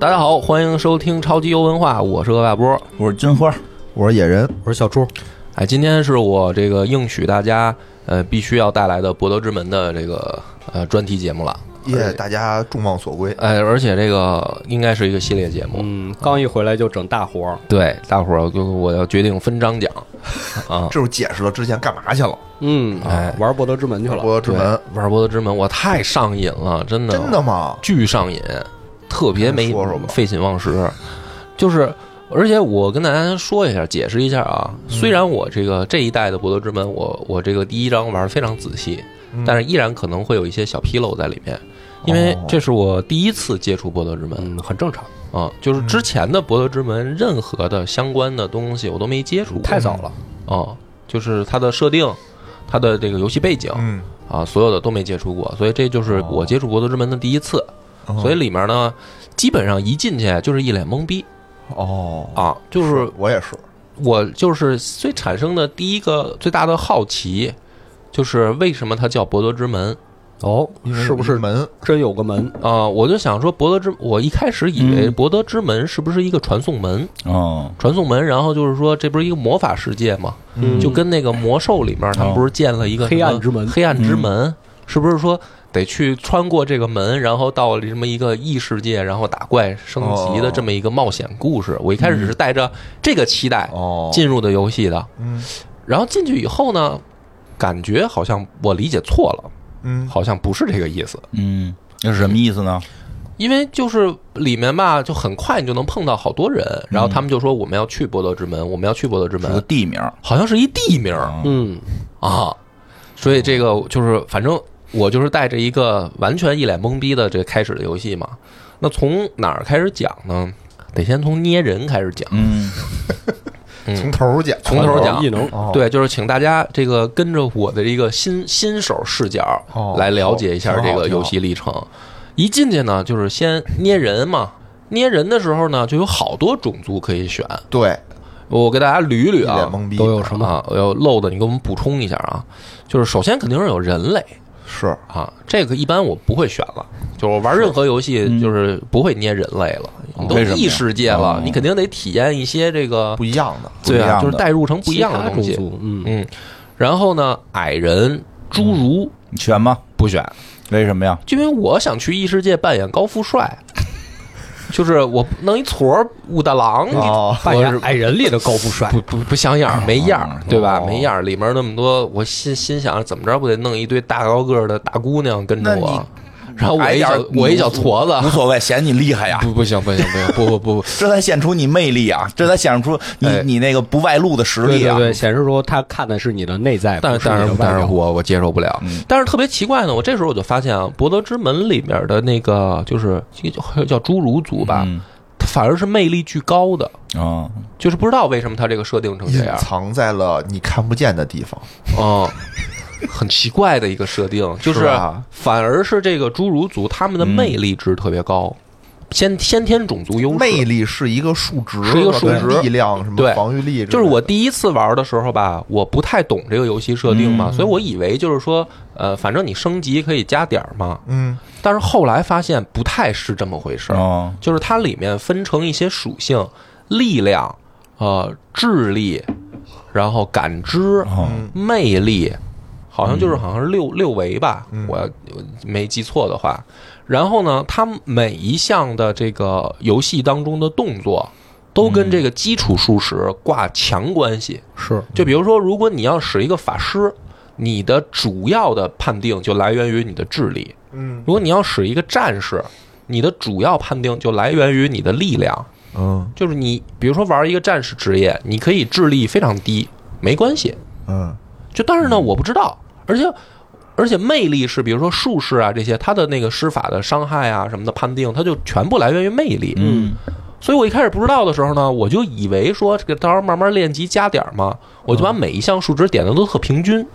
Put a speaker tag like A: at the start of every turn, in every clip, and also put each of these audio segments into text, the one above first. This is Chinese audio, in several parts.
A: 大家好，欢迎收听超级游文化，我是恶霸波。
B: 我是金花，
C: 我是野人，
D: 我是小朱，
A: 哎，今天是我这个应许大家呃必须要带来的《博德之门》的这个呃专题节目了。
C: 耶，大家众望所归。
A: 哎，而且这个应该是一个系列节目。
D: 嗯，刚一回来就整大活儿，
A: 对，大伙儿就我要决定分章讲啊。
C: 这就解释了之前干嘛去了，
D: 嗯，
A: 哎
D: 玩《博德之门》去了，
C: 博之门，
A: 玩《博德之门》，我太上瘾了，真的，
C: 真的吗？
A: 巨上瘾，特别没
C: 说说吧
A: 废寝忘食，就是。而且我跟大家说一下，解释一下啊。
C: 嗯
A: 虽然我这个这一代的《博德之门》，我我这个第一章玩的非常仔细，
C: 嗯
A: 但是依然可能会有一些小纰漏在里面，因为
C: 哦
A: 这是我第一次接触《博德之门
D: 嗯，很正常，》
A: 啊，就是之前的《博德之门》任何的相关的东西我都没接触过，
D: 太早了，
A: 啊，就是它的设定、它的这个游戏背景
C: 嗯，
A: 啊，所有的都没接触过，所以这就是
D: 哦
A: 我接触《博德之门》的第一次，所以里面呢，基本上一进去就是一脸懵逼
C: 哦，
A: 啊，就是
C: 我也是，
A: 我就是最产生的第一个最大的好奇，就是为什么它叫《博德之门》。
D: 哦，
C: 因为
D: 是不是
C: 门？
D: 真有个门？
A: 啊、我就想说博德之，我一开始以为
B: 嗯
A: 博德之门是不是一个传送门？
B: 哦，
A: 传送门，然后就是说这不是一个魔法世界吗？
D: 嗯哦
A: 就跟那个魔兽里面，他们不是建了一个
D: 黑
A: 什么
D: 暗之门嗯
A: 黑暗之门、是不是说得去穿过这个门，然后到什么一个异世界，然后打怪升级的
C: 哦
A: 这么一个冒险故事？我一
D: 嗯
A: 开始是带着这个期待
C: 哦，
A: 进入的游戏的，
C: 嗯
A: 然后进去以后呢，感觉好像我理解错了，
C: 嗯，
A: 好像不是这个意思。
B: 嗯，那是什么意思呢？
A: 因为就是里面吧，就很快你就能碰到好多人，然后他们就说我们要去博德之门，我们要去博德之
B: 是个
A: 门，
B: 地名，
A: 好像是一地名儿
D: 嗯，
A: 啊，所以这个就是反正我就是带着一个完全一脸懵逼的这开始的游戏嘛。那从哪儿开始讲呢？得先从捏人开始讲，
B: 嗯，
C: 从头讲，
A: 嗯从头讲
D: 异能，
C: 哦，
A: 对，就是请大家这个跟着我的这个新新手视角
C: 哦
A: 来了解一下
C: 好
A: 这个游戏历程。一进去呢，就是先捏人嘛，捏人的时候呢，就有好多种族可以选。
C: 对，
A: 我给大家捋一捋
C: 一脸
A: 啊，
C: 懵逼，
D: 都有什么？
A: 啊，要漏的你给我们补充一下啊。就是首先肯定是有人类
C: 是
A: 啊，这个一般我不会选了，就是我玩任何游戏就是不会捏人类了，
C: 哦
A: 你都
B: 为什么呀
A: 异世界了
B: 哦，
A: 你肯定得体验一些这个
C: 不一样的，
A: 对啊，
B: 不一样的
A: 就是代入成不一样的
D: 其他
A: 东西。
D: 种族，嗯，
A: 嗯，然后呢，矮人、侏儒
C: 嗯
B: 你选吧，
A: 不选，
B: 为什么呀？
A: 因为我想去异世界扮演高富帅，就是我不弄一撮儿武大郎，
C: 哦
A: 我
D: 扮演
A: 是
D: 矮人里的高富帅，
A: 不不不像样儿，没样儿
B: 哦，
A: 对吧？
C: 哦
A: 没样儿，里面那么多，我心心想怎么着不得弄一堆大高个儿的大姑娘跟着我，然后我
B: 矮
A: 一
B: 点
A: 小
B: 儿
A: 我一小矬
B: 无
A: 子，
B: 所谓，显你厉害呀，
A: 不不行不行不行，不不不不，
B: 这才显出你魅力啊，这才显出你
A: 哎
B: 你那个不外露的实
D: 对
B: 力
D: 对
B: 啊。
D: 对，显示出他看的是你的内在，
A: 但
D: 不
A: 是
D: 你
A: 但
D: 的
A: 是
D: 外
A: 但是
D: 表
A: 我我接受不了。
B: 嗯
A: 但是特别奇怪呢，我这时候我就发现啊，《博德之门》里面的那个就是叫叫侏儒族吧，
B: 嗯
A: 它反而是魅力巨高的，
B: 哦，
A: 就是不知道为什么它这个设定成
C: 隐
B: 嗯
A: 这样，
C: 藏在了你看不见的地方，
A: 嗯。很奇怪的一个设定，就是
C: 是吧
A: 反而是这个侏儒族他们的魅力值特别高，先先天种族优势。
C: 魅力是一个数值，
A: 是一个数值
C: 跟力量什
A: 对
C: 么防御力之类的，
A: 就是我第一次玩的时候吧，我不太懂这个游戏设定
C: 嗯
A: 嘛，所以我以为就是说，呃，反正你升级可以加点儿嘛，
C: 嗯
A: 但是后来发现不太是啊这么回事儿，
B: 哦，
A: 就是它里面分成一些属性，力量、呃智力，然后感知、
B: 哦，
A: 魅力，好像就是好像是六六维吧，我我没记错的话。然后呢，它每一项的这个游戏当中的动作，都跟这个基础数值挂强关系。
D: 是
A: 就比如说，如果你要使一个法师，你的主要的判定就来源于你的智力；
C: 嗯
A: 如果你要使一个战士，你的主要判定就来源于你的力量。
C: 嗯
A: 就是你，比如说玩一个战士职业，你可以智力非常低，没关系。
C: 嗯，
A: 就但是呢，我不知道，而且而且魅力是，比如说术士啊这些，他的那个施法的伤害啊什么的判定，他就全部来源于魅力。
B: 嗯，
A: 所以我一开始不知道的时候呢，我就以为说这个到时候慢慢练级加点儿嘛，我就把每一项数值点的都特平
C: 嗯
A: 均。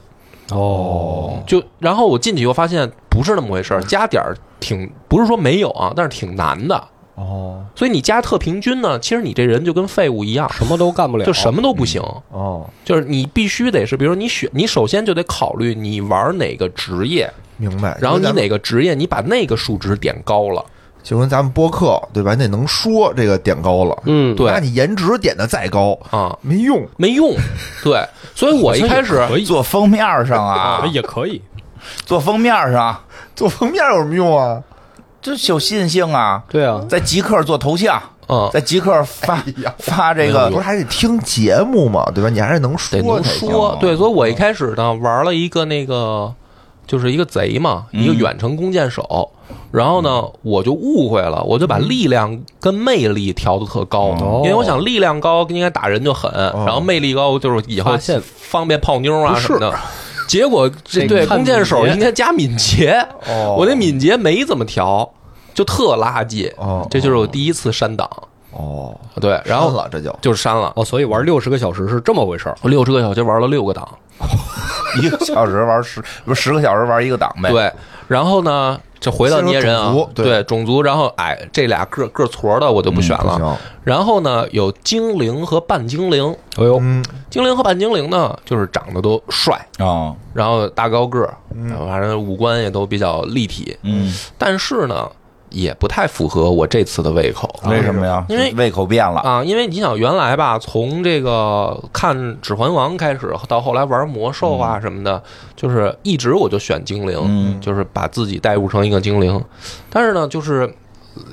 D: 哦，
A: 就然后我进去以后发现不是那么回
C: 嗯
A: 事儿，加点儿挺不是说没有啊，但是挺难的。
C: 哦
A: 所以你加特平均呢，其实你这人就跟废物一样，
D: 什么都干不了，
A: 就什么都不行。
C: 哦，
A: 就是你必须得是，比如你选，你首先就得考虑你玩哪个职业，
C: 明白。
A: 然后你
C: 有点
A: 哪个职业，你把那个数值点高了，
C: 就跟咱们播客对吧？你得能说，这个点高了。
D: 嗯，
A: 对
C: 那你颜值点的再高
A: 啊，
C: 没用。
A: 没用。对，所以我一开始
D: 可以
B: 做封面上
D: 啊，
A: 哎
B: 啊，
D: 也可以，
B: 做封面上，
C: 做封面有什么用啊？
B: 这是有信性啊。
D: 对啊，
B: 在极客做头像，
A: 嗯哎
B: 在极客发、发这
C: 不
B: 个
C: 是还得听节目嘛，对吧？你还是能说
D: 哎
A: 得能
C: 才行
D: 啊
A: 说。对，所以
D: 嗯
A: 我一开始呢玩了一个那个，就是一个贼嘛，一
D: 嗯
A: 个远程弓箭手。然后呢，我就误会了，我就把力量跟魅力调的特高，
D: 嗯哦
A: 因为我想力量高应该打人就狠，然后魅力高就是以后
D: 发现
A: 方便泡妞啊
D: 不是
A: 什么的。 结果这
D: 得
A: 对
D: 看
A: 弓箭手
D: 敏捷
A: 应该加敏捷，
C: 哦，
A: 我那敏捷没怎么调，就特垃圾。
C: 哦
A: 这就是我第一次删档，
C: 哦，
A: 对，然后
C: 删了这就
A: 就删了。
D: 哦，所以玩六十个小时是这么回事儿，
A: 我六十个小时玩了六个档，
B: 一个小时玩十，不是十个小时玩一个档呗。，
A: 对，然后呢，这回到捏人啊
C: 先说种，族对
A: 对种族，然后矮这俩个个矬的我就不选
C: 不
A: 了。
C: 嗯行。
A: 然后呢，有精灵和半精灵，
D: 哎呦，
C: 嗯，
A: 精灵和半精灵呢，就是长得都帅，
B: 哦，
A: 然后大高个儿，
C: 嗯
A: 反正五官也都比较立体，
B: 嗯，
A: 但是呢，也不太符合我这次的胃口。
B: 为什么呀？
A: 啊因为
B: 胃口变了。
A: 啊，因为你想，原来吧，从这个看《指环王》开始，到后来玩魔兽啊什么的，就是一直我就选精灵，
B: 嗯
A: 就是把自己代入成一个精灵。但是呢，就是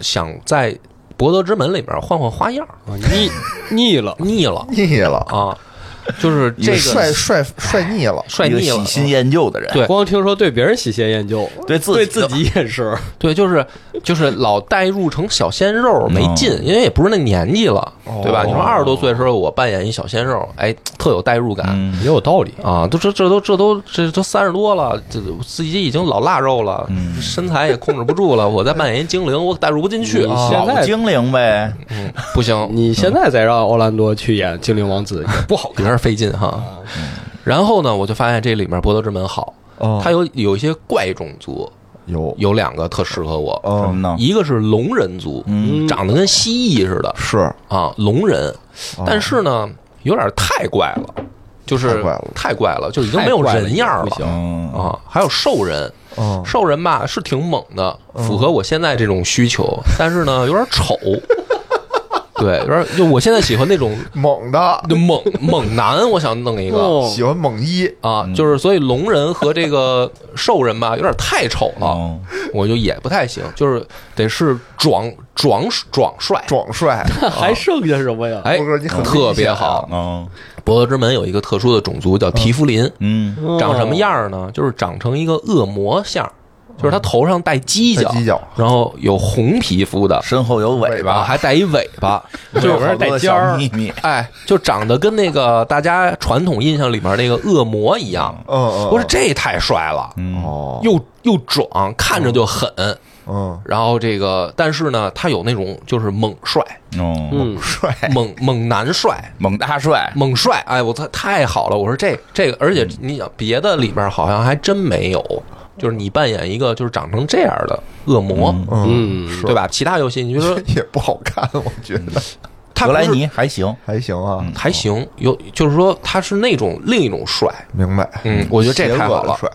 A: 想在《博德之门》里面换换花样儿，
D: 啊腻腻了，
A: 腻了
C: 腻了，
A: 啊， 就是这
C: 这
A: 个
C: 帅帅帅腻了。
A: 帅
B: 一个
A: 腻了啊
B: 喜，新厌旧的人，
A: 对
D: 光听说对别人喜新厌旧，
B: 对自己
D: 对自己也是，
A: 对，就是就是老代入成小鲜肉没劲，
B: 哦
A: 因为也不是那年纪了，对吧？你说二十多岁的时候，我扮演一小鲜肉，哎，特有代入感。
B: 嗯，
D: 也有道理。
A: 啊，都这这都这都这都三十多了，这自己已经老腊肉了，
B: 嗯
A: 身材也控制不住了。我再扮演一精灵，我代入不进去
D: 你
A: 啊，
D: 现
B: 老
D: 在
B: 精灵呗，
A: 嗯，不行，
D: 你现在再让奥兰多去演精灵王子也不好
A: 有
D: 看，
A: 点费劲哈。然后呢，我就发现这里面《博德之门》好，
C: 哦
A: 它有有一些怪种族，
C: 有
A: 有两个特适合我，
B: 什么
C: 嗯
B: 呢？
A: 一个是龙人族，
B: 嗯
A: 长得跟蜥蜴似的
C: 是，
A: 啊，龙人，
C: 哦
A: 但是呢，有点太怪了，就是
C: 太怪了
A: 太怪了，就已经没有
D: 太怪了
A: 人样
D: 不行
A: 了
B: 嗯，
A: 啊。还有兽人，
C: 嗯
A: 兽人吧是挺猛的，符合我现在这种需求，
C: 嗯
A: 但是呢有点 丑，对，有点就我现在喜欢那种
C: 猛的
A: 就猛猛男，我想弄一个。
D: 哦
C: 喜欢猛一
A: 啊，就是所以龙人和这个兽人吧，有点太丑了，
B: 哦，
A: 我就也不太行，就是得是壮壮壮帅，
C: 壮 帅，
D: 还剩下什么呀？
A: 哎
C: 我说你，很啊
A: 特别好。
B: 哦，
A: 博德之门有一个特殊的种族叫提夫林，
B: 嗯，
D: 哦
C: 哦
A: 长什么样儿呢？就是长成一个恶魔像儿，就是他头上带犄角，
C: 带犄角
A: 然后有红皮肤的，
B: 身后有尾
A: 啊，
B: 巴，
A: 还带一尾 巴，
B: 有
A: 就
B: 好多的小秘密。
A: 哎，就长得跟那个大家传统印象里面那个恶魔一样。
C: 嗯嗯，
A: 我说这太帅了，
B: 哦嗯，
C: 哦，
A: 又又壮，看着就狠。
C: 嗯
A: 然后这个，但是呢，他有那种就是猛 帅、
B: 哦，
D: 嗯，
C: 帅，
A: 猛猛男帅、
B: 猛大帅，
A: 猛帅。哎，我操，太好了！我说这这个，而且你想，别的里面好像还真没有，就是你扮演一个就是长成这样的恶魔，
C: 嗯
D: 嗯
C: 是
A: 对吧？其他游戏你就说
C: 也不好看，我觉得
A: 他
B: 格
A: 不
B: 莱
A: 是
B: 尼还行，
C: 还行啊，
A: 还行，有就是说他是那种另一种帅，
C: 明白。
A: 嗯，我觉得这太好
C: 邪恶的
A: 了。
C: 帅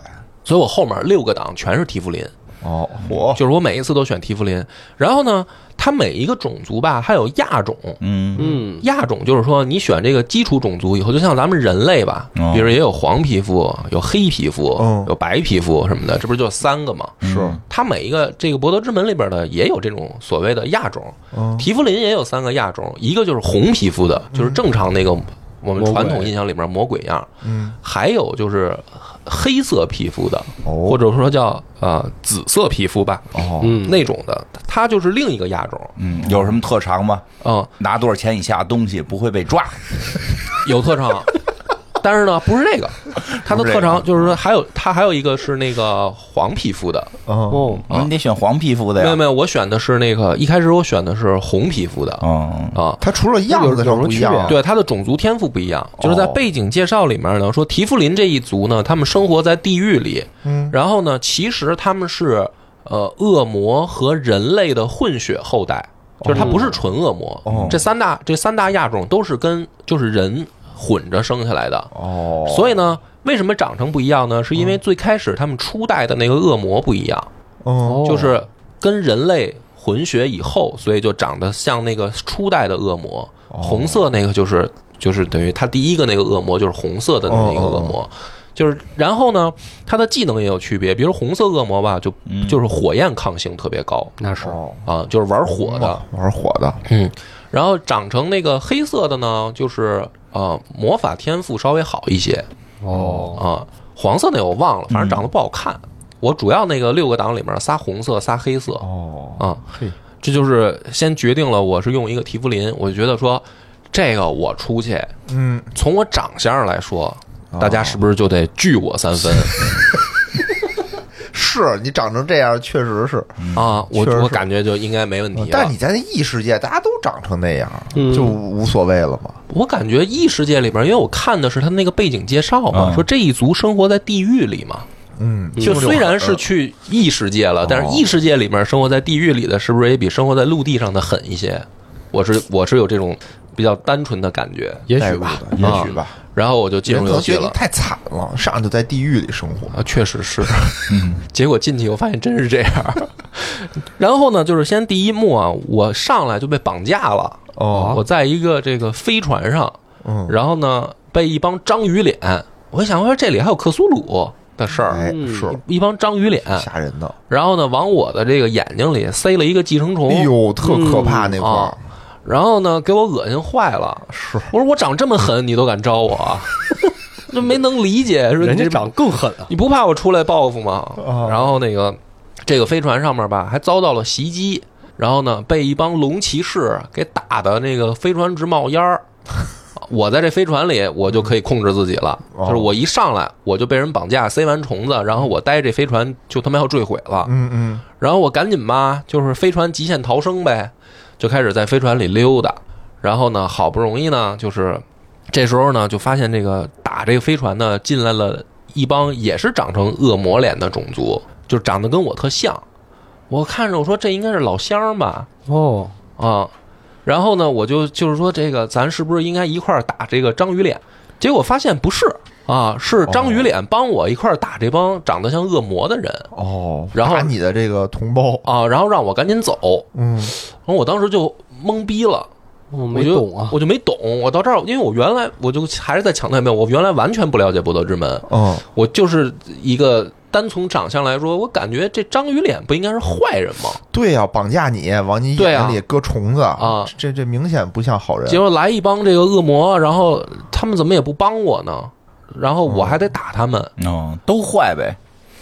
A: 所以我后面六个档全是提夫林，
C: 哦，我
A: 就是我每一次都选提夫林。然后呢，它每一个种族吧，还有亚种。
B: 嗯
D: 嗯，
A: 亚种就是说，你选这个基础种族以后，就像咱们人类吧
B: 哦，
A: 比如也有黄皮肤、有黑皮肤
C: 嗯、
A: 有白皮肤什么的，这不是就三个吗？
C: 是
A: 它每一个这个《博德之门》里边的也有这种所谓的亚种，
C: 嗯
A: 提夫林也有三个亚种，一个就是红皮肤的，就是正常那个我们
D: 魔鬼
A: 传统印象里面魔鬼样，
C: 嗯
A: 还有就是黑色皮肤的，
C: 哦
A: 或者说叫呃紫色皮肤吧，
C: 哦
D: 嗯
A: 那种的，它就是另一个亚种，
B: 嗯，有什么特长吗？
A: 嗯，
B: 拿多少钱以下的东西不会被抓？
A: 有特长。但是呢，不是这个，它的
B: 不是这个
A: 特长就是说，还有它还有一个是那个黄皮肤的，
C: 哦
D: 哦，
B: 那你得选黄皮肤的
A: 啊没有
B: 呀。
A: 没有，我选的是那个一开始我选的是红皮肤的
B: 嗯，
A: 啊，
C: 他除了样子上不一样啊，
A: 对，他的种族天赋不一样，哦就是在背景介绍里面呢，说提夫林这一族呢，他们生活在地狱里，
C: 嗯，
A: 然后呢，其实他们是呃恶魔和人类的混血后代，就是他不是纯恶魔，
C: 哦
A: 这三大这三大亚种都是跟就是人混着生下来的，
C: 哦，
A: 所以呢，为什么长成不一样呢？是因为最开始他们初代的那个恶魔不一样，
C: 嗯
A: 就是跟人类。混血以后，所以就长得像那个初代的恶魔，红色那个就是就是等于他第一个那个恶魔就是红色的那个恶魔。就是，然后呢，他的技能也有区别，比如红色恶魔吧，就就是火焰抗性特别高
D: 那是
C: 哦
A: 啊，就是玩火的，
C: 玩火的，
A: 嗯，然后长成那个黑色的呢，就是呃魔法天赋稍微好一些
D: 哦，
A: 啊、黄色那我忘了，反正长得不好看。我主要那个六个档里面仨红色仨黑色啊、
C: 哦，
D: 嘿，
A: 这就是先决定了我是用一个提夫林，我就觉得说这个我出去，
C: 嗯，
A: 从我长相上来说，
C: 哦
A: 大家是不是就得拒我三 分？
C: 是你长成这样，确实是，
A: 啊，我
C: 确实是
A: 我感觉就应该没问题了。
C: 但你在那异世界，大家都长成那样，
D: 嗯
C: 就无所谓了嘛。
A: 我感觉异世界里边，因为我看的是他那个背景介绍嘛，
B: 嗯
A: 说这一族生活在地狱里嘛，
C: 啊嗯，哦
A: 就虽然是去异世界了，但是异世界里面生活在地狱里的，是不是也比生活在陆地上的狠一些？我是我是有这种比较单纯的感觉，
D: 也
C: 代
D: 许
C: 入
D: 吧，
C: 的，
A: 啊
C: 也许吧。
A: 然后我就进
C: 人
A: 入
C: 可
A: 游
C: 能
A: 戏
C: 觉得
A: 了
C: 你。太惨了，上来就在地狱里生活。
A: 啊，确实是。
C: 嗯
A: 结果进去以后发现真是这样。然后呢，就是先第一幕啊，我上来就被绑架了。
C: 哦
A: 我在一个这个飞船上，
C: 嗯，
A: 然后呢被一帮章鱼脸，我一想我说这里还有克苏鲁的事儿，
C: 哎，
D: 嗯
C: 是
A: 一帮章鱼脸，
C: 吓人的，
A: 然后呢往我的这个眼睛里塞了一个寄生虫。
C: 哎呦，特可怕那块
A: 啊
C: 儿，，
A: 然后呢，给我恶心坏了。
C: 是
A: 我说我长这么狠，你都敢招我啊？ 就没能理解，说
D: 人
A: 你
D: 家
A: 这
D: 长更狠啊，
A: 你不怕我出来报复吗？
C: 啊
A: 然后那个这个飞船上面吧，还遭到了袭击，然后呢被一帮龙骑士给打的那个飞船直冒烟儿。我在这飞船里，我就可以控制自己了。
C: 哦
A: 就是我一上来，我就被人绑架，塞完虫子，然后我待这飞船就他妈要坠毁了。
C: 嗯嗯，
A: 然后我赶紧吧，就是飞船极限逃生呗，就开始在飞船里溜达。然后呢，好不容易呢，就是这时候呢，就发现这个打这个飞船呢，进来了一帮也是长成恶魔脸的种族，就长得跟我特像。我看着我说这应该是老乡吧，
D: 哦，
A: 啊，然后呢，我就就是说这个咱是不是应该一块儿打这个章鱼脸？结果发现不是啊，是章鱼脸帮我一块儿打这帮长得像恶魔的人
C: 哦，
A: 然后
C: 打你的这个同胞，
A: 啊，然后让我赶紧走。
C: 嗯，
A: 然后我当时就懵逼了，
D: 我
A: 我
D: 没
A: 就
D: 懂啊，
A: 我就没懂。我到这儿，因为我原来我就还是在强调一遍，我原来完全不了解博德之门，
C: 哦，
A: 我就是一个单从长相来说，我感觉这章鱼脸不应该是坏人吗？
C: 对呀、往你你往你
A: 对啊
C: 眼里搁虫子
A: 啊
C: 这这明显不像好人
A: 结。果来一帮这个恶魔，然后他们怎么也不帮我呢？然后我还得打他们
B: 哦，都坏呗，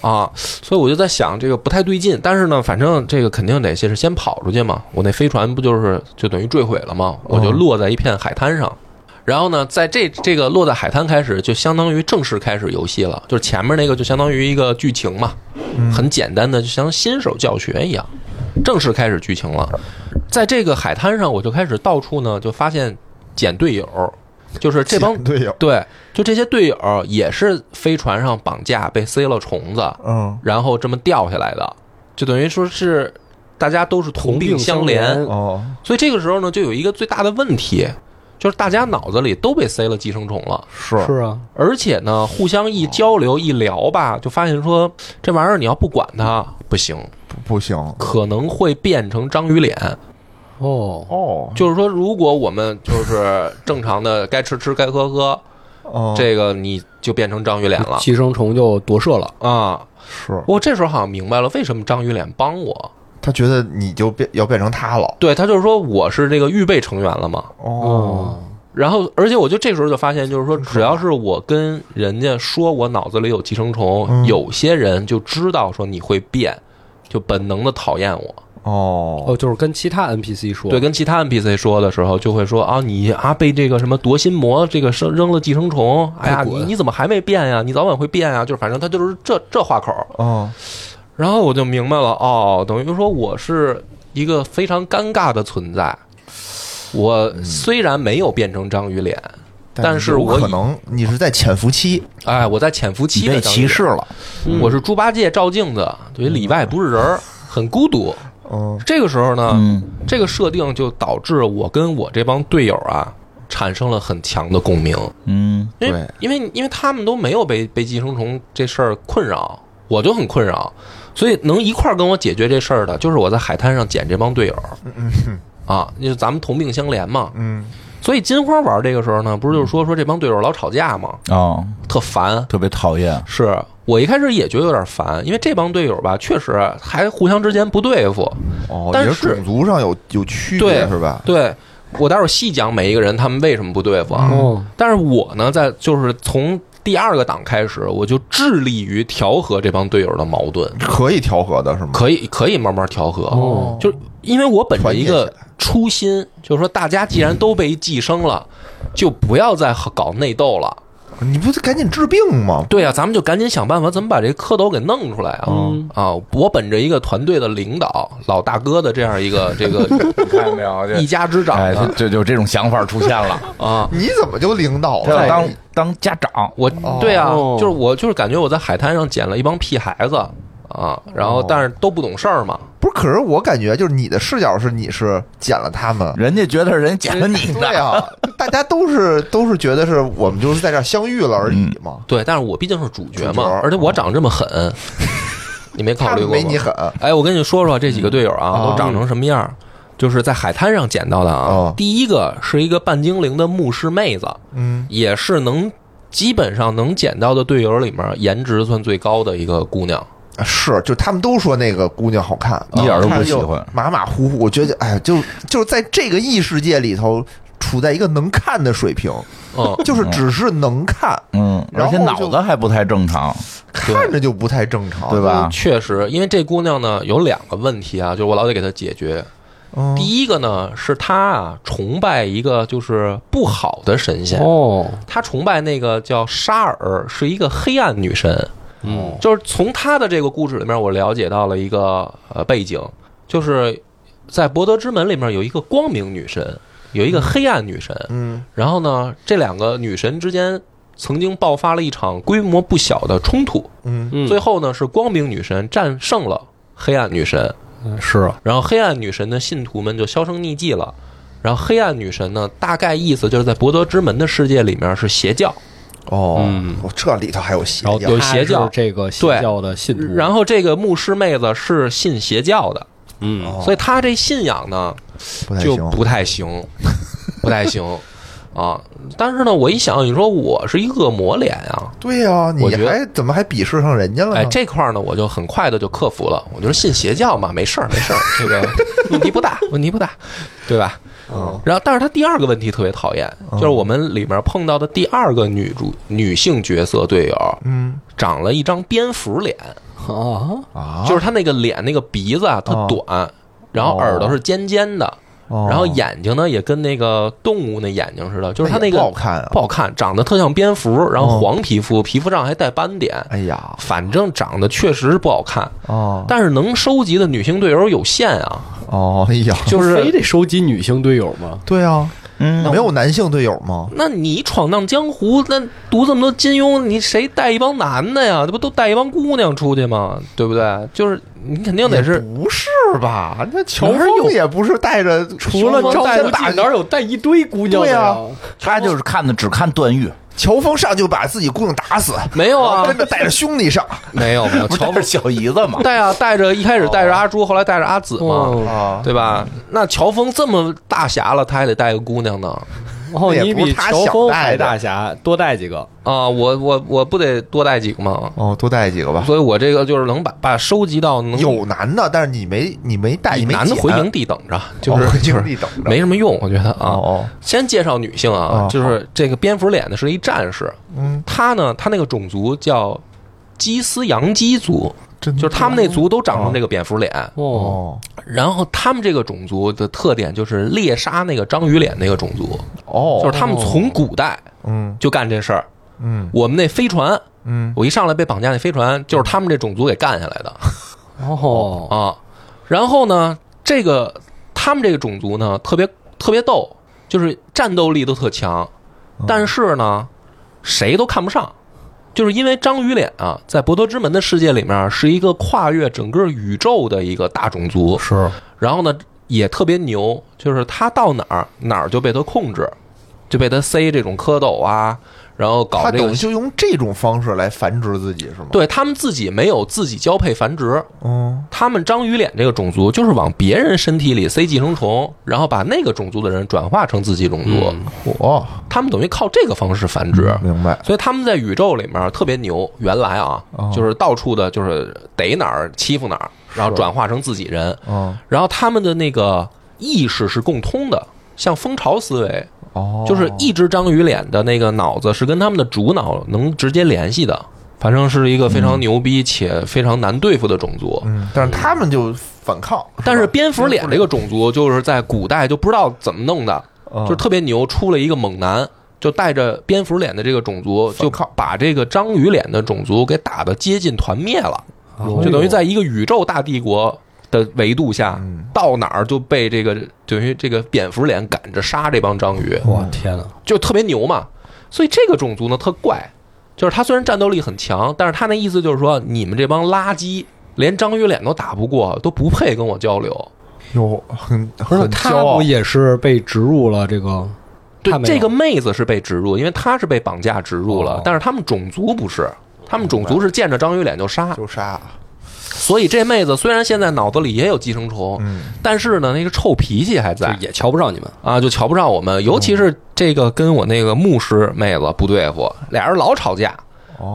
A: 啊，所以我就在想这个不太对劲。但是呢，反正这个肯定得是先跑出去嘛。我那飞船不就是就等于坠毁了吗？我就
C: 嗯
A: 落在一片海滩上。然后呢，在这这个落在海滩开始，就相当于正式开始游戏了。就是前面那个就相当于一个剧情嘛，
C: 嗯
A: 很简单的，就像新手教学一样，正式开始剧情了。在这个海滩上，我就开始到处呢就发现捡队友，就是这帮
C: 捡队友，
A: 对，就这些队友也是飞船上绑架被塞了虫子，
C: 嗯，
A: 然后这么掉下来的，就等于说是大家都是同病相怜。
C: 哦，
A: 所以这个时候呢，就有一个最大的问题，就是大家脑子里都被塞了寄生虫了，
C: 是
D: 是啊，
A: 而且呢，互相一交流一聊吧，就发现说这玩意儿你要不管它不行，
C: 不不行
A: 可能会变成章鱼脸。
D: 哦，
C: 哦，
A: 就是说，如果我们就是正常的该吃吃该喝喝，
C: 哦
A: 这个你就变成章鱼脸 了
D: 寄生虫就夺舍了，
A: 啊。
C: 是
A: 我这时候好像明白了为什么章鱼脸帮我，
C: 他觉得你就变要变成他了。
A: 对他就是说我是这个预备成员了嘛。
C: 哦，
A: 然后，而且我就这时候就发现，就是说，只要是我跟人家说我脑子里有寄生虫，
C: 嗯
A: 有些人就知道说你会变，就本能的讨厌我。
C: 哦，
D: 哦，就是跟其他 NPC 说，
A: 对，跟其他 NPC 说的时候，就会说啊，你啊被这个什么夺心魔这个生扔了寄生虫，哎呀，
D: 快滚
A: 你你怎么还没变呀？你早晚会变呀！就是反正他就是这这话口。
C: 哦，
A: 然后我就明白了，哦，等于说我是一个非常尴尬的存在。我虽然没有变成章鱼脸，但是
C: 嗯有
A: 我
C: 可
A: 以
C: 能你是在潜伏期，
A: 哎，我在潜伏期
B: 你
A: 的
B: 被
A: 章鱼
B: 歧
A: 脸
B: 视了，
D: 嗯
A: 我是猪八戒照镜子，对，里外不是人儿，很孤独。
C: 嗯，
A: 这个时候呢，
B: 嗯，
A: 这个设定就导致我跟我这帮队友啊产生了很强的共鸣，
B: 嗯，
A: 因为
C: 对
A: 因为因为他们都没有被被寄生虫这事儿困扰，我就很困扰。所以能一块儿跟我解决这事儿的，就是我在海滩上捡这帮队友，啊，就是咱们同病相怜嘛。
B: 嗯，
A: 所以金花玩这个时候呢，不是就是说说这帮队友老吵架嘛，
E: 哦，
A: 特烦。
E: 特别讨厌，
A: 是我一开始也觉得有点烦，因为这帮队友吧，确实还互相之间不对付。
C: 哦，
A: 但
C: 也
A: 是
C: 种族上有有区
A: 对
C: 别是吧？
A: 对我待会儿细讲每一个人他们为什么不对付啊。
D: 哦，
A: 但是我呢，在就是从第二个档开始，我就致力于调和这帮队友的矛盾，
C: 可以调和的是吗？
A: 可以可以慢慢调和。
D: 哦
A: 就是因为我本着一
C: 团结
A: 个
C: 起
A: 初心，就是说大家既然都被寄生了，就不要再搞内斗了。
C: 你不是赶紧治病吗？
A: 对啊，咱们就赶紧想办法怎么把这蝌蚪给弄出来啊！
D: 嗯
A: 啊，我本着一个团队的领导老大哥的这样一个这 个
B: 你看见没有？
A: 一
B: 这
A: 家之长
E: 哎，这
A: 呢
E: 这就这种想法出现了。
A: 啊，
C: 你怎么就领导
E: 他要
C: 了？
E: 当当家长，
A: 我
C: 哦
A: 对啊，就是我就是感觉我在海滩上捡了一帮屁孩子啊，然后
C: 哦
A: 但是都不懂事儿嘛，
C: 不是，可是我感觉就是你的视角是你是捡了他们，
E: 人家觉得人捡了 你
C: 对
E: 的，
C: 啊，大家都是都是觉得是我们就是在这儿相遇了而已嘛，
A: 对，但是我毕竟是主角
C: 主
A: 嘛
C: 角，哦
A: 而且我长这么狠， 你没考
C: 他
A: 虑嗯
C: 们
A: 过
C: 没
A: 吗
C: 你？狠，
A: 哎，我跟你说说这几个队友啊，
C: 嗯
A: 都长成什么样儿？就是在海滩上捡到的啊
C: 哦。
A: 第一个是一个半精灵的牧师妹子，
C: 嗯，
A: 也是能基本上能捡到的队友里面颜值算最高的一个姑娘。
C: 是，就他们都说那个姑娘好看，啊
E: 一点都不
C: 看着
E: 喜
C: 哦就
E: 欢
C: 马马虎虎，我觉得哎，就就是在这个异世界里头，处在一个能看的水平，
A: 嗯，
C: 就是只是能看，
E: 嗯，而
C: 然后
E: 且
C: 就
E: 脑子还不太正常，
C: 看着就不太正常，
E: 对？吧？
A: 确实，因为这姑娘呢有两个问题啊，就是我老得给她解决。
C: 嗯
A: 第一个呢是她啊崇拜一个就是不好的神仙，
D: 哦，
A: 她崇拜那个叫沙尔，是一个黑暗女神。
D: 嗯，
A: 就是从她的这个故事里面，我了解到了一个呃背景，就是在《博德之门》里面有一个光明女神，有一个黑暗女神。
C: 嗯，
A: 然后呢，这两个女神之间曾经爆发了一场规模不小的冲突，
C: 嗯
D: 嗯
A: 最后呢是光明女神战胜了黑暗女神，
D: 是啊
A: 然后黑暗女神的信徒们就销声匿迹了。然后黑暗女神呢，大概意思就是在博德之门的世界里面是邪教，
C: 哦，
D: 嗯
C: 我这里头还有邪
D: 然后
C: 教
A: 有邪教
D: 他是这个邪教的信徒，
A: 然后这个牧师妹子是信邪教的，
D: 嗯，
C: 哦
A: 所以她这信仰呢
C: 不太
A: 就
C: 行，
A: 不太行，不太行啊。但是呢，我一想，你说我是一恶魔脸啊，
C: 对呀、
A: 我
C: 你
A: 觉得
C: 还怎么还鄙视上人家了呢？
A: 哎，这块儿呢，我就很快的就克服了。我就是信邪教嘛，没事儿，没事儿，这个问题不大，问题不大，对吧？
C: 嗯
A: 然后，但是他第二个问题特别讨厌，就是我们里面碰到的第二个女主女性角色队友，
C: 嗯
A: 长了一张蝙蝠脸，
D: 啊，
C: 啊，
A: 就是她那个脸那个鼻子啊特
C: 哦
A: 短，然后耳朵是尖尖的，
C: 哦
A: 然后眼睛呢也跟那个动物那眼睛似的，就是她
C: 那
A: 那
C: 也
A: 个
C: 不好看啊
A: 不好看，长得特像蝙蝠，然后
C: 哦
A: 黄皮肤，皮肤上还带斑点，
C: 哎呀，
A: 反正长得确实是不好看。
C: 哦
A: 但是能收集的女性队友有限啊，
C: 哦，哎呀，
A: 就
D: 非
A: 是
D: 得收集女性队友吗？
C: 对啊，
E: 嗯，
C: 没有男性队友吗？
A: 那你闯荡江湖，那读这么多金庸，你谁带一帮男的呀？这不都带一帮姑娘出去吗？对不对？就是你肯定得
C: 也
A: 是
C: 不是吧？那乔
D: 哪有
C: 峰也不是带着，
D: 除了
A: 双方
D: 张
A: 带
D: 无
A: 着
D: 忌，哪有带一堆姑娘的呀？
E: 他就是看的只看段誉，
C: 乔峰上就把自己姑娘打死，
A: 没有啊
C: 跟，着哦带着兄弟上
A: 没 有没有，乔
E: 不是小姨 子嘛？
A: 带啊带着一开始带着阿朱，后来带着阿紫嘛，
D: 哦，
C: 啊，
A: 对吧？那乔峰这么大侠了，他还得带个姑娘呢
D: 哦，
C: 那
D: 你
C: 也不
D: 比
C: 是他
D: 乔
C: 想
D: 峰
C: 带
D: 还
C: 的
D: 大侠，多带几个。
A: 啊！我我我不得多带几个吗？
C: 哦，多带几个吧。
A: 所以我这个就是能把把收集到能
C: 有男的，但是你没你没带，
A: 以
C: 你没
A: 男的
C: 捡
A: 回营地等着，就
C: 哦
A: 是
C: 回
A: 就是
C: 营地等着
A: 没什么用，我觉得啊。
C: 哦，
A: 先介绍女性啊
C: 哦，
A: 就是这个蝙蝠脸呢是一战士，
C: 嗯，
A: 她呢，她那个种族叫基斯扬基族，
C: 真
A: 就是他们那族都长成这个蝙蝠脸。
D: 哦，
C: 哦
A: 然后他们这个种族的特点就是猎杀那个章鱼脸那个种族，
C: 哦，
A: 就是他们从古代
C: 嗯
A: 就干这事儿。
C: 嗯
A: 我们那飞船，
C: 嗯，
A: 我一上来被绑架那飞船，就是他们这种族给干下来的。
D: 哦，
A: 啊。然后呢，这个他们这个种族呢，特别特别逗，就是战斗力都特强，但是呢，谁都看不上，就是因为章鱼脸啊，在博德之门的世界里面是一个跨越整个宇宙的一个大种族，
D: 是
A: 然后呢也特别牛，就是他到哪儿哪儿就被他控制，就被他塞这种蝌蚪啊。然后搞
C: 他
A: 这
C: 等
A: 个
C: 于就用这种方式来繁殖自己是吗？，
A: 对他们自己没有自己交配繁殖，
C: 嗯，
A: 他们章鱼脸这个种族就是往别人身体里塞寄生虫，然后把那个种族的人转化成自己种族，
C: 我
A: 他们等于靠这个方式繁殖。
C: 嗯明白，
A: 所以他们在宇宙里面特别牛。原来啊，
C: 哦
A: 就是到处的，就是逮哪儿欺负哪儿，然后转化成自己人。
C: 嗯，
A: 然后他们的那个意识是共通的，像蜂巢思维，
C: 哦，
A: 就是一只章鱼脸的那个脑子是跟他们的主脑能直接联系的。反正是一个非常牛逼且非常难对付的种族。
C: 嗯，但是他们就反抗，
A: 但是
C: 吧
A: 蝙蝠脸这个种族，就是在古代就不知道怎么弄的，
C: 嗯
A: 就是特别牛，出了一个猛男，就带着蝙蝠脸的这个种族，就把这个章鱼脸的种族给打的接近团灭了，就等于在一个宇宙大帝国。的维度下，到哪儿就被这个等于这个蝙蝠脸赶着杀这帮章鱼，
D: 哎我天哪！
A: 就特别牛嘛。所以这个种族呢特怪，就是他虽然战斗力很强，但是他那意思就是说，你们这帮垃圾连章鱼脸都打不过，都不配跟我交流。
C: 有很
D: 不是
C: 很骄
D: 他
C: 傲
D: 不，也是被植入了这个？
A: 对
D: 他，没有
A: 这个妹子是被植入，因为她是被绑架植入了
D: 哦，
A: 但是他们种族不是，他们种族是见着章鱼脸就杀，
C: 就杀，
A: 所以这妹子虽然现在脑子里也有寄生虫，
C: 嗯，
A: 但是呢，那个臭脾气还
D: 就
A: 在
D: 也瞧不上你们。
A: 啊，就瞧不上我们，尤其是这个跟我那个牧师妹子不对付，俩人老吵架，
D: 哦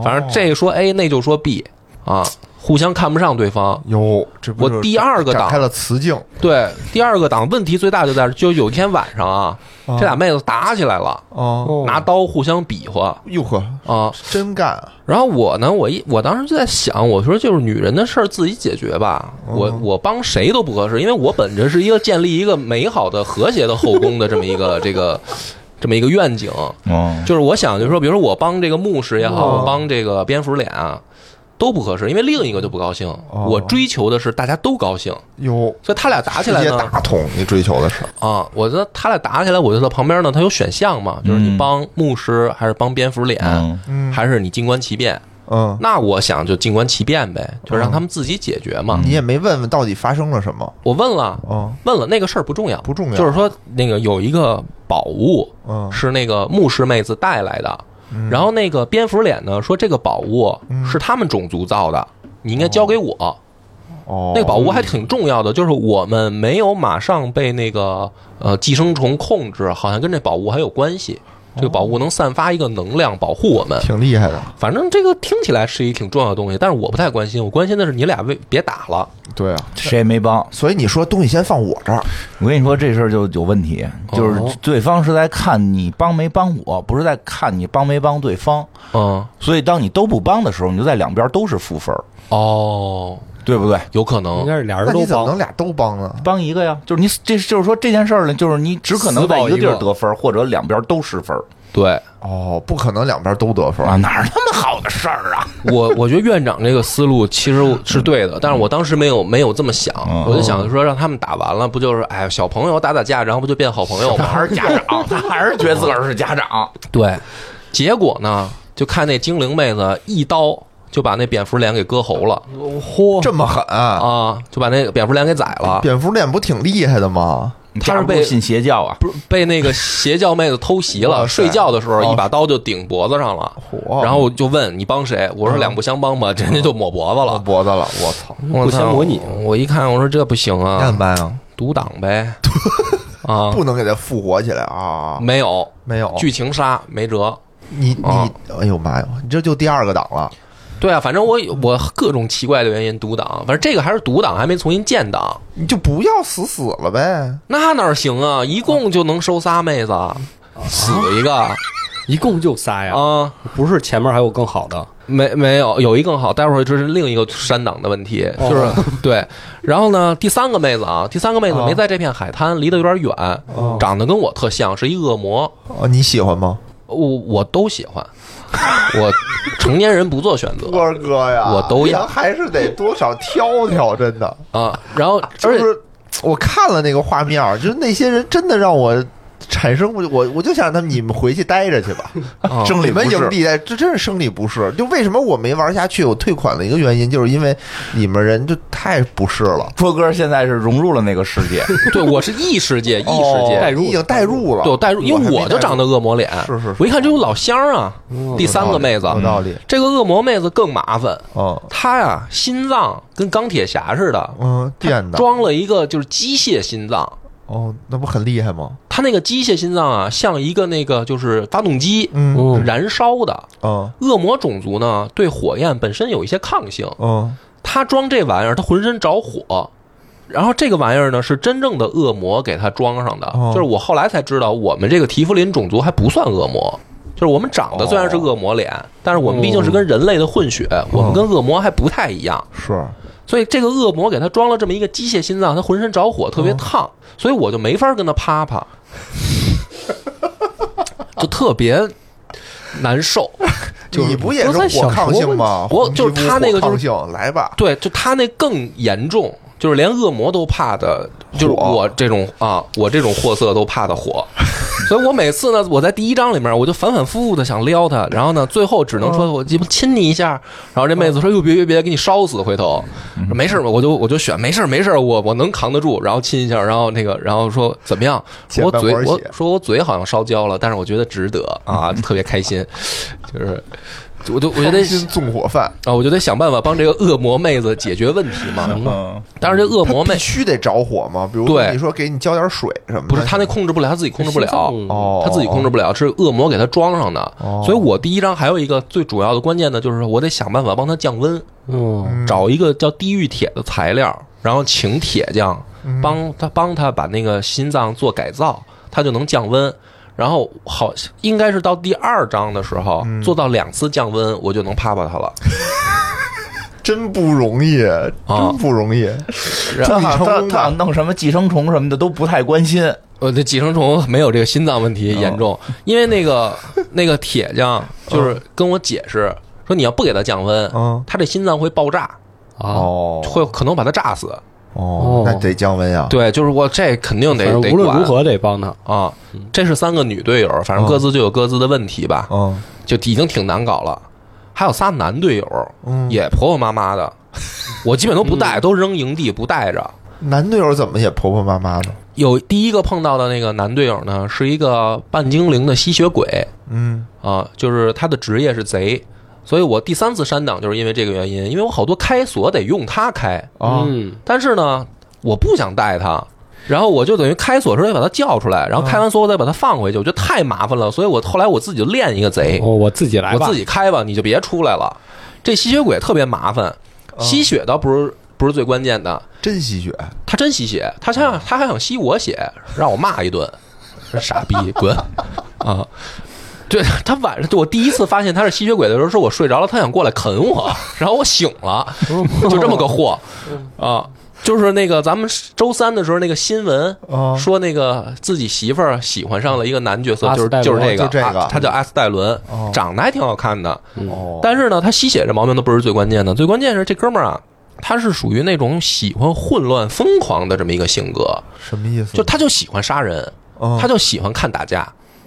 C: 哦
A: 反正这说 A，那就说 B 啊，互相看不上对方。
C: 有这不
A: 我
C: 就是
A: 第二个
C: 展
A: 档
C: 开了雌竞，
A: 对，第二个档问题最大就在这，就有一天晚上啊，
D: 哦
C: 啊
A: 这俩妹子打起来了，
C: 哦，
A: 拿刀互相比划
C: 哟呵，
A: 啊。
C: 真干啊，
A: 然后我呢，我一我当时就在想，我说就是女人的事儿自己解决吧，
C: 嗯
A: 我我帮谁都不合适，因为我本着是一个建立一个美好的和谐的后宫的这么一个 这个这么一个愿景，
E: 嗯，
A: 就是我想就是说，比如说我帮这个牧师也好，
C: 哦
A: 我帮这个蝙蝠脸啊，都不合适，因为另一个就不高兴。
C: 哦
A: 我追求的是大家都高兴，
C: 有
A: 所以他俩打起
C: 世
A: 来
C: 界
A: 呢
C: 大同，你追求的是
A: 啊，我觉得他俩打起来，我就在旁边呢，他有选项嘛，就是你
E: 嗯
A: 帮牧师还是帮蝙蝠脸，
E: 嗯
C: 嗯
A: 还是你静观其变。
C: 嗯，
A: 那我想就静观其变呗，就让他们自己解决嘛。
C: 你也没问问到底发生了什么，
A: 我问了，
C: 嗯
A: 问了那个事儿不重要，
C: 不重要
A: 就是说那个有一个宝物
C: 嗯
A: 是那个牧师妹子带来的，然后那个蝙蝠脸呢说这个宝物
C: 嗯
A: 是他们种族造的，你应该交给我。
C: 哦，
A: 那个宝物还挺重要的，就是我们没有马上被那个呃寄生虫控制，好像跟这宝物还有关系。这个宝
C: 哦
A: 物能散发一个能量，保护我们。
C: 挺厉害的，
A: 反正这个听起来是一挺重要的东西，但是我不太关心，我关心的是你俩为别打了。
C: 对啊，
E: 谁也没帮。
C: 所以你说东西先放我这儿，
E: 我跟你说，这事儿就有问题，就是对方是在看你帮没帮我，不是在看你帮没帮对方。
A: 嗯，
E: 所以，当你都不帮的时候，你就在两边都是负分儿，
A: 哦，
E: 对不对？
A: 有可
D: 应
A: 能
D: 该是俩
C: 那
D: 人
C: 你
D: 都
C: 怎么能
D: 帮，
C: 俩都帮呢？
E: 帮一个呀，就是你这就是说这件事儿呢，就是你只可能在一个地儿
D: 死保一个
E: 得分儿，或者两边都失分儿
A: 对
C: 哦，不可能两边都得分
E: 啊，，哪儿那么好的事儿啊？
A: 我，我觉得院长这个思路其实是对的，但是我当时没有没有这么想，
E: 嗯
A: 我就想说让他们打完了，不就是哎小朋友打打架，然后不就变好朋友
E: 他
A: 吗？
E: 还是家长，他还是觉得自个儿是家长。
A: 对，结果呢，就看那精灵妹子一刀就把那蝙蝠脸给割喉了
D: 嚯，
C: 这么狠啊！
A: 啊，就把那个蝙蝠脸给宰了，
C: 蝙蝠恋不挺厉害的吗？
A: 他是被
E: 架不住信邪教啊，
A: 不是被那个邪教妹子偷袭
C: 哇
A: 了，
C: 塞
A: 睡觉的时候
C: 哦
A: 一把刀就顶脖子上了，
C: 嚯
A: 然后就问你帮谁？我说
C: 嗯
A: 两不相帮 吧，人家就抹脖子
C: 我
A: 了。
C: 脖子了，嗯我操！
A: 我
D: 不相
A: 操
D: 模拟
A: 我一看我说这不行
C: 那怎
A: 啊
C: 么，办啊？
A: 独挡 呗，啊，
C: 不能给它复活起来啊！
A: 没有
C: 没有，
A: 剧情杀没辙。
C: 你
A: 啊
C: 你，哎呦妈呀，你这就第二个档了。
A: 对啊，反正我有我各种奇怪的原因独挡，反正这个还是独挡，还没重新建档。
C: 你就不要死死了呗，
A: 那哪行啊？一共就能收仨妹子，
C: 啊
A: 死一个
D: 一共就仨呀，
A: 啊？
D: 不是前面还有更好的，
A: 没没有，有一更好，待会儿这是另一个删档的问题，
D: 哦
A: 就是对。然后呢，第三个妹子啊，第三个妹子
C: 哦
A: 没在这片海滩，离得有点远，长得跟我特像，是一恶魔，
C: 哦，你喜欢吗？
A: 我我都喜欢。 我成年人不做选 择
C: 波哥呀，
A: 我都要
C: 咱还是得多少挑挑，真的。
A: 啊，然后
C: 就
A: 而且
C: 啊是我看了那个画面儿，就是那些人真的让我产生我我我就想让他们你们回去待着去吧，
A: 啊
B: 生理
C: 你
B: 不
C: 们营
B: 适，
C: 地待，这真是生理不适。就为什么我没玩下去，我退款的一个原因，就是因为你们人就太不适了，
E: 波哥现在是融入了那个世界，
A: 对我是异世界，异世
C: 哦
A: 界。
C: 你已经代入了，
A: 对，我代入，因为
C: 我
A: 我就长
C: 得
A: 得恶魔脸，
C: 是是是哦
A: 我一看这有老乡啊，第三个妹子，
C: 有道理，
A: 这个恶魔妹子更麻烦，
C: 嗯
A: 她呀心脏跟钢铁侠似的，
C: 嗯，电的
A: 装了一个就是机械心脏，
C: 哦，那不很厉害吗？
A: 她那个机械心脏啊，像一个那个就是发动机
C: 嗯
D: 嗯
A: 燃烧的。
C: 嗯
A: 恶魔种族呢，对火焰本身有一些抗性，
C: 嗯
A: 他装这玩意儿，他浑身着火。然后这个玩意儿呢，是真正的恶魔给他装上的。
C: 哦
A: 就是我后来才知道，我们这个提夫林种族还不算恶魔，就是我们长得虽然是恶魔脸，但是我们毕竟是跟人类的混血，
C: 哦
A: 我们跟恶魔还不太一样。
C: 是
A: 所以这个恶魔给他装了这么一个机械心脏，他浑身着火，特别烫，所以我就没法跟他啪啪，就特别难受。
D: 就是
C: 你不也
D: 我在
C: 是
D: 想
C: 火抗性吗？
A: 什么问题我
C: 红皮
A: 就是
C: 肤
A: 他那个就
C: 火
A: 是
C: 抗性，来吧，
A: 对，就他那更严重，就是连恶魔都怕的，就是
C: 火
A: 我这种啊，我这种货色都怕的火。 所以我每次呢，我在第一章里面，我就反反复复的想撩她，然后呢，最后只能
C: 嗯
A: 说我鸡巴亲你一下，然后这妹子说哟哎别别别，给你烧死回头，
C: 嗯
A: 说没事儿我就我就选没事儿没事儿，我我能扛得住，然后亲一下，然后那个然后说怎么样，
C: 前
A: 我
C: 半
A: 嘴
C: 管
A: 我
C: 血
A: 说我嘴好像烧焦了，但是我觉得值得啊，
C: 嗯
A: 特别开心，就是我就我觉得
C: 溏心纵火犯，
A: 啊，我就得想办法帮这个恶魔妹子解决问题嘛。
E: 嗯，
A: 当然，这恶魔妹
C: 必须得着火吗？比如说
A: 对
C: 你说给你浇点水什么的，
A: 不是她那控制不了，她自己控制不了，
D: 心脏
C: 哦，
A: 她自己控制不了，是恶魔给她装上的。
C: 哦
A: 所以我第一章还有一个最主要的关键呢，就是我得想办法帮她降温，
D: 嗯，
C: 嗯
A: 找一个叫地狱铁的材料，然后请铁匠
C: 嗯
A: 帮她帮她把那个心脏做改造，她就能降温。然后好，应该是到第二章的时候
C: 嗯
A: 做到两次降温，我就能啪啪她了。
C: 真不容易，
A: 啊
C: 真不 容易。
E: 他
C: 处
E: 他
C: 理成 功
E: 他
C: 吧
E: 弄什么寄生虫什么的都不太关心，
A: 呃，这寄生虫 没有这个心脏问题
D: 哦
A: 严重，因为那 个那个铁匠就是
D: 哦
A: 跟我解释说，你要不给他降温，
C: 嗯
A: 他这心脏会爆炸，
D: 啊，
C: 哦
A: 啊会可能把他炸死。
C: 哦，那得降温啊。
A: 对，就是我这肯定
D: 反
A: 得
D: 正
A: 得
D: 无论
A: 管
D: 如何得嗯哦帮他。
A: 啊，这是三个女队友，反正各自就有各自的问题吧，
D: 哦
C: 嗯，
A: 就已经挺难搞了。还有仨男队友
C: 嗯
A: 也婆婆妈妈 的，我基本都不带，
D: 嗯
A: 都扔营地不带着。
C: 男队友怎么也婆婆妈妈的？
A: 有第一个碰到的那个男队友呢，是一个半精灵的吸血鬼，
C: 嗯
A: 啊，就是他的职业是贼，所以我第三次删档就是因为这个原因，因为我好多开锁得用他开，
C: 啊，
D: 嗯，
A: 但是呢，我不想带他。然后我就等于开锁时候得把他叫出来，然后开完锁我再把他放回去，我觉得太麻烦了，所以我后来我自己就练一个贼，
D: 哦，我自己来
A: 我
D: 吧，
A: 自己开吧，你就别出来了。这吸血鬼特别麻烦，吸血倒不是不是最关键的，
C: 真吸血，
A: 他真吸血，他想
D: 嗯
A: 他还想吸我血，让我骂一顿， 傻逼滚 啊！对他晚上，我第一次发现他是吸血鬼的时候，是我睡着了，他想过来啃我， 然后我醒 了，就这么个货
D: 嗯
A: 啊！就是那个咱们周三的时候那个新闻
C: 哦
A: 说，那个自己媳妇儿喜欢上了一个男角色，
D: 嗯阿
A: 就
D: 斯
A: 是
D: 戴伦
A: 就是这个，
C: 就这个
A: 啊他
D: 嗯
A: 叫阿斯戴伦，
D: 哦
A: 长得还挺好看的，
C: 哦，
A: 但是呢，他吸血这毛病都不是最关键的，最关键是这哥们儿啊，他是属于那种喜欢混乱、疯狂的这么一个性格，
C: 什么意思？
A: 就他就喜欢杀人，
C: 嗯
A: 他就喜欢看打架。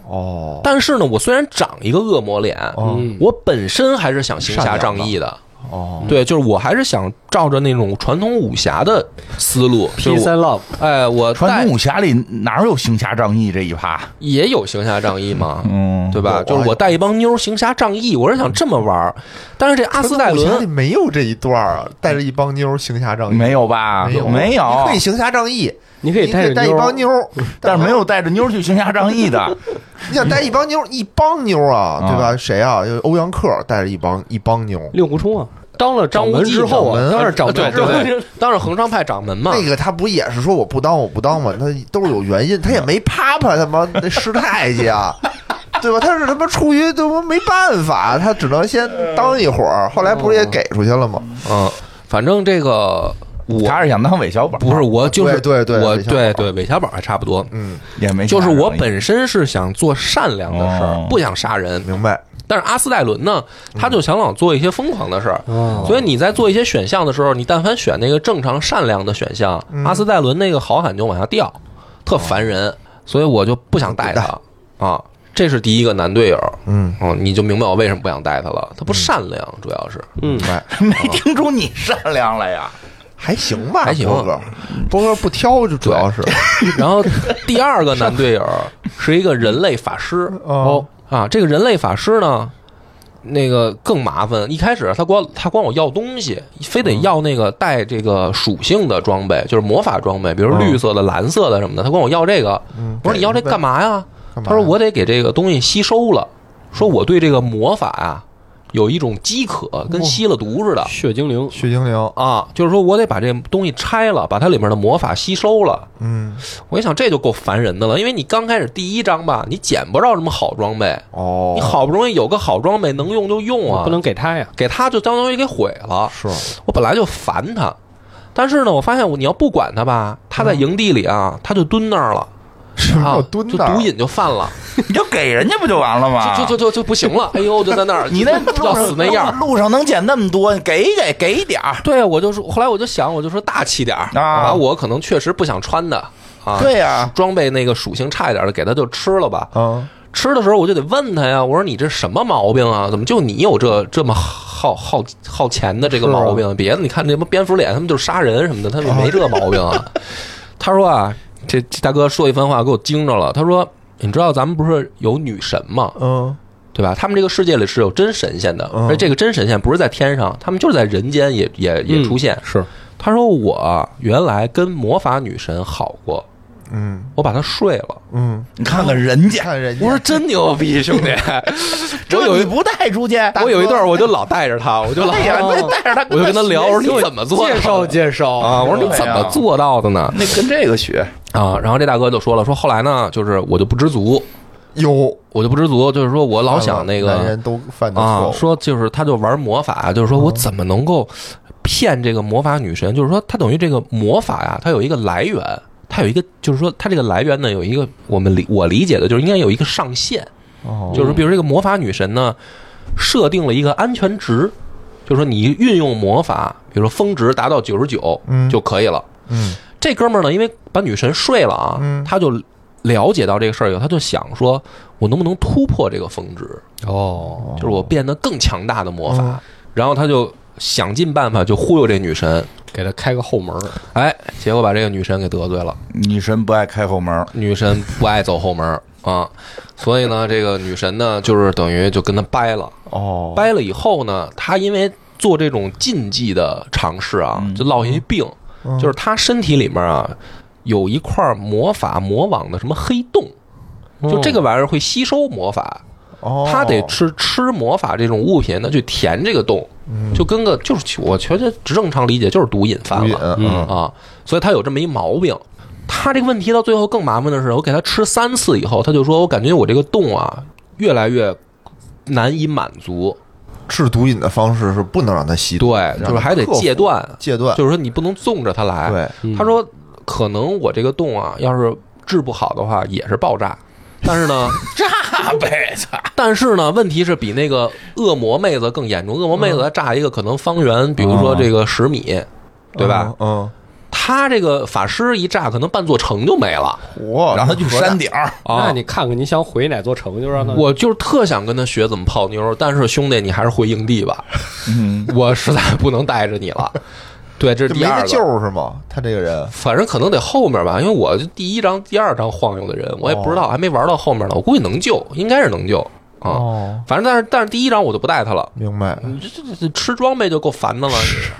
C: 哦
A: 但是呢，我虽然长一个恶魔脸，
C: 哦
D: 嗯
A: 我本身还是想行侠仗义的。
C: 哦，
A: 对，就是我还是想照着那种传统武侠的思路，就
D: P
A: 是
D: 三 love，
A: 我哎，我
E: 传
A: 带
E: 统武侠里哪有行侠仗义这一趴？
A: 也有行侠仗义嘛，
E: 嗯，
A: 对
C: 有
A: 吧？
C: 啊
A: 就是我带一帮妞儿行侠仗义，我是想这么玩儿。但是这阿斯戴
C: 传统武侠里
A: 伦，
C: 没有这一段啊，带着一帮妞儿行侠仗义，
E: 没有吧？
C: 没有
E: 没
C: 你
E: 有
A: 啊
C: 可以，行侠仗义，
D: 你可
C: 你
D: 以
C: 可以带
D: 带
C: 一帮
D: 帮
C: 妞 儿，
E: 但是没有带着妞儿去行侠仗义的。
C: 你想带一帮妞儿，一帮妞儿啊，对吧？谁啊？有欧阳克带着一帮一帮妞儿，
D: 令狐冲啊，当了掌门之后啊，
C: 张无忌掌门
D: 当了掌
A: 对
D: 门之
A: 对
D: 后，
A: 对，当然横昌派掌门嘛，
C: 那个他不也是说我不当我不当吗？他都是有原因，他也没啪啪他妈那师太去啊，对吧？他是他妈出于他妈没办法，他只能先当一会儿，后来不是也给出去了吗？
A: 嗯，反正这个我
E: 他是想当韦小宝，
A: 不是我就是
C: 对对对
A: 我
C: 韦小宝
A: 对对韦小宝还差不多，
C: 嗯，
E: 也没行
A: 就
E: 侠
A: 是
E: 仗义，
A: 我本身是想做善良的事儿
E: 哦，
A: 不想杀人。
C: 明白。
A: 但是阿斯戴伦呢，他就想老做一些疯狂的事儿，
D: 哦
A: 所以你在做一些选项的时候，你但凡
C: 嗯哦
A: 选那个正常善良的选项，阿斯戴伦那个好感就往下掉，特烦人。所以我就不想带他啊。这是第一个男队友，
C: 嗯，
A: 嗯，你就明白我为什么不想带他了。他不善良，主要是啊
D: 嗯，
E: 没听出你善良来呀？
C: 还行吧，
A: 还行
C: 波哥，波哥不挑，就主要是
A: 然后第二个男队友是一个人类法师
C: 哦
A: 啊，这个人类法师呢，那个更麻烦。一开始他管他管我要东西，非得要那个带这个属性的装备，就是魔法装备，比如绿色的、蓝色的什么的。他管我要这个，我说你要这干嘛呀？
C: 嗯干嘛呀
A: 他说我得给这个东西吸收了，说我对这个魔法啊有一种饥渴，跟吸了毒似的。
D: 血精灵，
C: 血精灵，
A: 啊，就是说我得把这东西拆了，把它里面的魔法吸收了，
C: 嗯，
A: 我一想这就够烦人的了，因为你刚开始第一章吧，你捡不着什么好装备，
C: 哦，
A: 你好不容易有个好装备能用就用啊，
D: 我不能给他呀。
A: 给他就相当于给毁了。
C: 是，
A: 我本来就烦他，但是呢，我发现我你要不管他吧，他
D: 嗯
A: 在营地里啊，他就蹲那儿了，
C: 是不是
A: 啊
C: 要，蹲
A: 就
C: 那儿啊
A: 毒瘾就犯了，
E: 你就给人家不就完了吗？
A: 就就就就就不行了，哎呦，就在 那儿，
E: 你那路上
A: 要死那样儿。
E: 路路上能捡那么多，给给给点儿。
A: 对啊，我就说，后来我就想，我就说大气点儿
E: 啊
A: 我可能确实不想穿的啊，
E: 对呀，
A: 装备那个属性差一点的，给他就吃了吧。
C: 啊，
A: 吃的时候我就得问他呀，我说你这什么毛病啊？怎么就你有这这么好好好钱的这个毛病？别的你看那什么蝙蝠脸，他们就是杀人什么的，他们没这毛病啊。 他说啊，这这大哥说一番话给我惊着了。他说，你知道咱们不是有女神吗？
C: 嗯，
A: 对吧？他们这个世界里是有真神仙的，
C: 嗯
A: 而且这个真神仙不是在天上，他们就是在人间也也也
D: 嗯
A: 出现。
D: 是，
A: 他说我啊原来跟魔法女神好过，
C: 嗯
A: 我把她睡了。
C: 嗯，
E: 你看看人家，
C: 看人
A: 我说
C: 家，
A: 真牛逼，兄 弟！我有
E: 这你
A: 一
E: 不带出去，
A: 我有一段我就老带着他，我就老嗯
E: 哎呀，你带着他，
A: 我就跟他聊，我说你怎么做到
D: 介
A: 的
D: 绍介绍
A: 啊？我说你怎么做到的呢？
E: 那跟这个学，
A: 啊，然后这大哥就说了，说后来呢，就是我就不知足，
C: 有
A: 我就不知足，就是说我老想那
C: 男
A: 个
C: 人都犯的
A: 啊
C: 错，误，
A: 说就是他就玩魔法，就是说我怎么能够骗这个魔法女神？就是说他等于这个魔法呀，它有一个来源，它有一个就是说它这个来源呢有一个我们理我理解的就是应该有一个上限。
C: 哦
A: 就是比如这个魔法女神呢，设定了一个安全值，就是说你运用魔法，比如说峰值达到九十九
C: 嗯
A: 就可以了。
C: 嗯
A: 这哥们儿呢，因为把女神睡了啊，
C: 嗯
A: 他就了解到这个事儿以后，他就想说，我能不能突破这个峰值？
D: 哦，
A: 就是我变得更强大的魔法。
C: 嗯
A: 然后他就想尽办法就忽悠这女神，
D: 给他开个后门儿，
A: 哎，结果把这个女神给得罪了。
E: 女神不爱开后门，
A: 女神不爱走后门儿啊， 所以呢，这个女神呢，就是等于就跟他掰了。
C: 哦，
A: 掰了以后呢，他因为做这种禁忌的尝试啊，就落下一病，
C: 嗯
A: 就是他身体里面啊有一块魔法魔网的什么黑洞，就这个玩意儿会吸收魔法，
C: 哦，
A: 他得吃吃魔法这种物品呢去填这个洞，就跟个就是我觉得正常理解就是毒瘾犯
C: 嗯毒瘾
A: 了，
D: 嗯
A: 啊，所以他有这么一毛病。他这个问题到最后更麻烦的是，我给他吃三次以后，他就说我感觉我这个洞啊越来越难以满足，
C: 治毒瘾的方式是不能让他吸毒，
A: 对，就是还得戒断，
C: 戒断，
A: 就是说哎你不能纵着它来。
C: 对，
D: 嗯
A: 他说可能我这个洞啊，要是治不好的话也是爆炸，但是呢，
E: 大呗，
A: 但是呢，问题是比那个恶魔妹子更严重。恶魔妹子她炸一个可能方圆，比如说这个十米，对吧？
C: 嗯？
A: 他这个法师一炸，可能半座城就没了
C: 嗯，我
E: 然后去山顶儿，
A: 啊
D: 那！你看看你想毁哪座城，就让他
A: 我就是特想跟他学怎么泡妞，但是兄弟，你还是回营地吧，
E: 嗯，
A: 我实在不能带着你了。对，这是
C: 这
A: 第
C: 没
A: 二
C: 得
A: 个
C: 救是吗？他这个人，
A: 反正可能得后面吧，因为我就第一章、第二章晃悠的人，我也不知道，还没玩到后面呢。我估计能救，应该是能救啊。
C: 哦，
A: 反正但是但是第一章我就不带他了，
C: 明白，
A: 你这这这吃装备就够烦的了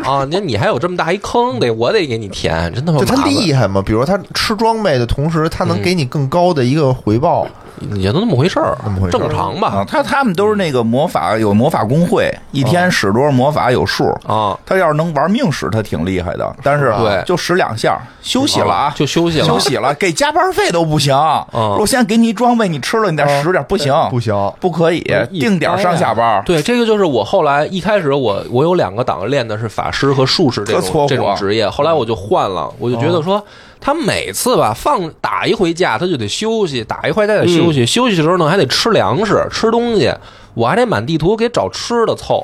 A: 啊！你你还有这么大一坑，得我得给你填，真他妈
C: 就
A: 麻
C: 他
A: 烦。
C: 厉害吗？比如他吃装备的同时，他能给你更高的一个回报，
A: 也就那么回事儿
C: 那么回，事儿
A: 正常
E: 啊，
A: 吧？
E: 他他们都是那个魔法有魔法工会，一
A: 哦
E: 天使多少魔法有数。
A: 啊，
E: 他要是能玩命使，他挺厉害的。但是啊
A: 对哦
E: 就使两下，休息了啊，
A: 就休息了
E: 休息了，给加班费都不行。
A: 嗯
E: 我现在给你一装备，你吃了你再使点，不行，
C: 不行，
E: 不可以
D: 一
E: 定点上下班。
A: 对，这个就是我后来一开始我我有两个档练的是法师和术士这
E: 特搓
A: 种
E: 火
A: 这种职业，后来我就换了，我就觉
D: 哦
A: 得说他每次吧放
D: 嗯
A: 打一回假他就得休息，打一回假得休息，休息的时候呢还得吃粮食吃东西。我还得满地图给找吃的凑。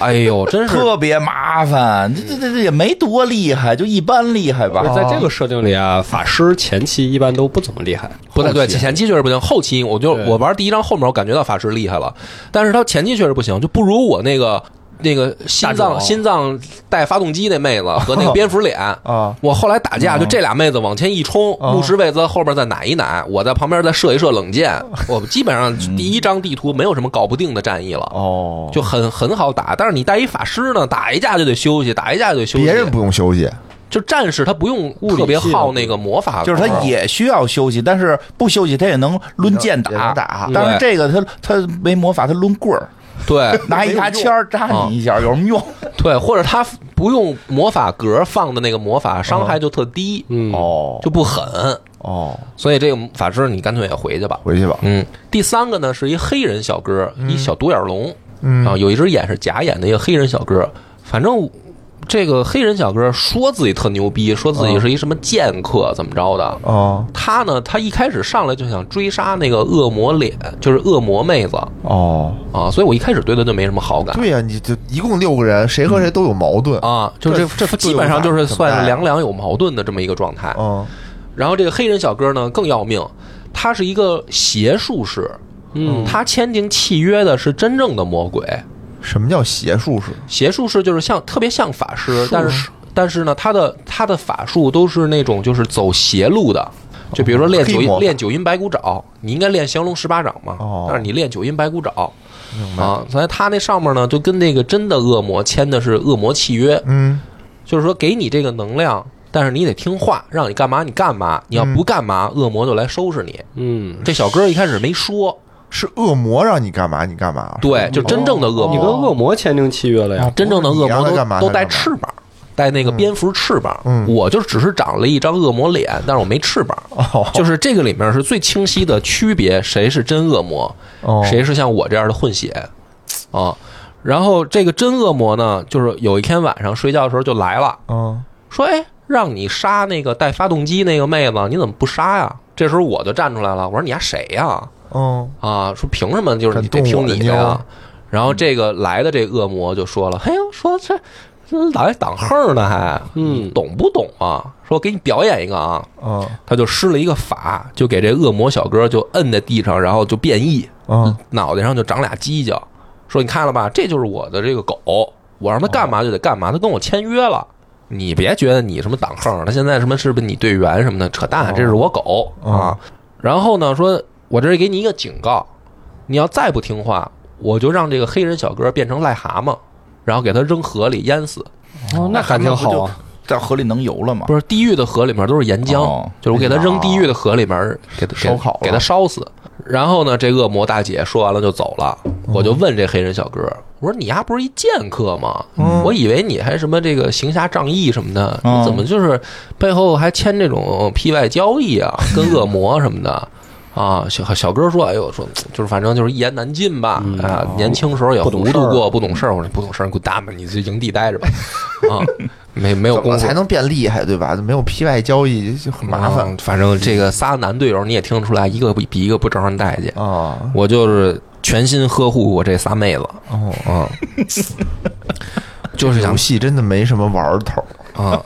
A: 哎呦，真是
E: 特别麻烦，这这这这也没多厉害，就一般厉害吧
D: 不。是在这个设定里啊，法师前期一般都不怎么厉害，
A: 不太对，
D: 后期
A: 前期确实不行，后期我就
D: 对
A: 我玩第一章后面我感觉到法师厉害了，但是他前期确实不行，就不如我那个那个心
D: 大
A: 脏
D: 壮
A: 心脏带发动机那妹子和那个蝙蝠脸
C: 啊，
A: 我后来打架就这俩妹子往前一冲，
C: 哦
A: 牧师卫子后边再奶一奶，我在旁边再射一射冷箭，我基本上第一张地图没有什么搞不定的战役了。
C: 哦，
A: 就很很好打，但是你带一法师呢，打一架就得休息，打一架就得休息。
C: 别人不用休息，
A: 就战士他不用
D: 理
A: 特别
D: 性
A: 耗那个魔法，哦
E: 就是他也需要休息，但是不休息他也能抡剑
C: 也
E: 打。
C: 能打
E: 当然
A: 对
E: 这个他他没魔法，他抡棍儿，
A: 对
E: 拿一牙签儿扎
A: 嗯
E: 你一下，有什么用？
A: 对，或者他不用魔法格放的那个魔法伤害就特低，
D: 嗯，
C: 哦
A: 就不狠，
C: 哦，
A: 所以这个法师你干脆也回去吧。
C: 回去吧，
A: 嗯，第三个呢是一黑人小哥，一小独眼龙，
C: 嗯
A: 啊，有一只眼是假眼的一个黑人小哥，反正。这个黑人小哥说自己特牛逼，说自己是一什么剑客，怎么着的？
C: 哦
A: 他呢，他一开始上来就想追杀那个恶魔脸，就是恶魔妹子
C: 哦，
A: 啊，所以我一开始对他就没什么好感。
C: 对呀，你就一共六个人，谁和谁都有矛盾，
A: 啊，就
C: 这
A: 这这
C: 这
A: 基本上就
C: 有
A: 是
C: 法
A: 算哦是
C: 怎么办
A: 两两有矛盾的这么一个状态。
C: 嗯
A: 然后这个黑人小哥呢更要命，他是一个邪术士，嗯，他签订契约的是真正的魔鬼，
C: 什么叫邪术士？
A: 邪术士就是像特别像法师，但是但是呢，他的他的法术都是那种就是走邪路的。就比如说练
C: 哦黑
A: 九阴
C: 魔
A: 练九阴白骨爪，你应该练降龙十八掌嘛，
C: 哦
A: 但是你练九阴白骨爪
C: 明白？
A: 啊，所以他那上面呢就跟那个真的恶魔签的是恶魔契约，
C: 嗯，
A: 就是说给你这个能量，但是你得听话，让你干嘛你干嘛，你要
C: 嗯
A: 不干嘛，恶魔就来收拾你。
D: 嗯，
A: 这小哥一开始没说，
C: 是恶魔让你干嘛你干嘛，啊
A: 对，就真正的恶
D: 哦你跟
A: 魔，
D: 恶魔签订契约了呀？
A: 啊真正的恶
C: 你让
A: 魔
C: 他干嘛
A: 都都
C: 他干
A: 带
C: 嘛
A: 翅膀，带那个蝙蝠翅膀。
C: 嗯
A: 我就只是长了一张恶魔脸，但是我没翅膀。
C: 哦
A: 就是这个里面是最清晰的区别，谁是真恶魔，
C: 哦，
A: 谁是像我这样的混血啊。然后这个真恶魔呢，就是有一天晚上睡觉的时候就来了。
C: 嗯
A: 说：“哎，让你杀那个带发动机那个妹子，你怎么不杀呀？”这时候我就站出来了，我说：“你丫谁呀？
C: 嗯，
A: 啊，说凭什么就是你得
C: 敢动
A: 听
C: 我的
A: 你的
C: 妞
A: 呀
C: 儿？”
A: 然后这个来的这恶魔就说了：“嘿呦，说这这老还挡横呢还，
D: 嗯
A: 你懂不懂啊？说我给你表演一个啊。”
C: 嗯
A: 他就施了一个法，就给这恶魔小哥就摁在地上，然后就变异，
C: 嗯，
A: 脑袋上就长俩犄角，说你看了吧，这就是我的这个狗，我让它干嘛就得干嘛，它跟我签约了。你别觉得你什么挡横，它现在什么是不是你队员什么的，扯淡，这是我狗啊。然后呢，说我这是给你一个警告，你要再不听话，我就让这个黑人小哥变成癞蛤蟆，然后给他扔河里淹死。
D: 哦，那还挺好啊。
E: 在河里能游了吗？
A: 不是地狱的河里面都是岩浆，
E: 哦
A: 就是我给他扔地狱的河里面，给他给
C: 烧烤了
A: 给他烧死。然后呢，这恶魔大姐说完了就走了。我就问这黑人小哥，我说你丫不是一剑客吗？我以为你还什么这个行侠仗义什么的，
E: 嗯
A: 你怎么就是背后还签这种 P Y 交易啊，跟恶魔什么的？啊，小小哥说：“哎呦，说就是反正就是一言难尽吧，啊，年轻时候也
D: 不懂
A: 糊涂
D: 事儿
A: 过，不懂事儿。我说不懂事儿，你给我蛋吧，你这营地待着吧，啊，没没有
C: 怎
A: 功
C: 么
A: 夫
C: 才能变厉害对吧？没有 P 外交易就很麻烦
A: 嗯反正这个仨男队友你也听得出来，一个比比一个不招人待见。
C: 啊，
A: 我就是全心呵护我这仨妹子，
C: 哦。
A: 嗯， 就是想
C: 游戏真的没什么玩头，
A: 啊、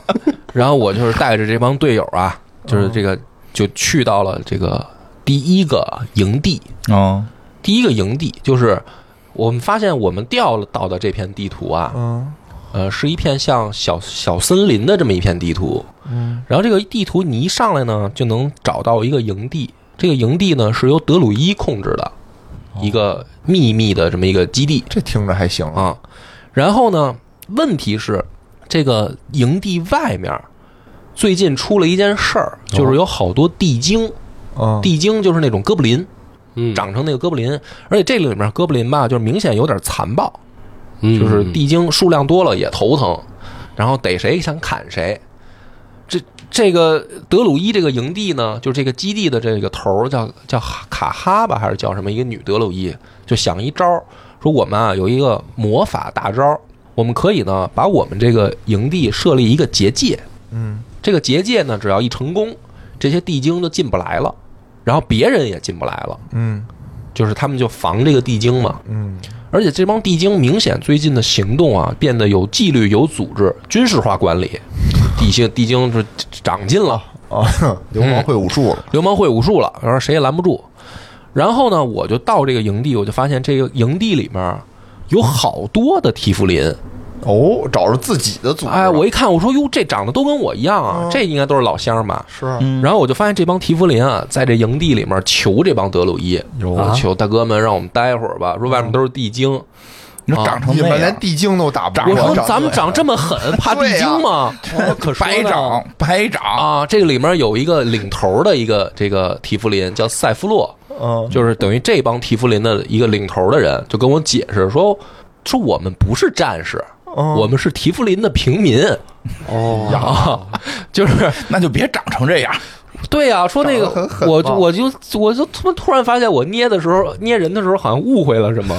A: 然后我就是带着这帮队友啊，就是这
C: 嗯
A: 个就去到了这个第一个营地。
E: 嗯，
A: 第一个营地就是我们发现我们调到的这片地图啊，
C: 嗯
A: 呃，是一片像小小森林的这么一片地图。
C: 嗯，
A: 然后这个地图你一上来呢，就能找到一个营地。这个营地呢是由德鲁伊控制的一个秘密的这么一个基地
C: 这听着还行啊，
A: 啊。然后呢，问题是这个营地外面最近出了一件事儿，就是有好多地精，
C: 嗯，
A: 地精就是那种哥布林，
D: 嗯，
A: 长成那个哥布林，而且这里面哥布林吧，就是明显有点残暴，
D: 嗯
A: 就是地精数量多了也头疼，然后逮谁想砍谁。这这个德鲁伊这个营地呢，就是这个基地的这个头儿叫叫哈卡哈吧，还是叫什么？一个女德鲁伊就想一招儿，说我们啊有一个魔法大招儿，我们可以呢把我们这个营地设立一个结界，
C: 嗯
A: 这个结界呢只要一成功，这些地精就进不来了，然后别人也进不来了。
C: 嗯，
A: 就是他们就防这个地精嘛。
B: 嗯，
A: 而且这帮地精明显最近的行动啊，变得有纪律、有组织、军事化管理。地精地精是长进了，
C: 啊， 流氓会武术了，
A: 流氓会武术了，然后谁也拦不住。然后呢，我就到这个营地，我就发现这个营地里面有好多的提夫林。
C: 哦，找着自己的组织了，
A: 哎，我一看，我说哟，这长得都跟我一样啊，这应该都是老乡吧？
C: 是啊
E: 嗯
A: 然后我就发现这帮提夫林啊，在这营地里面求这帮德鲁伊，我求大哥们让我们待会儿吧，说外面都是地精。
E: 你
A: 啊
E: 说长成
C: 你
E: 那
C: 们连
E: 样，
C: 地精都打不过，
A: 我说
C: 长
A: 咱们
C: 对
A: 长这么狠，怕地
C: 对呀
A: 精吗？ 我可说呢
E: 白长白长，
A: 啊！这个里面有一个领头的一个这个提夫林叫塞夫洛，
C: 嗯，
A: 就是等于这帮提夫林的一个领头的人，就跟我解释说，说我们不是战士，
C: 哦
A: 我们是提夫林的平民
D: 哦，
A: 啊，就是
E: 那就别长成这样。
A: 对呀、说那个
C: 长得很狠啊
A: 我
C: 嘛
A: 我就我就突突然发现，我捏的时候捏人的时候好像误会了什 么，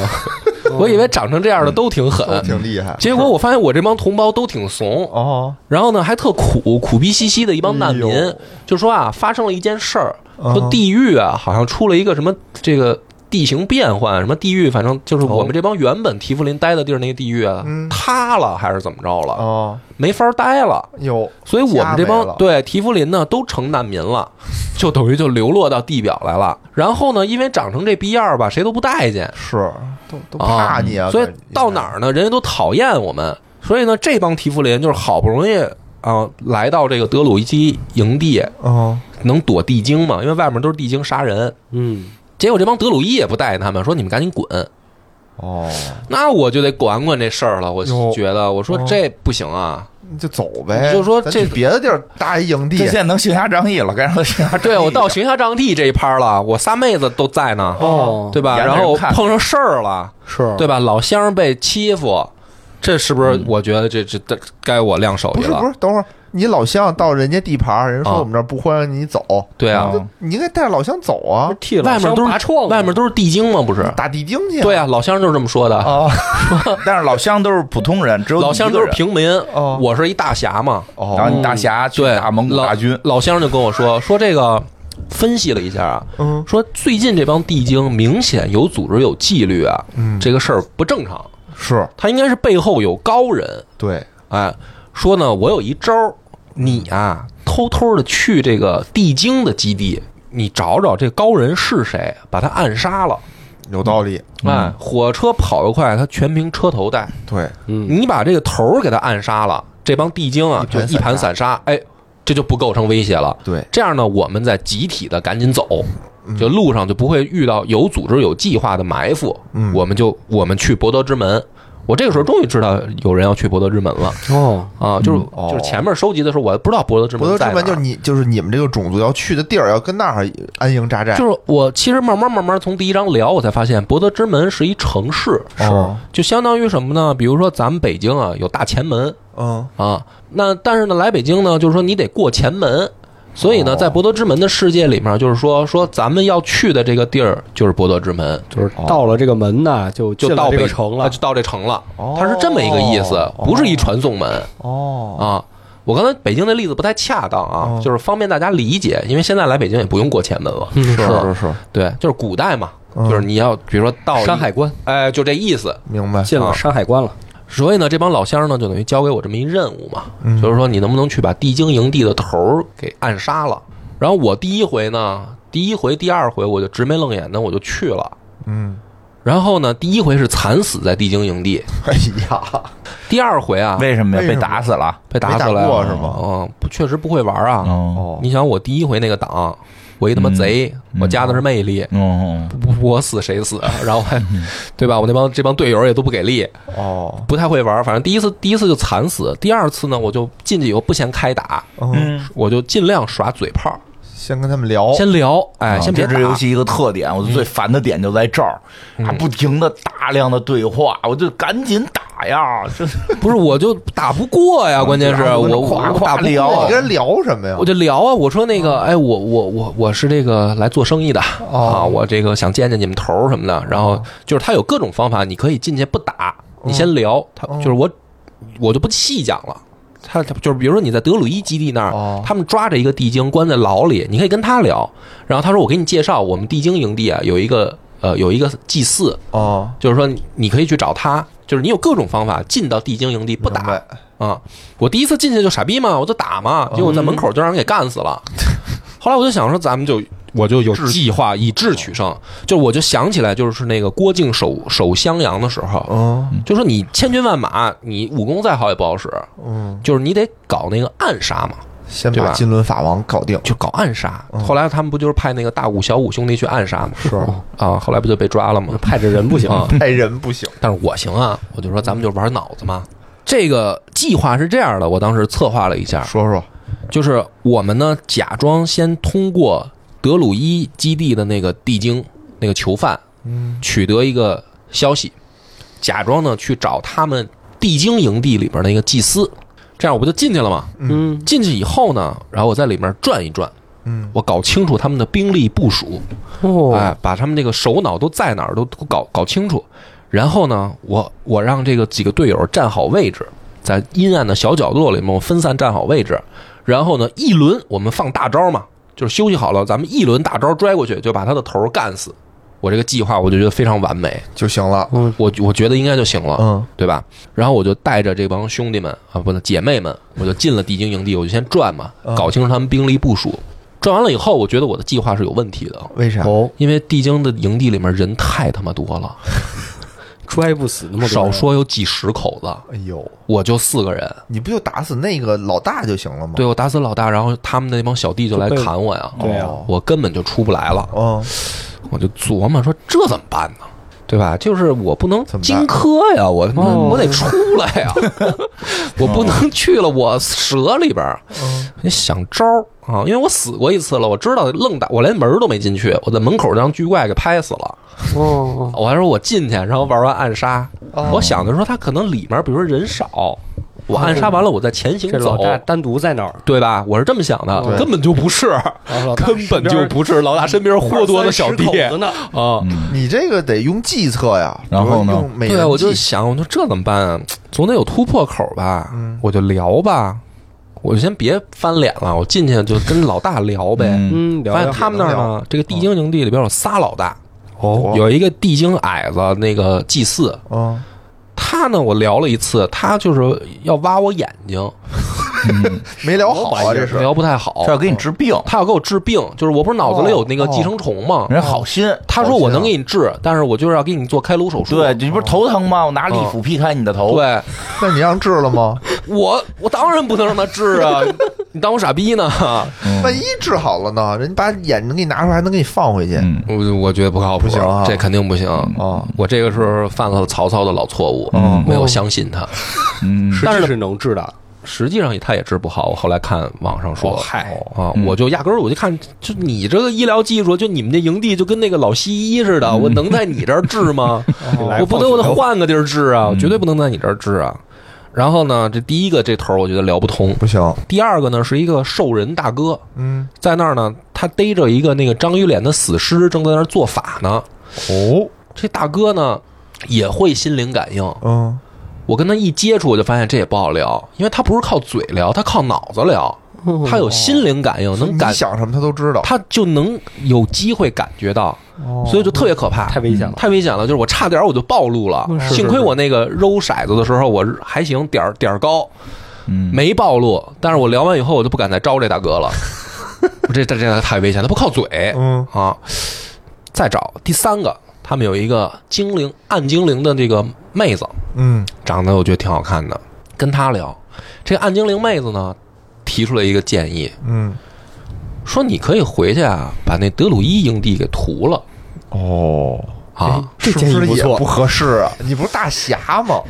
A: 我以为长成这样的都挺狠，
C: 都挺厉害
A: 嗯结果我发现我这帮同胞都挺怂，
C: 哦，
A: 然后呢还特苦苦逼兮兮的一帮难民
C: 哎呦，
A: 就说啊发生了一件事儿，说地狱啊好像出了一个什么这个地形变换，什么地狱，反正就是我们这帮原本提夫林待的地儿那个地狱啊
C: 哦嗯
A: 塌了还是怎么着了，
C: 哦，
A: 没法待了。
C: 有，
A: 所以我们这
C: 家没了
A: 帮对提夫林呢都成难民了，就等于就流落到地表来了。然后呢，因为长成这逼样儿吧，谁都不待见，
C: 是都都怕你啊，
A: 所以
C: 感觉
A: 到哪儿呢，人家都讨厌我们。所以呢，这帮提夫林就是好不容易啊、来到这个德鲁伊基营地，
C: 哦，
A: 能躲地精嘛，因为外面都是地精杀人。
D: 嗯，
A: 结果这帮德鲁伊也不待见他们，说你们赶紧滚。
C: 哦，
A: 那我就得管管这事儿了。我
C: 哟
A: 觉得，我说
C: 哦
A: 这不行啊。
C: 你就走呗，
A: 就说
C: 咱
A: 这
C: 去别的地儿搭一营
E: 这
C: 地
E: 现，在能行侠仗义了，该让他行侠仗义。
A: 对我到行侠仗义这一趴了，我仨妹子都在呢，
D: 哦，
A: 对吧？
E: 沿着
A: 然后
E: 看哦
A: 碰上事儿了，
D: 是，
A: 对吧？老乡被欺负，这是不
E: 嗯
A: 是？我觉得这这这该我亮手
C: 不
A: 去
C: 是不
A: 了。
C: 是，等会儿你老乡到人家地盘儿，人家
A: 啊
C: 说我们这儿不欢迎你走，
A: 对啊，
E: 嗯
C: 你应该带着老乡走啊，
D: 替
A: 外面都是
D: 拔
E: 哦
D: 创，啊
A: 外面都是地精嘛，不是？
C: 打地精去，
A: 对啊，老乡就是这么说的。
C: 啊，
E: 但是老乡哦都是普通人，只有
A: 老乡都是
E: 平。
A: 平民，
C: 哦
A: 我是一大侠嘛。
E: 然后
C: 哦，
E: 你大侠去
A: 对，
E: 打蒙古大军，
A: 老。老乡就跟我说 说这个，分析了一下啊，
C: 嗯
A: 说最近这帮地精明显有组织有纪律啊，
C: 嗯，
A: 这个事儿不正常，
C: 是
A: 他应该是背后有高人。
C: 对，
A: 哎，说呢，我有一招儿，你啊，偷偷的去这个地精的基地，你找找这高人是谁，把他暗杀了。
C: 有道理，
E: 嗯
A: 哎，火车跑得快，他全凭车头带。
C: 对，
D: 嗯，
A: 你把这个头儿给他暗杀了，这帮地精啊
C: 一
A: 就
C: 盘散
A: 一盘散沙，哎，这就不构成威胁了。
C: 对，
A: 这样呢，我们再集体的赶紧走，
C: 嗯
A: 就路上就不会遇到有组织、有计划的埋伏。
C: 嗯
A: 我们就我们去博德之门。我这个时候终于知道有人要去博德之门了
D: 哦，
A: 啊！就是
C: 哦
A: 就是前面收集的时候，我不知道博德之门
C: 博德
A: 在
C: 之
A: 哪
C: 门就
A: 儿
C: 是你就是你们这个种族要去的地儿，要跟那儿安营扎寨，
A: 就是我其实慢慢慢慢从第一章聊，我才发现博德之门是一城市，
C: 哦
A: 就相当于什么呢？比如说咱们北京啊，有大前门，
C: 嗯，
A: 啊。那但是呢，来北京呢，就是说你得过前门。所以呢，在博德之门的世界里面，就是说说咱们要去的这个地儿就是博德之门，
D: 就是到了这个门呐，就
A: 哦就
D: 进
A: 到
D: 了这
A: 北
D: 个城
A: 啊
D: 了
A: 就，到这城了
C: 哦。
A: 它是这么一个意思
C: 哦，
A: 不是一传送门
C: 哦，
A: 啊。我刚才北京的例子不太恰当啊
C: 哦，
A: 就是方便大家理解，因为现在来北京也不用过前门了，
D: 嗯
A: 是吧
C: 是是，
A: 对，就是古代嘛，
C: 嗯
A: 就是你要比如说到一啊
D: 山海，关
A: 哎，就这意思。
C: 明白，
D: 进了山海关了，
A: 所以呢，这帮老乡呢就等于交给我这么一任务嘛，
C: 嗯
A: 就是说你能不能去把地精营地的头儿给暗杀了。然后我第一回呢，第一回、第二回我就直眉愣眼的我就去了。
C: 嗯，
A: 然后呢，第一回是惨死在地精营地，
C: 哎呀，
A: 第二回啊
E: 为什么呀？
C: 为什
E: 被
C: 么
E: 打死了。
A: 被打
C: 没打
A: 死了
C: 过
A: 呀，
C: 是吗
A: 嗯，不确实不会玩啊。
E: 哦
C: 哦，
A: 你想我第一回那个档，我一他妈贼，
E: 嗯
A: 我加的是魅力，
E: 哦，
A: 我死谁死，啊然后还
C: 嗯
A: 对吧？我那帮这帮队友也都不给力，
C: 哦，
A: 不太会玩。反正第一次第一次就惨死，第二次呢我就进去以后不嫌开打，
C: 嗯，
E: 嗯，
A: 我就尽量耍嘴炮，
C: 先跟他们聊，
A: 先聊，哎，
E: 啊
A: 先别
E: 这
A: 打嗯
E: 是游戏一个特点，我最烦的点就在这儿，啊，不停的大量的对话，我就赶紧打呀，这
A: 不是我就打不过呀，关键是
E: 就哦啊让我
A: 我
E: 们
A: 我
E: 夸
A: 我打不
E: 夸聊啊哦
A: 过
C: 哦你跟人聊什么呀
A: 我？就聊啊，我说那个，哎，我我我我是这个来做生意的
C: 哦
A: 啊，我这个想见见你们头儿什么的。然
E: 哦
A: 后就是他有各种方法，你可以进去不打，你先
E: 哦
A: 聊。他就是我，我就不细讲了。他他就是比如说你在德鲁伊基地那儿
C: 哦，
A: 他们抓着一个地精关在牢里，你可以跟他聊。然后他说我给你介绍，我们地精营地啊有一个呃有一个祭祀，
C: 哦，
A: 就是说你你可以去找他，就是你有各种方法进到地精营地不打
C: 明白
A: 啊！我第一次进去就傻逼嘛，我就打嘛，结果在门口就让人给干死 了。后来我就想说，咱们就我就有计划，以智取胜。就我就想起来，就是那个郭靖守守襄阳的时候，
C: 嗯
A: 就说你千军万马，你武功再好也不好使，
C: 嗯，
A: 就是你得搞那个暗杀嘛，
C: 先
A: 对
C: 把
A: 吧
C: 金轮法王搞定，
A: 就搞暗杀。后来他们不就是派那个大武、小武兄弟去暗杀吗？
C: 是
A: 啊，后来不就被抓了吗？
D: 派着人不行，
A: 啊，
C: 派人不行，
A: 但是我行啊，我就说咱们就玩脑子嘛。这个计划是这样的，我当时策划了一下，
C: 说说
A: 就是我们呢假装先通过德鲁伊基地的那个地精那个囚犯，嗯，取得一个消息，假装呢去找他们地精营地里边那个祭司，这样我不就进去了吗？
D: 嗯，
A: 进去以后呢，然后我在里面转一转，
C: 嗯，
A: 我搞清楚他们的兵力部署，
D: 哦，
A: 哎，把他们这个首脑都在哪儿都都搞搞清楚。然后呢，我我让这个几个队友站好位置，在阴暗的小角落里面，我分散站好位置。然后呢，一轮我们放大招嘛，就是休息好了，咱们一轮大招拽过去，就把他的头干死。我这个计划我就觉得非常完美，
C: 就行了，
A: 我我觉得应该就行了。
C: 嗯
A: 对吧？然后我就带着这帮兄弟们啊，不能姐妹们，我就进了地精营地，我就先转嘛，
D: 嗯
A: 搞清楚他们兵力部署。转完了以后，我觉得我的计划是有问题的，
C: 为啥？
D: 哦，
A: 因为地精的营地里面人太他妈多了，
D: 拽不死那么多
A: 少
D: 人
A: 说有几十口子，
C: 哎呦，
A: 我就四个人。
C: 你不就打死那个老大就行了吗？
A: 对，我打死老大，然后他们那帮小弟就来砍我呀，
D: 对啊
C: 哦，
A: 我根本就出不来了。
C: 嗯，
A: 我就琢磨说这怎么办呢？对吧？就是我不能
C: 怎么办
A: 荆轲呀，我他妈
D: 哦
A: 我得出来 呀，我不能去了我蛇里边儿。
D: 哦
A: 你想招儿啊？因为我死过一次了，我知道愣打，我连门儿都没进去，我在门口让巨怪给拍死了。
D: 哦，
A: 我还说我进去，然后玩完暗杀。我想的是说他可能里面比如说人少，我暗杀完了我再前行
D: 这老
A: 走。
D: 大单独在那儿，
A: 对吧？我是这么想的，
D: 对
A: 根本就不是，
D: 啊老大
A: 根本就不是老大身边霍多的小弟
D: 二三十口子呢
A: 啊！
C: 你这个得用计策呀，
E: 然后呢
C: 比如用美人计
A: 对，啊我就想，我说这怎么办啊？总得有突破口吧？
C: 嗯
A: 我就聊吧，我就先别翻脸了，我进去就跟老大 聊呗。
E: 嗯，
D: 嗯，聊
A: 发现
D: 聊
A: 他们那儿
C: 聊
A: 呢，这个地精营地里边有仨老大，
C: 哦
A: 有一个地精矮子，那个祭祀，
C: 嗯，
A: 他呢，我聊了一次，他就是要挖我眼睛，
C: 没聊好啊，这哦是
A: 聊不太好
E: 他。要给你治病，
A: 他要给我治病，就是我不是脑子里有那个寄生虫吗？
C: 哦
E: 人好心，
A: 他说
C: 啊
A: 我能给你治，但是我就是要给你做开颅手术。
E: 对，你不是头疼吗？我拿利斧劈开你的头，
A: 嗯对，
C: 那你让治了吗？
A: 我我当然不能让他治 啊！你当我傻逼呢？嗯
C: 万一治好了呢？人家把眼睛给你拿出来，还能给你放回去。
E: 嗯，
A: 我我觉得不靠谱，
C: 不行啊
A: 这肯定不行。
C: 哦，
A: 我这个时候犯了曹操的老错误，
E: 嗯
A: 没有相信他。
E: 嗯，
D: 实际是能治的，
A: 实际上他也治不好，我后来看网上说，
D: 哦嗨
A: 啊，
E: 嗯
A: 我就压根儿我就看，就你这个医疗技术，就你们这营地就跟那个老西医似的，
C: 嗯
A: 我能在你这儿治 吗？嗯我不得我得换个地儿治啊，我
C: 嗯
A: 绝对不能在你这儿治啊。然后呢，这第一个这头儿我觉得聊不通，
C: 不行，
A: 第二个呢是一个兽人大哥，
C: 嗯，
A: 在那儿呢，他逮着一个那个章鱼脸的死尸，正在那儿做法呢。
C: 哦，
A: 这大哥呢也会心灵感应，
C: 嗯，
A: 我跟他一接触，我就发现这也不好聊，因为他不是靠嘴聊，他靠脑子聊，他有心灵感应，能感
C: 哦你，想什么他都知道。
A: 他就能有机会感觉到，
C: 哦
A: 所以就特别可怕，
D: 太危险了。
A: 太危险了，就是我差点我就暴露了，
D: 是是
A: 幸亏我那个揉骰子的时候我还行，点儿点儿高，
E: 嗯
A: 没暴露。但是我聊完以后，我就不敢再招这大哥了， 这这这太危险，他不靠嘴
C: 嗯
A: 啊。再找第三个，他们有一个精灵暗精灵的这个妹子，
C: 嗯，
A: 长得我觉得挺好看的，跟她聊。这个暗精灵妹子呢，提出了一个建议，
C: 嗯，
A: 说你可以回去啊，把那德鲁伊营地给屠了
C: 哦，
A: 啊。
D: 这
C: 是不
D: 建议
C: 是
D: 不
C: 也
D: 错
C: 不合适啊？你不是大侠吗？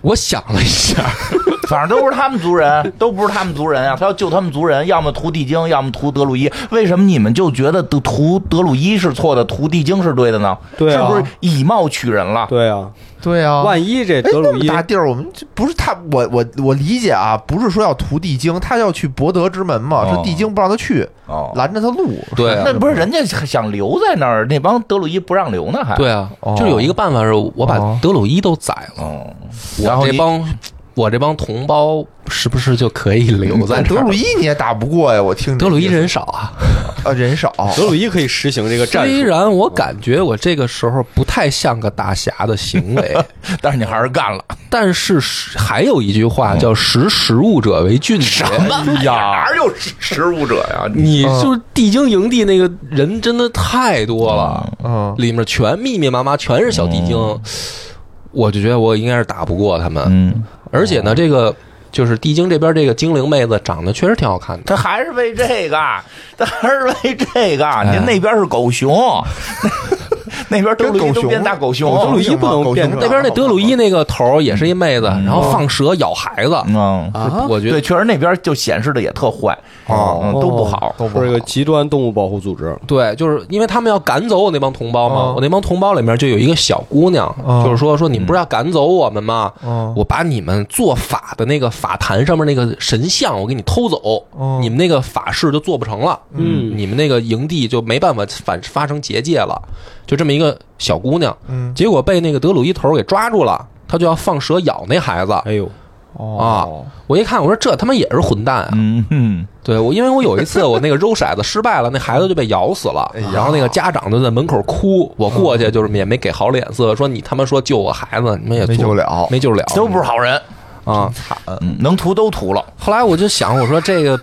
A: 我想了一下，
E: 反正都不是他们族人，都不是他们族人啊！他要救他们族人，要么屠地精，要么屠德鲁伊。为什么你们就觉得得屠德鲁伊是错的，屠地精是对的呢？
D: 对啊
E: 是不是以貌取人了？
D: 对啊，
C: 对啊
D: 万一这
C: 哎，
D: 德
C: 那
D: 鲁
C: 么
D: 伊
C: 大地儿，我们这不是他，我我我理解啊，不是说要屠地精，他要去博德之门嘛，
E: 哦
C: 说地精不让他去，
E: 哦
C: 拦着他路。
A: 对啊
E: 那不是人家想留在那儿，那帮德鲁伊不让留呢，还
A: 对啊，
C: 哦
A: 就有一个办法是，我把
C: 哦
A: 德鲁伊都宰了，
E: 哦，然后
A: 我这
E: 你
A: 帮我这帮同胞是不是就可以留在
C: 但
A: 这
C: 嗯德
A: 儿
C: 鲁？伊你也打不过呀，我听你
A: 德鲁伊
C: 意思
A: 人少啊，
C: 呃，人少，
D: 德鲁伊可以实行这个战
A: 虽
D: 术，
A: 然我感觉我这个时候不太像个大侠的行为，
E: 但是你还是干了，
A: 但是识还有一句话叫“识时务者为俊杰”，
E: 哎
A: 哎
B: 哪儿有食食物者呀？
A: 你就是地精营地那个人真的太多了，
C: 嗯，
A: 里面全密密麻麻全是小地精，我就觉得我应该是打不过他们。
E: 嗯，
A: 而且呢，这个就是地精这边这个精灵妹子长得确实挺好看的，
E: 他还是为这个，他还是为这个。
D: 哎
E: 您那边是狗熊， 那边德鲁伊
C: 跟狗
E: 都
C: 熊
E: 变大 狗熊，
C: 狗
D: 哦德鲁伊不能变
C: 狗熊
A: 那边那德鲁伊那个头儿也是一妹子，然后放蛇咬孩子，
E: 嗯，
D: 啊，
A: 我觉
E: 对，
A: 得
E: 确实那边就显示的也特坏，
C: 哦
E: 嗯，都不好。
C: 都不
D: 是
C: 好
D: 个极端动物保护组织，
A: 对，就是因为他们要赶走我那帮同胞
D: 啊
A: 嘛，
C: 嗯
A: 我那帮同胞里面就有一个小姑娘，
C: 嗯
A: 就是说说你们不是要赶走我们吗？
D: 啊
C: 嗯
A: 我把你们做法的那个法坛上面那个神像，我给你偷走，
C: 嗯
A: 你们那个法事就做不成了，
D: 啊嗯
A: 你们那个营地就没办法反发生结界了，就这么一个小姑娘，
C: 嗯
A: 结果被那个德鲁伊头儿给抓住了，他就要放蛇咬那孩子。啊
D: 哎呦，
C: 哦
A: 我一看，我说这他妈也是混蛋啊！
E: 嗯嗯，
A: 对我，因为我有一次我那个揉骰子失败了，那孩子就被咬死了
C: 哎呀，
A: 然后那个家长就在门口哭，我过去就是也没给好脸色，说你他妈说救我孩子，你们也
C: 没
A: 做
C: 救了
A: 没救了，
E: 都不是好人，
A: 啊。
E: 嗯能屠都屠了。
A: 后来我就想，我说这个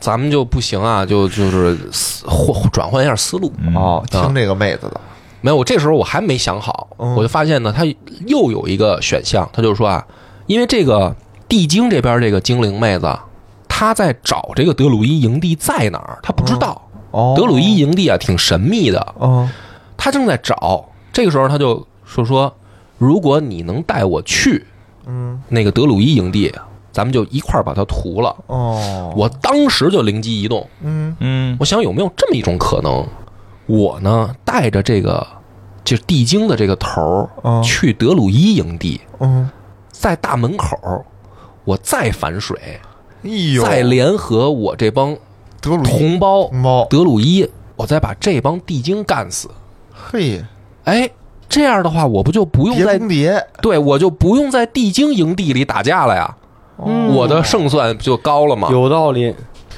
A: 咱们就不行啊，就就是思换转换一下思路。
C: 哦，
A: 啊
C: 听这个妹子的，
A: 没有，我这时候我还没想好，
C: 嗯
A: 我就发现呢，他又有一个选项，他就说啊，因为这个地精这边这个精灵妹子，她在找这个德鲁伊营地在哪儿，她不知道。
C: 哦
A: 德鲁伊，营地啊，挺神秘的，
C: 嗯
A: 她正在找。这个时候，她就说说，如果你能带我去
C: 嗯
A: 那个德鲁伊营地，咱们就一块儿把它屠了。
C: 哦，
A: 我当时就灵机一动，
C: 嗯
E: 嗯
A: 我想有没有这么一种可能，我呢带着这个就是地精的这个头儿、
C: 嗯
A: 去德鲁伊营地，
C: 嗯，
A: 在大门口儿我再反水，
C: 哎呦，
A: 再联合我这帮
C: 德鲁伊
A: 同胞
C: 猫，
A: 德鲁伊，我再把这帮地精干死。
C: 嘿，
A: 哎，这样的话，我不就不用
C: 碟
A: 在
C: 中谍，
A: 对我就不用在地精营地里打架了呀？
C: 哦嗯
A: 我的胜算就高了嘛。
D: 嗯有道理，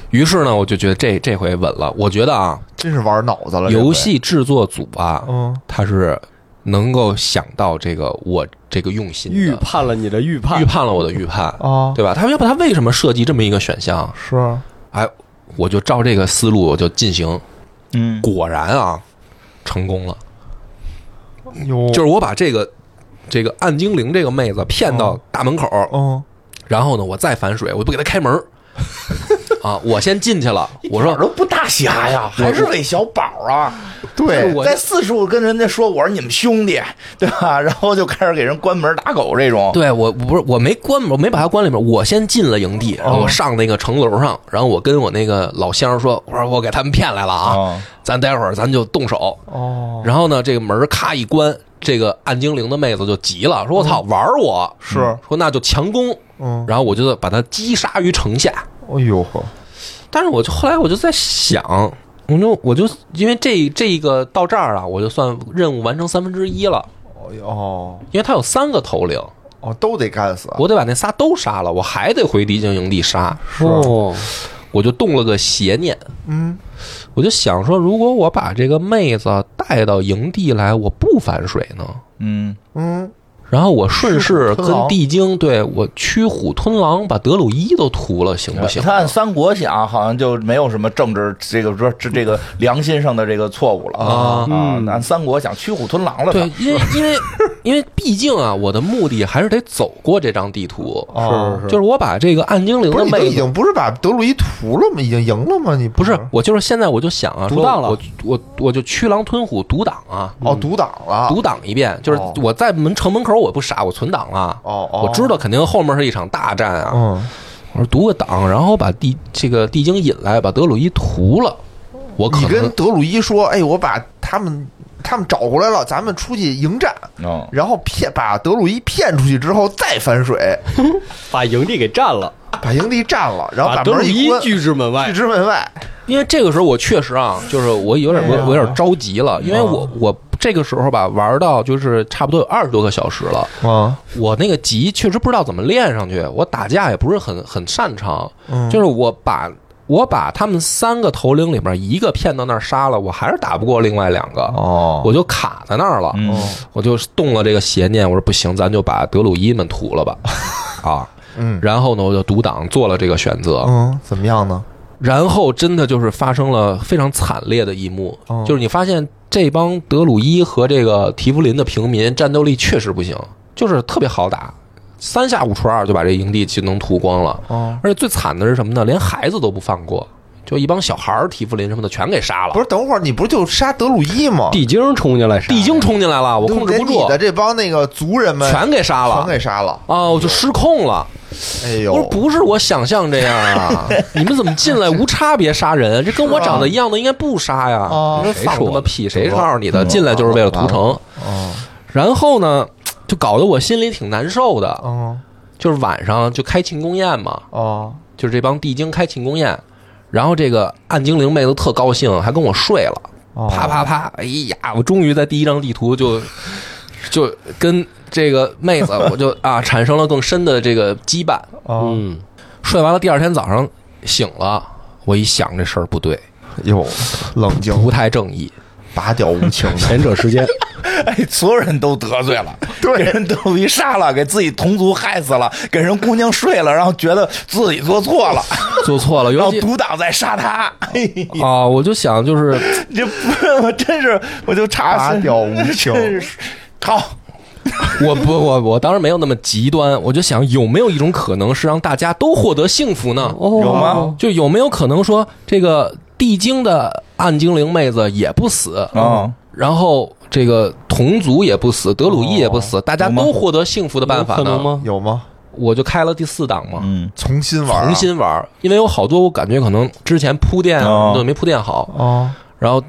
A: 于是呢，我就觉得这这回稳了。我觉得啊，
C: 真是玩脑子了，这回
A: 游，戏制作组啊，
C: 嗯
A: 他是能够想到这个我这个用心的
D: 预判哦了你的预判
A: 预，判了我的预判，
C: 啊，
A: 对吧？他要不他为什么设计这么一个选项？
C: 是啊，
A: 哎，我就照这个思路我就进行，
E: 嗯，
A: 果然啊，成功了。
D: 哦
C: 有，
A: 就是我把这个这个暗精灵这个妹子骗到
D: 哦
A: 大门口，
C: 嗯，
A: 然后呢，我再反水，我不给她开门儿啊，我先进去了。我
E: 哪
A: 说
E: 儿都不大侠呀，还是韦小宝 啊。
C: 对，
A: 我
E: 在四处跟人家说我是你们兄弟，对吧？然后就开始给人关门打狗这种。
A: 对我不是我没关门，我没把它关里面，我先进了营地，然后我上那个城楼上，然后我跟我那个老乡说，我说我给他们骗来了啊，
E: 哦
A: 咱待会儿咱就动手。
C: 哦，
A: 然后呢，这个门咔一关，这个暗精灵的妹子就急了，说我操玩我，
C: 是，
A: 说那就强攻，
C: 嗯，
A: 然后我就把他击杀于城下。
C: 哎呦，
A: 但是我就后来我就在想，我就我就因为这这个到这儿啊，我就算任务完成三分之一了，
C: 哦
A: 因为他有三个头领。
C: 哦，都得干死，
A: 我得把那仨都杀了，我还得回敌精营地杀，
D: 哦，
A: 我就动了个邪念，
C: 嗯，
A: 我就想说，如果我把这个妹子带到营地来，我不反水呢？
E: 嗯，
C: 嗯，
A: 然后我顺势
C: 驱虎吞
A: 跟
C: 狼
A: 地精，对我驱虎吞狼，把德鲁伊都屠了，
C: 哎
A: 行不行？
E: 他按三国想，好像就没有什么政治这个说这这个良心上的这个错误了
A: 啊
E: 啊！按三国想，驱虎吞狼了。
A: 对，因为因 为因为毕竟啊，我的目的还是得走过这张地图，
C: 哦
D: 是是
A: 就是我把这个暗精灵
C: 不是
A: 的
C: 你都
A: 妹
C: 已
A: 子。
C: 经不是把德鲁伊屠了吗？已经赢了吗？你
A: 不是，我就是现在我就想啊，
D: 独
A: 说
D: 当了
A: 我我我就驱狼吞虎独挡啊，
C: 哦，独挡了，
A: 独挡一遍，就是
C: 哦
A: 我在门城门口我不傻，我存档了。
C: 哦哦，
A: 我知道肯定后面是一场大战啊！
C: 嗯，
A: 我说独个档，然后把地这个地精引来，把德鲁伊屠了。我可
C: 你跟
A: 能
C: 德鲁伊说，哎，我把他们他们找过来了，咱们出去迎战，
E: 嗯，
C: 然后骗把德鲁伊骗出去之后再反水，
D: 把营地给占了，
C: 把营地占了，然后
D: 把德鲁
C: 门一
D: 伊
C: 关，拒
D: 拒之门
A: 哎
D: 外，
C: 之门外。
A: 因为这个时候我确实啊，就是我有点
C: 哎呀啊
A: 我我有点着急了，因为我我这个时候吧玩到就是差不多有二十多个小时了，
C: 啊，
A: 我那个级确实不知道怎么练上去，我打架也不是很很擅长，
C: 嗯
A: 就是我把我把他们三个头领里面一个骗到那儿杀了，我还是打不过另外两个，
C: 哦，
A: 我就卡在那儿了。
E: 嗯，
A: 我就动了这个邪念，我说不行，咱就把德鲁伊们屠 了吧，啊，
C: 嗯
A: 然后呢，我就独挡做了这个选择，
C: 嗯，怎么样呢？
A: 然后真的就是发生了非常惨烈的一幕，
C: 哦
A: 就是你发现这帮德鲁伊和这个提夫林的平民战斗力确实不行，就是特别好打，三下五除二就把这营地就能屠光了。
C: 哦，
A: 而且最惨的是什么呢？连孩子都不放过，就一帮小孩儿，提夫林什么的全给杀了。
C: 不是，等会儿你不就杀德鲁伊吗？
D: 地精冲进来杀，
A: 地精冲进来了，我控制不
C: 连
A: 住
C: 你，的这帮那个族人们
A: 全给杀了
C: 全。给杀了。
A: 啊！我就失控了，
C: 哎
A: 我说
C: 呦，
A: 不是我想象这样啊！ 你们怎么进来无差别杀人？这跟我长得一样的应该不杀呀！
C: 啊
A: 你说
C: 谁
A: 放
C: 说
A: 他妈
C: 的嗯
A: 屁！谁告诉你的？进来就是为了屠城。
C: 哦
A: 然后呢，就搞得我心里挺难受的。
C: 哦
A: 就是晚上就开庆功宴嘛，
C: 哦，
A: 就是这帮地精开庆功宴，然后这个暗精灵妹子特高兴，还跟我睡了。
C: 哦
A: 啪啪啪！哎呀，我终于在第一张地图就就跟这个妹子，我就啊产生了更深的这个羁绊。
C: 哦
D: 嗯，
A: 睡完了，第二天早上醒了，我一想这事儿不对，
C: 哟，冷静，
A: 不太正义。
C: 拔掉无情的。
D: 前者时间，
E: 哎，所有人都得罪 了，
C: 对
E: 给人德鲁伊杀了，给自己同族害死了，给人姑娘睡了，然后觉得自己做错 了，
A: 做错了，
E: 然
A: 尤
E: 后
A: 其
E: 独挡再杀他。嘿嘿
A: 啊，我就想就是
E: 这不，我真是，我就查
C: 拔掉无情
E: 真是好，
A: 我不我我当时没有那么极端，我就想有没有一种可能是让大家都获得幸福呢？
E: 有吗？
A: 就 有没有可能说这个地精的暗精灵妹子也不死，
E: 啊，
A: 然后这个同族也不死，德鲁伊也不死，大家
E: 哦有吗
A: 都获得幸福的办法
D: 有可能
A: 呢？
D: 吗？
C: 有吗？
A: 我就开了第四档嘛，
E: 嗯，
C: 重新玩啊，
A: 重新玩，因为有好多我感觉可能之前铺垫
E: 哦
A: 啊都没铺垫好，
C: 哦，
A: 然后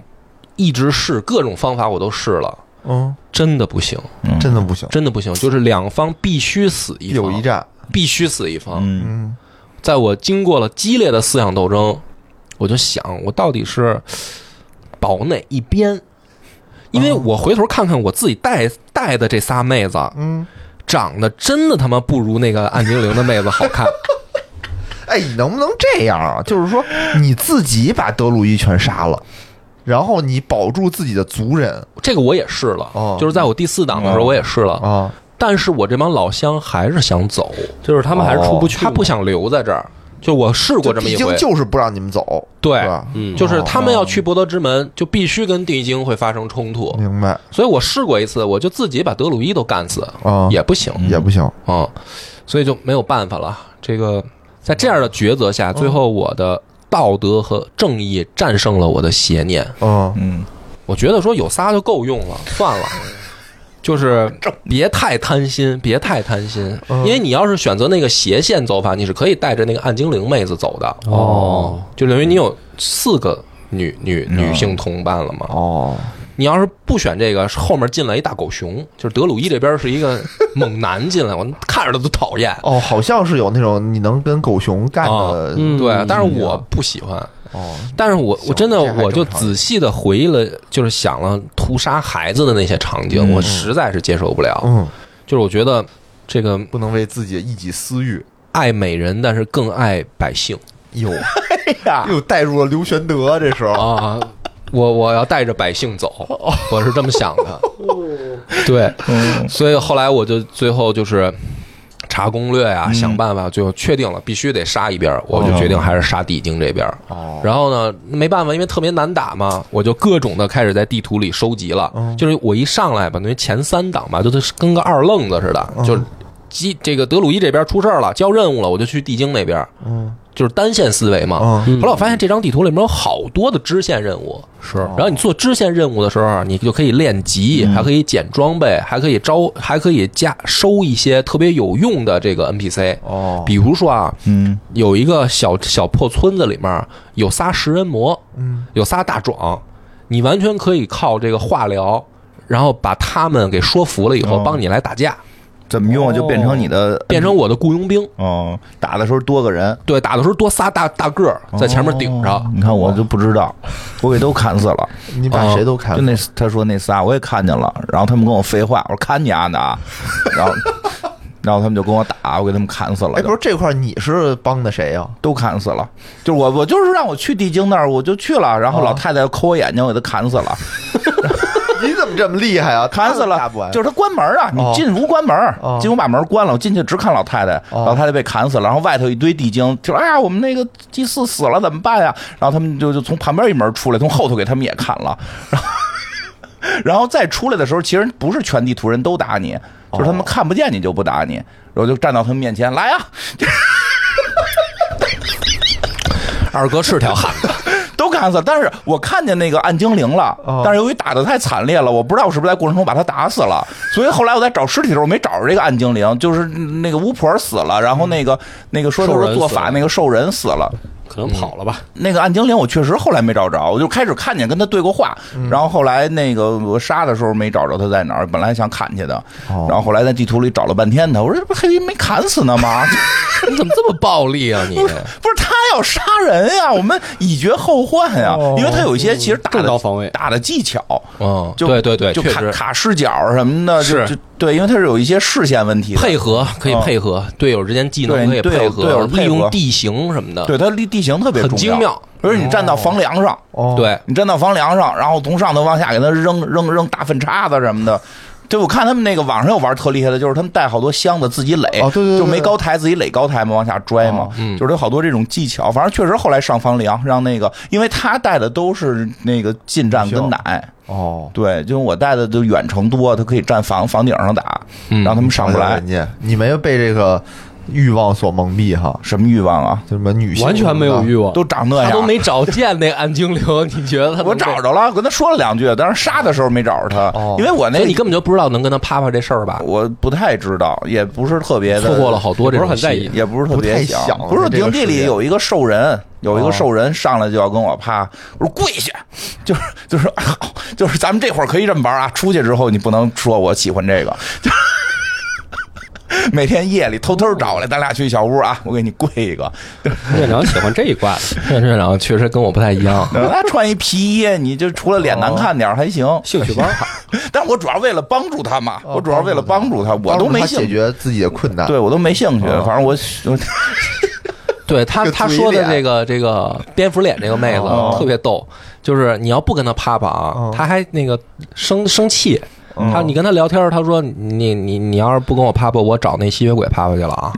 A: 一直试各种方法我都试了，
C: 嗯，
A: 真的不行，
E: 嗯
C: 真的不行，
A: 真的不行，就是两方必须死一方，
C: 有一战，
A: 必须死一方。
E: 嗯，
C: 嗯，
A: 在我经过了激烈的思想斗争，我就想，我到底是保哪一边？因为我回头看看我自己带带的这仨妹子，
C: 嗯，
A: 长得真的他妈不如那个暗精灵的妹子好看。
C: 哎，你能不能这样啊？就是说你自己把德鲁伊全杀了，然后你保住自己的族人
A: 这个我也试了，
C: 哦
A: 就是在我第四档的时候我也试了，
C: 啊，
A: 但是我这帮老乡还是想走，
D: 就是他们还是出不去，
A: 哦他不，想留在这儿。就我试过这么
C: 地
A: 一
C: 精
A: 回，
C: 就是不让你们走，
A: 对
C: 是吧？哦
D: 嗯，
A: 就是他们要去博德之门，就必须跟地精会发生冲突。
C: 明白
A: 所以我试过一次，我就自己把德鲁伊都干死，
C: 啊，
A: 也不行
C: 也不行，
A: 啊，所以就没有办法了。这个在这样的抉择下，最后我的道德和正义战胜了我的邪念。
C: 嗯，
E: 嗯，
A: 我觉得说有仨就够用了，算了，就是别太贪心，别太贪心，
D: 嗯
A: 因为你要是选择那个斜线走法，你是可以带着那个暗精灵妹子走的，
D: 哦，嗯
A: 就等于你有四个女女女性同伴了嘛。
C: 哦，
A: 你要是不选这个，后面进来一大狗熊，就是德鲁伊这边是一个猛男进来，我看着他都讨厌。
C: 哦，好像是有那种你能跟狗熊干
A: 啊
C: 的，
D: 嗯
A: 对，但是我不喜欢，
C: 哦，
A: 但是我我真的
C: 这还正常
A: 我就仔细的回忆了，就是想了屠杀孩子的那些场景，
E: 嗯
A: 我实在是接受不了。
C: 嗯，
A: 就是我觉得这个
C: 不能为自己一己私欲，
A: 爱美人，但是更爱百姓
C: 哟，
E: 哎呀，
C: 又带入了刘玄德，这时候
A: 啊！我我要带着百姓走，我是这么想的。对，
E: 嗯
A: 所以后来我就最后就是查攻略啊，想办法，最后确定了必须得杀一边儿，我就决定还是杀地精这边儿。
C: 哦，
A: 然后呢，没办法，因为特别难打嘛，我就各种的开始在地图里收集了。就是我一上来吧，等于前三档吧，就是跟个二愣子似的，就是基这个德鲁伊这边出事儿了，交任务了，我就去地精那边，
C: 嗯，
A: 就是单线思维嘛。
C: 嗯，
A: 后来我发现这张地图里面有好多的支线任务，
D: 是
A: 然后你做支线任务的时候啊，你就可以练级，
C: 嗯
A: 还可以捡装备，还可以招，还可以加收一些特别有用的这个 NPC。
C: 哦，
A: 比如说啊，
E: 嗯，
A: 有一个小小破村子里面有仨食人魔，
C: 嗯，
A: 有仨大壮，你完全可以靠这个化疗，然后把他们给说服了以后，
E: 哦
A: 帮你来打架，
E: 怎么用就变成你的，
A: 变成我的雇佣兵。
E: 哦，打的时候多个人。
A: 对，打的时候多仨大大个儿在前面顶着，
C: 哦
E: 你看我就不知道，我给都砍死了。
C: 你把谁都看
E: 就那他说那仨我也看见了，然后他们跟我废话，我说看你丫的啊，然后然后他们就跟我打，我给他们砍死了
C: 哎，
E: 就。
C: 不是这块儿你是帮的谁呀、啊
E: 都砍死了，就是我，我就是让我去地精那儿，我就去了，然
C: 啊
E: 后老太太抠我眼睛，我给她砍死了，
C: 你怎么这么厉害啊？
E: 砍死
C: 打
E: 了
C: 不完，
E: 就是她关门啊，你
C: 哦
E: 进屋关门，
C: 哦
E: 进屋把门关了，我进去只看老太太，
C: 哦
E: 老太太被砍死了，然后外头一堆地精，就说哎呀，我们那个祭祀死了怎么办呀？然后他们就就从旁边一门出来，从后头给他们也砍了， 然后然后再出来的时候，其实不是全地图人都打你，就是
C: 哦
E: 他们看不见你就不打你，然后就站到他们面前来呀、
D: 二哥是条汉子，
E: 都砍死了，但是我看见那个暗精灵了，但是由于打的太惨烈了，我不知道我是不是在过程中把他打死了，所以后来我在找尸体的时候，我没找着这个暗精灵，就是那个巫婆死了，然后那个、那个说他
D: 兽
E: 说
D: 人
E: 做
D: 死了
E: 法那个兽人死了，
D: 可能跑了吧？
E: 那个暗精灵我确实后来没找着，我就开始看见跟他对过话，然后后来那个我杀的时候没找着他在哪儿，本来想砍去的，然后后来在地图里找了半天他，我说这不还没砍死呢吗？
A: 你怎么这么暴力 啊你？
E: 不是不是，他要杀 人呀，我们以绝后患呀，
A: 哦
E: 因为他有一些其实打
D: 正
E: 的
D: 当防卫，
E: 打的技巧。
A: 嗯，
E: 就
A: 对对对，
E: 就
A: 确
E: 卡
A: 实
E: 卡视角什么的，就是就对，因为它是有一些视线问题的。
A: 配合可以
E: 嗯
A: 配合，队友之间技能可
E: 对
A: 以
E: 队友
A: 配合，
E: 队友配合
A: 利用地形什么的。
E: 对，它离地形特别
A: 很
E: 重
A: 精妙，
E: 而且你站到房梁上，
C: 哦，
A: 对，
E: 你站到房梁上，然后从上头往下给它扔扔扔大粪叉子什么的。对，我看他们那个网上有玩特厉害的，就是他们带好多箱子自己垒，
C: 哦对对对哦
E: 就没高台自己垒高台嘛，往下拽嘛，
A: 嗯
E: 就是有好多这种技巧。反正确实后来上房梁，让那个，因为他带的都是那个近战跟奶，
C: 哦，
E: 对，就我带的就远程多，他可以站房房顶上打，
A: 嗯
E: 让他们上不来
C: 人。家哎你没有被这个欲望所蒙蔽哈，
E: 什么欲望啊？
C: 就什么女性
D: 完全没有欲望，
E: 都长那
A: 他
E: 样，
A: 都没找见那暗精灵， 你觉得他能
E: 我找着了，我跟他说了两句，但是杀的时候没找着他，
C: 哦
E: 因为我那
A: 所以你根本就不知道能跟他啪啪这事儿 吧？
E: 我不太知道，也不是特别的
A: 错过了好多这种
D: 不是很在意
A: 戏
E: 也不是特别
C: 不太想
E: 不是
C: 这个
E: 营地
C: 世
E: 里
C: 界哦
E: 有一个兽人，有一个兽人上来就要跟我啪，我说跪下，就是就是、 哎呦就是咱们这会儿可以这么玩啊，出去之后你不能说我喜欢这个。就 每天夜里偷偷找来，咱俩去小屋啊，我给你跪一 个。，
D: 院长喜欢这一挂的，
A: 院长确实跟我不太一样
E: 他呃穿一皮衣，你就除了脸
C: 哦
E: 难看点儿还行。
D: 兴趣班儿
E: 但我主要为了帮助他嘛，
C: 哦
E: 我主要为了帮助他，我
C: 帮
E: 都
C: 助
E: 没
C: 她
E: 兴
C: 解
E: 趣，
C: 决自己的困难，
E: 对我都没兴趣。
C: 哦
E: 反正我我
A: 对他
C: 这个
A: 他
C: 嘴
A: 说的
C: 脸
A: 这个这个蝙蝠脸这个妹子
E: 哦
A: 特别逗，就是你要不跟他啪啪啊
C: 哦，
A: 他还那个生生气。他你跟他聊天儿，他说你你你要是不跟我啪啪，我找那吸血鬼啪啪去了啊。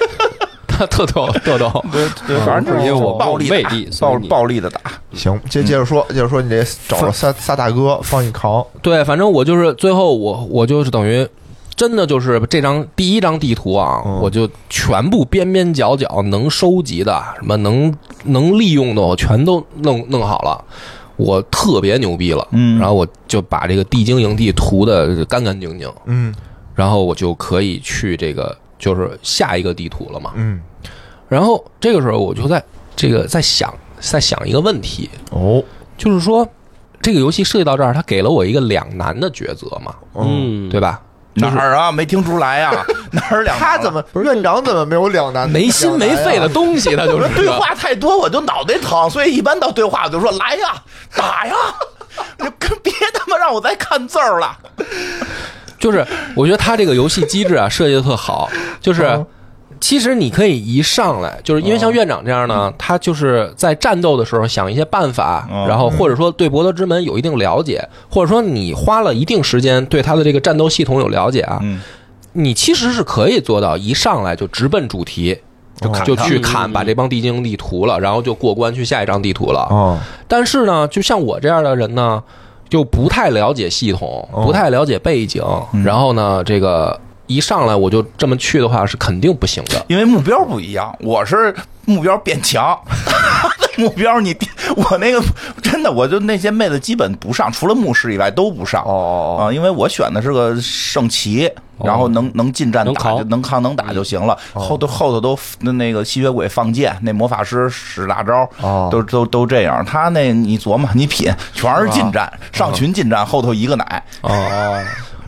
A: 他特逗特逗，
E: 对反正就是
D: 因为我
E: 暴力
D: 我魅
E: 打
D: 力所以
E: 暴
D: 你
E: 暴力的打。
C: 嗯行，接接着说，接着说，你这找了仨仨大哥帮你扛，
A: 对，反正我就是最后我我就是等于真的就是这张第一张地图啊，
C: 嗯
A: 我就全部边边角角能收集的什么能能利用的我全都弄弄好了。我特别牛逼了，
E: 嗯
A: 然后我就把这个地精营地涂的干干净净，
C: 嗯
A: 然后我就可以去这个就是下一个地图了嘛。
C: 嗯，
A: 然后这个时候我就在这个在想在想一个问题，
C: 哦，
A: 就是说这个游戏设计到这儿，它给了我一个两难的抉择嘛，
E: 哦
D: 嗯，
A: 对吧？
E: 哪儿啊？没听出来 呀？哪儿两？啊
C: 他怎么院长怎么没有两难？
A: 没心没肺的东西，他就
E: 我说
A: 是
E: 对话太多，我就脑袋疼，所以一般到对话我就说来呀，打呀， 就跟别他妈让我再看字儿了。
A: 就是我觉得他这个游戏机制啊设计的特好，就是其实你可以一上来，就是因为像院长这样呢，他就是在战斗的时候想一些办法，
E: 嗯
A: 然后或者说对博德之门有一定了解，或者说你花了一定时间对他的这个战斗系统有了解啊，
E: 嗯，
A: 你其实是可以做到一上来就直奔主题。就就去砍，嗯把这帮地精地图了，然后就过关去下一张地图了。
C: 哦，
A: 但是呢，就像我这样的人呢，就不太了解系统，不太了解背景，然后呢，这个一上来我就这么去的话是肯定不行的。
E: 因为目标不一样，我是目标变强， 目标你我那个真的，我就那些妹子基本不上，除了牧师以外都不上。
C: 哦哦
E: 啊，因为我选的是个圣骑，然后能能近战
D: 能
E: 打
D: 扛
E: 就能扛能打就行了。后头后头都那那个吸血鬼放箭，那魔法师使大招，
C: 哦
E: 都都都这样。他那你琢磨你品，全是近战， 上群近战，后头一个奶。
A: 哦，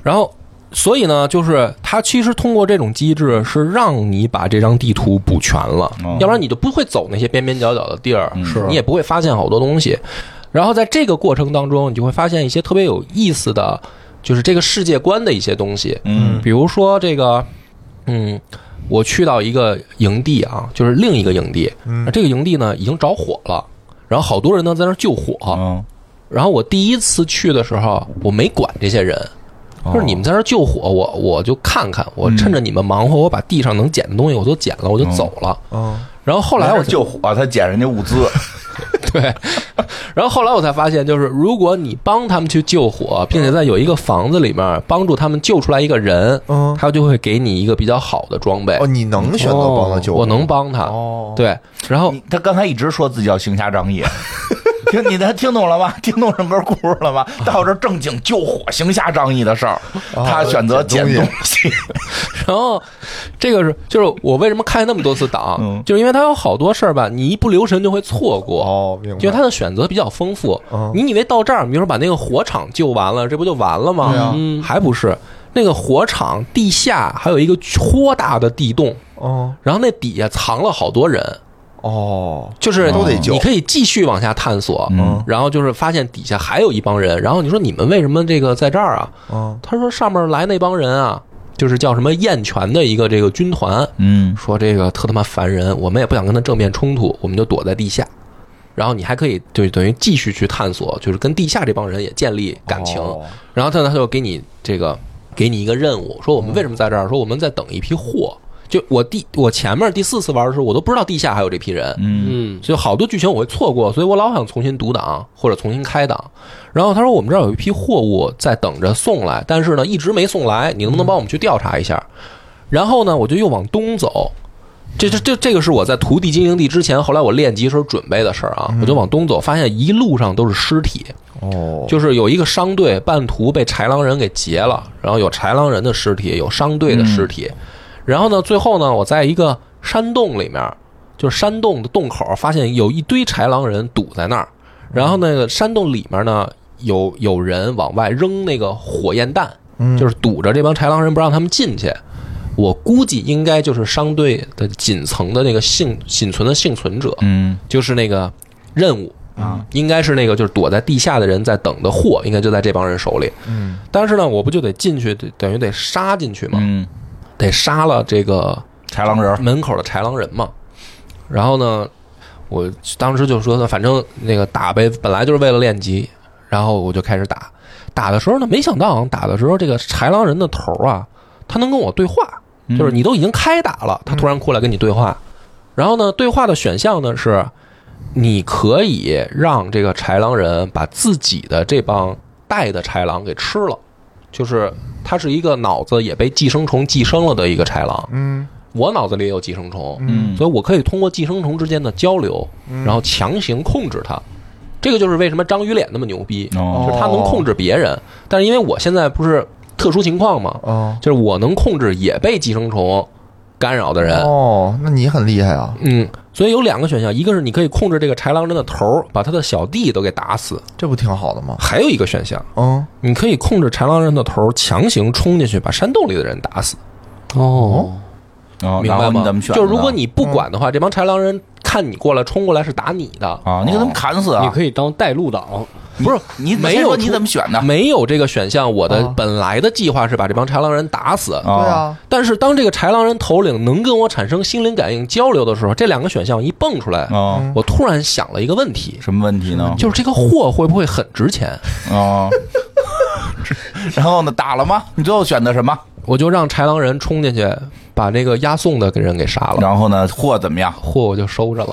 A: 然后所以呢，就是它其实通过这种机制是让你把这张地图补全了，
E: 哦
A: 要不然你就不会走那些边边角角的地儿，
D: 是
A: 你也不会发现好多东西。然后在这个过程当中，你就会发现一些特别有意思的，就是这个世界观的一些东西。
E: 嗯
A: 比如说这个嗯，我去到一个营地啊，就是另一个营地，
E: 嗯
A: 这个营地呢已经着火了，然后好多人呢在那儿救火，
E: 嗯，
A: 然后我第一次去的时候，我没管这些人，
E: 哦
A: 就是你们在那儿救火，我我就看看，我趁着你们忙活，我把地上能捡的东西我都捡了，我就走了。
C: 嗯，
A: 然后后
E: 后
A: 来我
E: 救火，他捡人家物资，
A: 对，然后后来我才发现，就是如果你帮他们去救
E: 嗯
A: 火，并且在有一个房子里面帮助他们救出来一个人，
C: 嗯
A: 他就会给你一个比较好的装备
C: 哦，。你能选择帮他救，
A: 哦我能帮他，
C: 哦
A: 对，然后
E: 你他刚才一直说自己叫行侠仗义。听你他听懂了吗？听懂整个故事了吗？到这儿正经救火、行侠仗义的事儿，他选择捡
C: 捡
E: 东
C: 东
E: 西。
A: 然后这个是就是我为什么开那么多次档，
E: 嗯
A: 就是因为他有好多事儿吧，你一不留神就会错过。
C: 哦，明白，嗯
A: 因为他的选择比较丰富。你以为到这儿，比如说把那个火场救完了，这不就完了吗？
C: 啊
A: 嗯，还不是，那个火场地下还有一个豁大的地洞，
C: 哦
A: 然后那底下藏了好多人，
C: 哦，
A: 就是
C: 都得救
A: 你可以继续往下探索。
E: 嗯
A: 然后就是发现底下还有一帮人，然后你说你们为什么这个在这儿啊？
C: 嗯
A: 他说上面来那帮人啊，就是叫什么燕泉的一个这个军团，
E: 嗯，
A: 说这个特他妈烦人，我们也不想跟他正面冲突，我们就躲在地下。然后你还可以就等于继续去探索，就是跟地下这帮人也建立感情。然后他他就给你这个给你一个任务，说我们为什么在这儿？说我们在等一批货。就我第我前面第四次玩的时候，我都不知道地下还有这批人，
D: 嗯，
A: 所以好多剧情我会错过，所以我老想重新读档或者重新开档。然后他说我们这儿有一批货物在等着送来，但是呢一直没送来，你能不能帮我们去调查一下？然后呢我就又往东走，这这这这个是我在徒弟经营地之前，后来我练级时候准备的事儿啊，我就往东走，发现一路上都是尸体，
C: 哦，
A: 就是有一个商队半途被豺狼人给劫了，然后有豺狼人的尸体，有商队的尸体。然后呢，最后呢，我在一个山洞里面，就是山洞的洞口，发现有一堆豺狼人堵在那儿。然后那个山洞里面呢，有有人往外扔那个火焰弹，就是堵着这帮豺狼人不让他们进去。我估计应该就是商队的仅层的那个幸仅存的幸存者，
E: 嗯，
A: 就是那个任务啊，应该是那个就是躲在地下的人在等的货，应该就在这帮人手里。
C: 嗯，
A: 但是呢，我不就得进去，得等于得杀进去嘛，
E: 嗯，
A: 得杀了这个
E: 豺狼人儿，
A: 门口的豺狼人嘛。然后呢，我当时就说，反正那个打呗，本来就是为了练级，然后我就开始打。打的时候呢，没想到啊打的时候这个豺狼人的头啊，他能跟我对话，就是你都已经开打了，他突然过来跟你对话。然后呢，对话的选项呢是，你可以让这个豺狼人把自己的这帮带的豺狼给吃了，就是它是一个脑子也被寄生虫寄生了的一个豺狼。
C: 嗯
A: 我脑子里也有寄生虫，
E: 嗯
A: 所以我可以通过寄生虫之间的交流，然后强行控制它。这个就是为什么章鱼脸那么牛逼，
E: 哦
A: 就是他能控制别人，但是因为我现在不是特殊情况嘛，
C: 哦
A: 就是我能控制也被寄生虫干扰的人。
C: 哦，那你很厉害啊，
A: 嗯，所以有两个选项，一个是你可以控制这个豺狼人的头儿，把他的小弟都给打死；
C: 这不挺好的吗？
A: 还有一个选项，
C: 嗯，
A: 你可以控制豺狼人的头儿，强行冲进去把山洞里的人打死。
D: 哦，
E: 哦
A: 明
E: 然
A: 白
E: 后
A: 吗
E: 你怎么？选嗯
A: 就
E: 择？
A: 是如果你不管的话，这帮豺狼人看你过来冲过来是打你的，
E: 啊，你给他们砍死啊！
D: 哦你可以当带路党，
A: 不 是
E: 你
A: 没
E: 先
A: 有
E: 说
A: 出
E: 你怎么选啊的？
A: 没有这个选项。我的
C: 哦
A: 本来的计划是把这帮豺狼人打死，
E: 哦
C: 对啊，
A: 但是当这个豺狼人头领能跟我产生心灵感应交流的时候，这两个选项一蹦出来，
E: 啊，
A: 我突然想了一个问题，
E: 什么问题呢？
A: 就是这个货会不会很值钱？
E: 啊，然后呢？打了吗？你最后选的什么？
A: 我就让豺狼人冲进去，把那个押送的给人给杀了，
E: 然后呢？货怎么样？
A: 货我就收着了。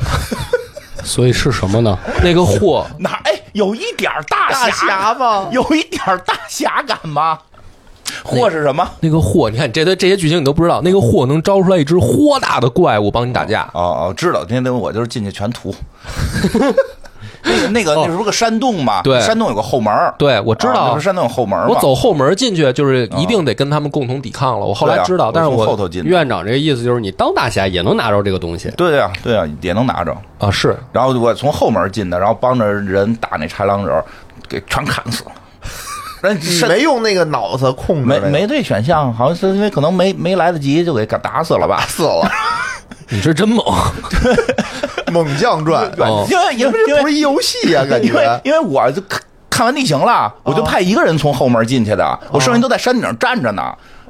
D: 所以是什 么呢？
A: 那个货
E: 哪？哎，有一点儿大
C: 大侠吗？
E: 有一点儿大侠感吗？货是什么？
A: 那个货，你看这些这些剧情你都不知道，那个货能招出来一只豁大的怪物帮你打架。
E: 哦哦，知道，那那我就是进去全 屠。那个那个，那是不是个山洞嘛？
A: 哦对
E: 山洞有个后门儿。
A: 对，我知
E: 啊那
A: 道
E: 不是，山洞有后门儿吗
A: 我走后门进去就是一定得跟他们共同抵抗了。我后
E: 对
A: 来
E: 啊
A: 知道，但是
E: 我
A: 我
E: 从后头进的。
D: 院长这个意思就是你当大侠也能拿着这个东西，
E: 对呀、对呀、也能拿着。
A: 啊是
E: 然后我从后门进的，然后帮着人打那豺狼人儿，给全砍死了。人
C: 你
E: 山
C: 没用那个脑子控制
E: 没
C: 那个，
E: 没这选项，好像是因为可能没没来得及就给打打死了吧。
C: 死了，
A: 你是真猛，
E: 哦
C: 猛将传，
A: 哦
E: 因为因为因
C: 这
E: 为
C: 不是一游 戏啊，感
E: 因为
C: 觉哦
E: 因为我
C: 哦
E: 就看看完地形了，我就派一个人从后门进去的，我剩下都在山顶上站着呢。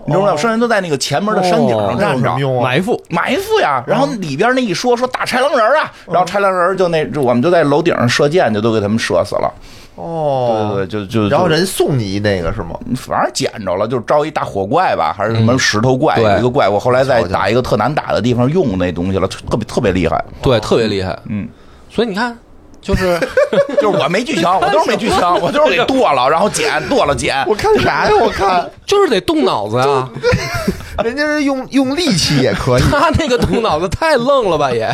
E: 你知道吗？圣人都在那个前门的山顶上
C: 那有
E: 站
C: 什
E: 着
C: 么。用啊？
D: 埋伏，
E: 埋伏呀，然后
C: 哦
E: 里边那一说说打豺狼人啊，然后豺狼人就那就我们就在楼顶上射箭，就都给他们射死了。
C: 哦，
E: 对对对，就就
C: 然后
E: 就
C: 人送你那个是吗？
E: 反正捡着了，就是招一大火怪吧，还是什么石头怪，
A: 嗯对
E: 有一个怪，我后来在
C: 瞧瞧
E: 打一个特难打的地方用那东西了，特别特别厉害。
A: 对，特别厉害。
E: 嗯，
A: 所以你看， 就是
E: 就是我没剧 情，我都是没剧情，我都是给剁了，然后捡，剁了捡。
C: 我看啥呀？我看
A: 就是得动脑子啊，
C: 人家是用用力气也可以。
A: 他那个动脑子太愣了吧 也。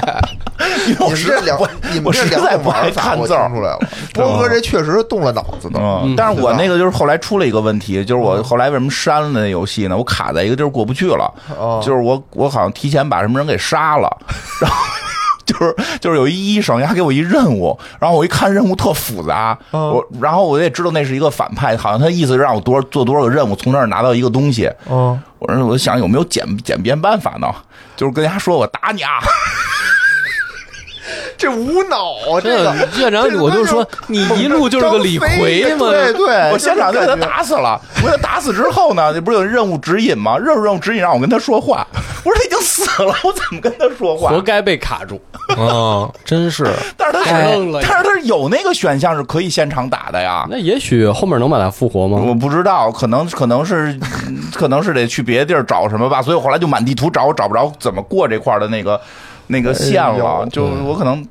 C: 你们这两
E: 我，
C: 你们
E: 我
C: 这
E: 实
C: 两
E: 在
C: 种
E: 不
C: 玩
E: 爱
C: 法，
E: 看
C: 我
E: 字
C: 听
E: 儿
C: 出来了。波哥这确实是动了脑子的。嗯
E: 嗯，但是我那个就是后来出了一个问题，就是我后来为什么删了那游戏呢？我卡在一个地儿过不去了，
C: 哦
E: 就是我我好像提前把什么人给杀 了，然后就是就是有一医生，他给我一任务，然后我一看任务特复杂，
C: 嗯
E: 我然后我也知道那是一个反派，好像他意思是让我多做多少个任务，从那儿拿到一个东西。
C: 嗯，
E: 我说我想有没有简简便办法呢？就是跟人家说我打你啊，
C: 这无脑啊，这
A: 这
C: 个
A: 这，然后我就说你一路就是个李逵嘛，
C: 对对，
E: 我现场就
C: 就
E: 给他
C: 是感觉
E: 打死了。我给他打死之后呢，这不是有任务指引吗？任务任务指引让我跟他说话，我说他已经死了，我怎么跟他说话
D: 活？该被卡住。
A: 啊，真是
E: 但是他
D: 太愣了
E: 但是他有那个选项是可以现场打的呀。
D: 那也许后面能把他复活
E: 我
D: 吗？
E: 不知道，可能可能是 可能是得去别的地儿找什么吧，所以我后来就满地图找，我找不着怎么过这块儿的那个那个线了。就我可能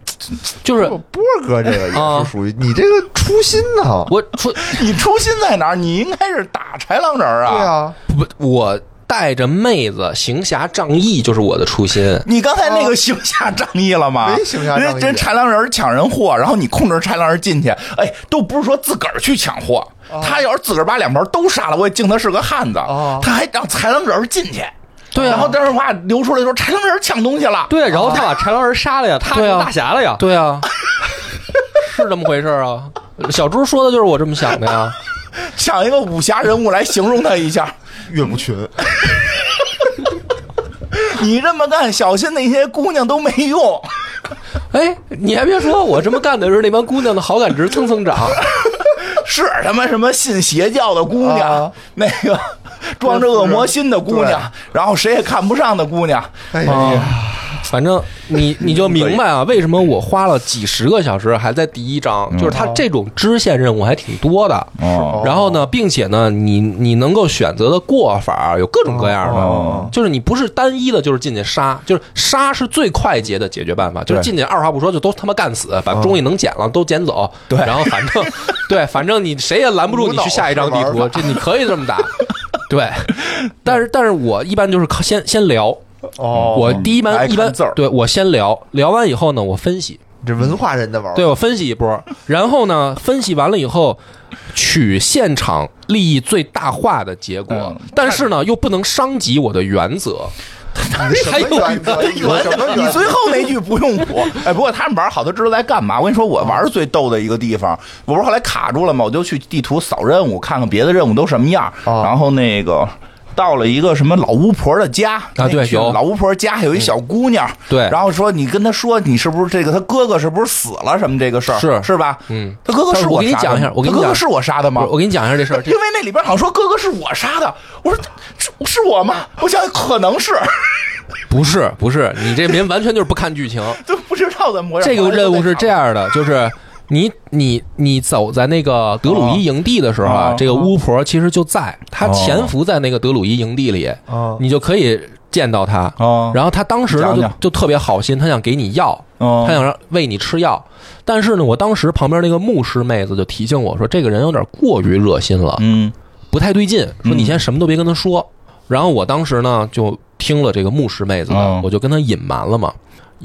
A: 就是
C: 哎波哥这个也
A: 啊
C: 是属于你这个初心呐。
A: 我说
E: 你初心在哪儿？你应该是打豺狼人
C: 对
E: 啊。
C: 啊，
A: 不，我带着妹子行侠仗义就是我的初心。
E: 你刚才那个行侠仗义了吗？
C: 没行侠仗义
E: 人家人豺狼人抢人货，然后你控制豺狼人进去，哎，都不是说自个儿去抢货，他要是自个儿把两盘都杀了，我也敬他是个汉子，
C: 哦
E: 他还让豺狼人进去。
A: 对啊
E: 然后但是话流出来说豺狼人抢东西了，
D: 对，啊然后他把豺狼人杀了呀，他
A: 对啊
D: 成大侠了呀。
A: 对啊， 是这么回事儿啊。小猪说的就是我这么想的呀。
E: 抢一个武侠人物来形容他一下。
C: 岳不群，
E: 你这么干，小心那些姑娘都没用。
A: 哎，你还别说，我这么干的时候，那帮姑娘的好感值蹭蹭涨。
E: 是他妈什么信邪教的姑娘，
C: 啊
E: 那个装着恶魔心的姑娘，然后谁也看不上的姑娘，
C: 哎呀，
A: 反正你你就明白啊，为什么我花了几十个小时还在第一章，就是它这种支线任务还挺多的。
E: 哦
A: 然后呢，并且呢，你你能够选择的过法有各种各样
C: 哦
A: 的，就是你不是单一的，就是进去杀，就是杀是最快捷的解决办法，就是进去二话不说就都他妈干死，把东西能捡了都捡走，对，然后反正 对，反正你谁也拦不住你去下一张地
C: 无
A: 图，
C: 脑
A: 这你可以这么打， 对。但是但是我一般就是靠先先聊，
C: 哦，
A: 我第一
E: 爱
A: 般
E: 看
A: 一般
E: 字儿
A: 对我先聊聊完以后呢，我分析，
C: 你这文化人的玩儿
A: 对我分析一波，然后呢，分析完了以后，取现场利益最大化的结果
E: 嗯，
A: 但是呢，又不能伤及我的原则。
C: 你什么原则？你有什么
E: 你
C: 原则？
E: 最后那句不用 补。哎，不过他们玩好，他知道在干嘛。我跟你说，我玩最逗的一个地方，我不是后来卡住了吗？我就去地图扫任务，看看别的任务都什么样。
C: 哦
E: 然后那个。到了一个什么老巫婆的家
A: 啊对
E: 那去
A: 有嗯
E: 老巫婆家有一小姑娘，
A: 对
E: 然后说你跟她说你是不是这个她哥哥是不是死了什么这个事儿
A: 是
E: 是吧？
A: 嗯，
E: 她哥哥
A: 但是
E: 我
A: 我给你
E: 杀的
A: 讲一下
E: 吗
A: 我给你
E: 她哥哥
A: 讲
E: 是我杀的吗
A: 我？我给你讲一下这事儿， 这
E: 因为那里边好像说哥哥是我杀的，我说是是我吗？我想可能是，
A: 不是不是，你这人完全就是不看剧 情。
E: 就不知道怎么回事。
A: 这个任务是这
E: 样，
A: 样的，就是你你你走在那个德鲁伊营地的时候啊
E: 哦，
A: 这个巫婆其实就在，她潜伏在那个德鲁伊营地里，
C: 哦
A: 你就可以见到她。
E: 哦
A: 然后她当时呢
E: 讲
A: 就
E: 讲
A: 就特别好心，她想给你药，
E: 哦
A: 她想让喂你吃药。但是呢，我当时旁边那个牧师妹子就提醒我说，这个人有点过于热心了，
E: 嗯
A: 不太对劲。说你先什么都别跟他说。然后我当时呢就听了这个牧师妹子的
E: 哦，
A: 我就跟她隐瞒了嘛。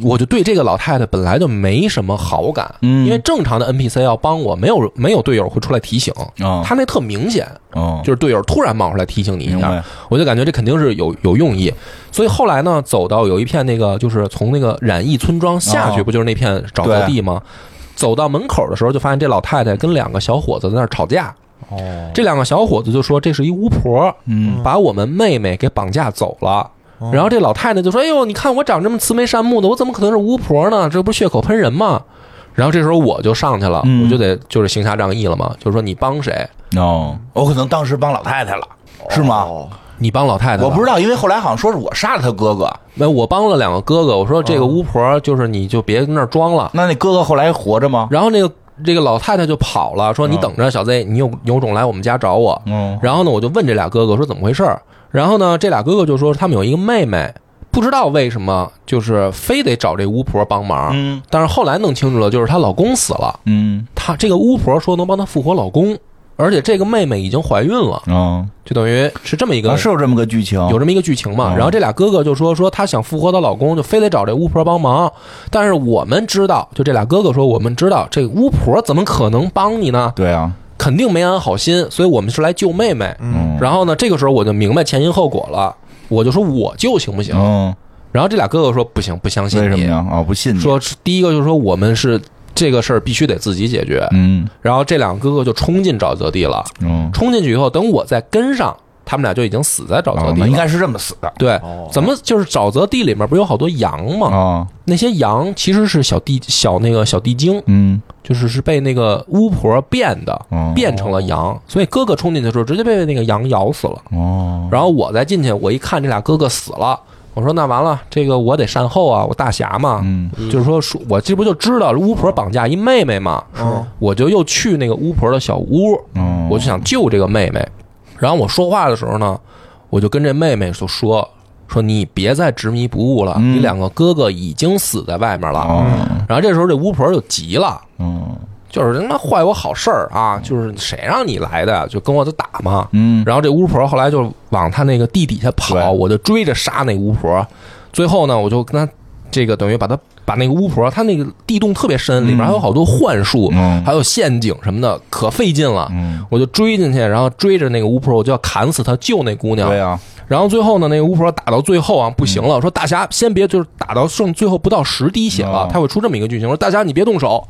A: 我就对这个老太太本来就没什么好感，
E: 嗯
A: 因为正常的 NPC 要帮我，没有没有队友会出来提醒，
E: 哦
A: 她那特明显，
E: 哦
A: 就是队友突然冒出来提醒你一
E: 明白
A: 下，我就感觉这肯定是有有用意。所以后来呢，走到有一片那个就是从那个染疫村庄下去，
E: 哦
A: 不就是那片沼泽地吗？走到门口的时候，就发现这老太太跟两个小伙子在那儿吵架。哦，这两个小伙子就说这是一巫婆，
E: 嗯，哦
A: 把我们妹妹给绑架走了。然后这老太太就说：“哎呦，你看我长这么慈眉善目的，我怎么可能是巫婆呢？这不是血口喷人吗？”然后这时候我就上去了，
E: 嗯
A: 我就得就是行侠仗义了嘛，就是说你帮谁，
E: 哦哦，我可能当时帮老太太了，是吗？
C: 哦
A: 你帮老太太吧，
E: 我不知道，因为后来好像说是我杀了他哥哥，
A: 没，我帮了两个哥哥，我说这个巫婆就是你就别跟那儿装了。
E: 那那哥哥后来还活着吗？
A: 然后那个这个老太太就跑了，说你等着，小 Z，你有有种来我们家找我。
E: 嗯，
A: 然后呢，我就问这俩哥哥说怎么回事儿。然后呢，这俩哥哥就说他们有一个妹妹，不知道为什么就是非得找这巫婆帮忙。
E: 嗯
A: 但是后来弄清楚了，就是她老公死了，
E: 嗯
A: 她这个巫婆说能帮她复活老公，而且这个妹妹已经怀孕了，
E: 嗯，
A: 就等于是这么一个、
E: 啊是有这么个剧情，
A: 有这么一个剧情
E: 哦
A: 嘛。然后这俩哥哥就说说她想复活她老公，就非得找这巫婆帮忙。但是我们知道，就这俩哥哥说，我们知道这巫婆怎么可能帮你呢？
E: 对啊，
A: 肯定没安好心，所以我们是来救妹妹。
E: 嗯，
A: 然后呢，这个时候我就明白前因后果了，我就说我救行不行？
E: 嗯，
A: 然后这俩哥哥说不行，不相信
E: 为什么
A: 你
E: 呀？。啊，不信你，
A: 说是第一个就是说我们是这个事儿必须得自己解决。
E: 嗯
A: 然后这两个哥哥就冲进沼泽地了，
E: 嗯，
A: 冲进去以后，等我再跟上，他们俩就已经死在沼
E: 啊
A: 泽地
E: 那
A: 了。
E: 应该是这么死的
A: 对，
E: 哦
A: 怎么就是沼泽地里面不是有好多羊吗？
E: 啊，
A: 那些羊其实是小地小那个小地精，
E: 嗯
A: 就是是被那个巫婆变的，
E: 哦
A: 变成了羊，所以哥哥冲进去的时候直接被那个羊咬死了。
E: 哦，
A: 然后我再进去，我一看这俩哥哥死了，我说那完了，这个我得善后啊，我大侠嘛，
E: 嗯
A: 就是说说我这不就知道巫婆绑架一妹妹嘛，
E: 哦
A: 我就又去那个巫婆的小屋，
E: 嗯，
A: 我就想救这个妹妹。然后我说话的时候呢，我就跟这妹妹就说说你别再执迷不悟了，
E: 嗯
A: 你两个哥哥已经死在外面了。
E: 哦
A: 然后这时候这巫婆就急了。
E: 嗯
A: 就是他妈坏我好事儿啊！就是谁让你来的呀，就跟我就打嘛。
E: 嗯，
A: 然后这巫婆后来就往他那个地底下
E: 对
A: 跑，我就追着杀那巫婆。最后呢，我就跟他这个等于把他把那个巫婆，他那个地洞特别深，里面还有好多幻术，
E: 嗯
A: 还有陷阱什么的，可费劲了。
E: 嗯
A: 我就追进去，然后追着那个巫婆，我就要砍死她，救那姑娘。
E: 对嗯啊，
A: 然后最后呢，那个巫婆打到最后啊，不行了，说大侠先别，就是打到剩最后不到十滴血了
E: 哦，
A: 他会出这么一个剧情，说大侠你别动手，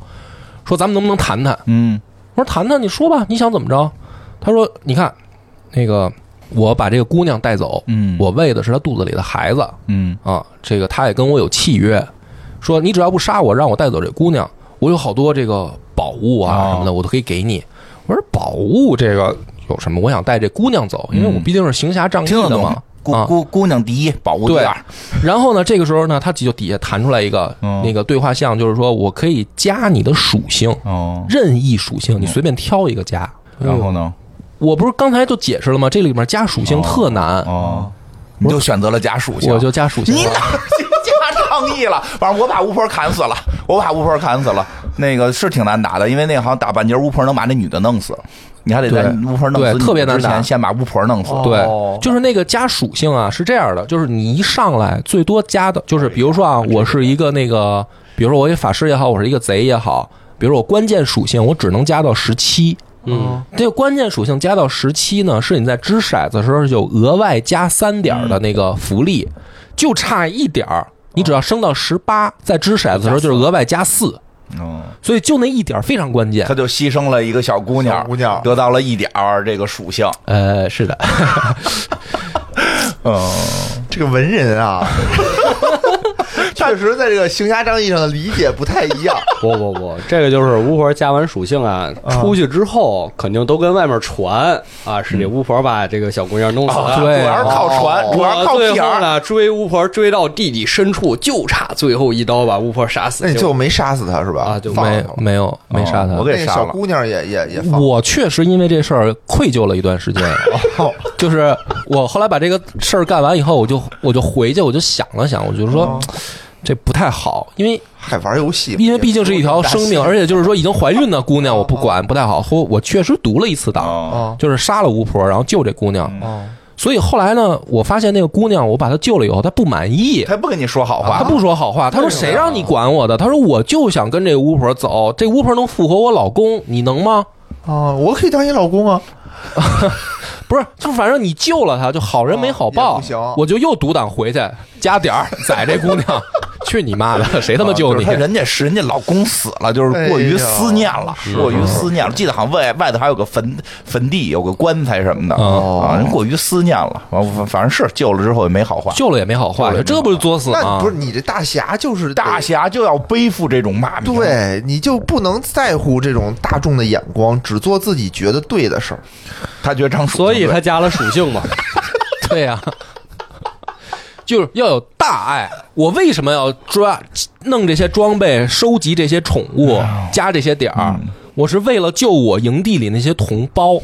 A: 说咱们能不能谈谈？
E: 嗯
A: 我说谈谈，你说吧，你想怎么着？他说你看，那个我把这个姑娘带走，
E: 嗯
A: 我喂的是她肚子里的孩子
E: 嗯
A: 啊，这个她也跟我有契约，说你只要不杀我，让我带走这姑娘，我有好多这个宝物啊
E: 哦
A: 什么的，我都可以给你。我说宝物这个有什么？我想带这姑娘走，因
E: 嗯
A: 为我毕竟是行侠仗义
E: 听得
A: 的
E: 懂
A: 嘛。。
E: 姑
A: 啊
E: 姑姑娘第一，宝物第
A: 对
E: 二，
A: 然后呢，这个时候呢，他就底下弹出来一个、
E: 嗯
A: 那个对话项，就是说我可以加你的属性，
E: 哦，
A: 任意属性，你随便挑一个加。
E: 嗯然后呢？
A: 我不是刚才就解释了吗？这里面加属性特难，
E: 哦，你就选择了家属性，
A: 我就加属性
E: 你哪
A: 了。
E: 儿就加仗义了？反正我把巫婆砍死了，我把巫婆砍死了。那个是挺难打的，因为那个好像打半截巫婆能把那女的弄死，你还得在
A: 对
E: 巫婆弄
A: 对
E: 死你
A: 特别难
E: 之
A: 打哦
E: 前先把巫婆弄死。
A: 对，就是那个加属性啊，是这样的，就是你一上来最多加的，就是比如说啊，我是一个那个，比如说我一法师也好，我是一个贼也好，比如说我关键属性我只能加到十七，
D: 嗯，
A: 这个关键属性加到十七呢，是你在掷骰子的时候有额外加三点儿的那个福利，就差一点儿，你只要升到十八，在掷骰子的时候就是额外加四，
E: 嗯，
A: 所以就那一点儿非常关键
E: 他。就牺牲了一个小姑娘，
C: 小姑娘
E: 得到了一点儿这个属性。
A: 呃，是的，
E: 嗯，
C: 这个文人啊，确实在这个行侠仗义上的理解不太一样。
D: 不不不，这个就是巫婆加完属性啊，出去之后肯定都跟外面传啊，是你巫婆把这个小姑娘弄死了。
E: 主
A: 嗯哦对
E: 要是靠船，主要是
D: 哦我
E: 靠
D: 最
E: 撇
D: 后
E: 儿。哦
D: 呢，追巫婆追到地底深处，就差最后一刀把巫婆杀死。
C: 那你最
D: 就
C: 后没杀死他是吧？
D: 啊就
C: 放
A: 没
C: 了
A: 没有没杀他。
E: 哦我
C: 那
E: 给
C: 个
E: 杀
C: 小
E: 了。
C: 姑娘也也也放了。
A: 我确实因为这事儿愧疚了一段时间，啊 就是我后来把这个事儿干完以后，我就我就回去，我就想了想，我就
C: 哦
A: 说这不太好，因为
C: 还玩游戏，
A: 因为毕竟是一条生命，而
C: 且
A: 且就是说已经怀孕的姑娘，
C: 哦
A: 我不管不太好。说我确实读了一次档，
E: 哦，
A: 就是杀了巫婆，然后救这姑娘。
C: 哦
A: 所以后来呢，我发现那个姑娘，我把她救了以后，她不满意。
E: 他不跟你说好
A: 她
E: 话，
A: 啊
E: 啊
A: 不说好话，她说谁让你管我的？她说我就想跟这巫婆走，这巫婆能复活我老公，你能吗？
C: 哦，我可以当你老公啊，
A: 不是，就反正你救了她，就好人没好报。
C: 哦也不行
A: 我就又独挡回去，加点儿 宰这姑娘，去你妈的，谁他妈救
E: 就
A: 你？
E: 是他人家是人家老公死了，就是过于思念了，过
A: 嗯
E: 于思念了。记得好像外外头还有个坟坟地，有个棺材什么的、
A: 哦
E: 啊，人过于思念了。完反反正是救了之后也没好话。
A: 救了也没好话，这不是作死
C: 那
A: 吗？
C: 不是你这大侠就是
E: 大
C: 侠。
E: 侠就要背负这种骂名，，
C: 对，你就不能在乎这种大众的眼光，只做自己觉得对的事儿。
E: 他觉得张楚
D: 所以他加了属性嘛，
A: 对呀、 就是要有大爱。我为什么要抓弄这些装备、收集这些宠物、
D: 嗯
A: 加这些点儿？我是为了救我营地里那些同胞，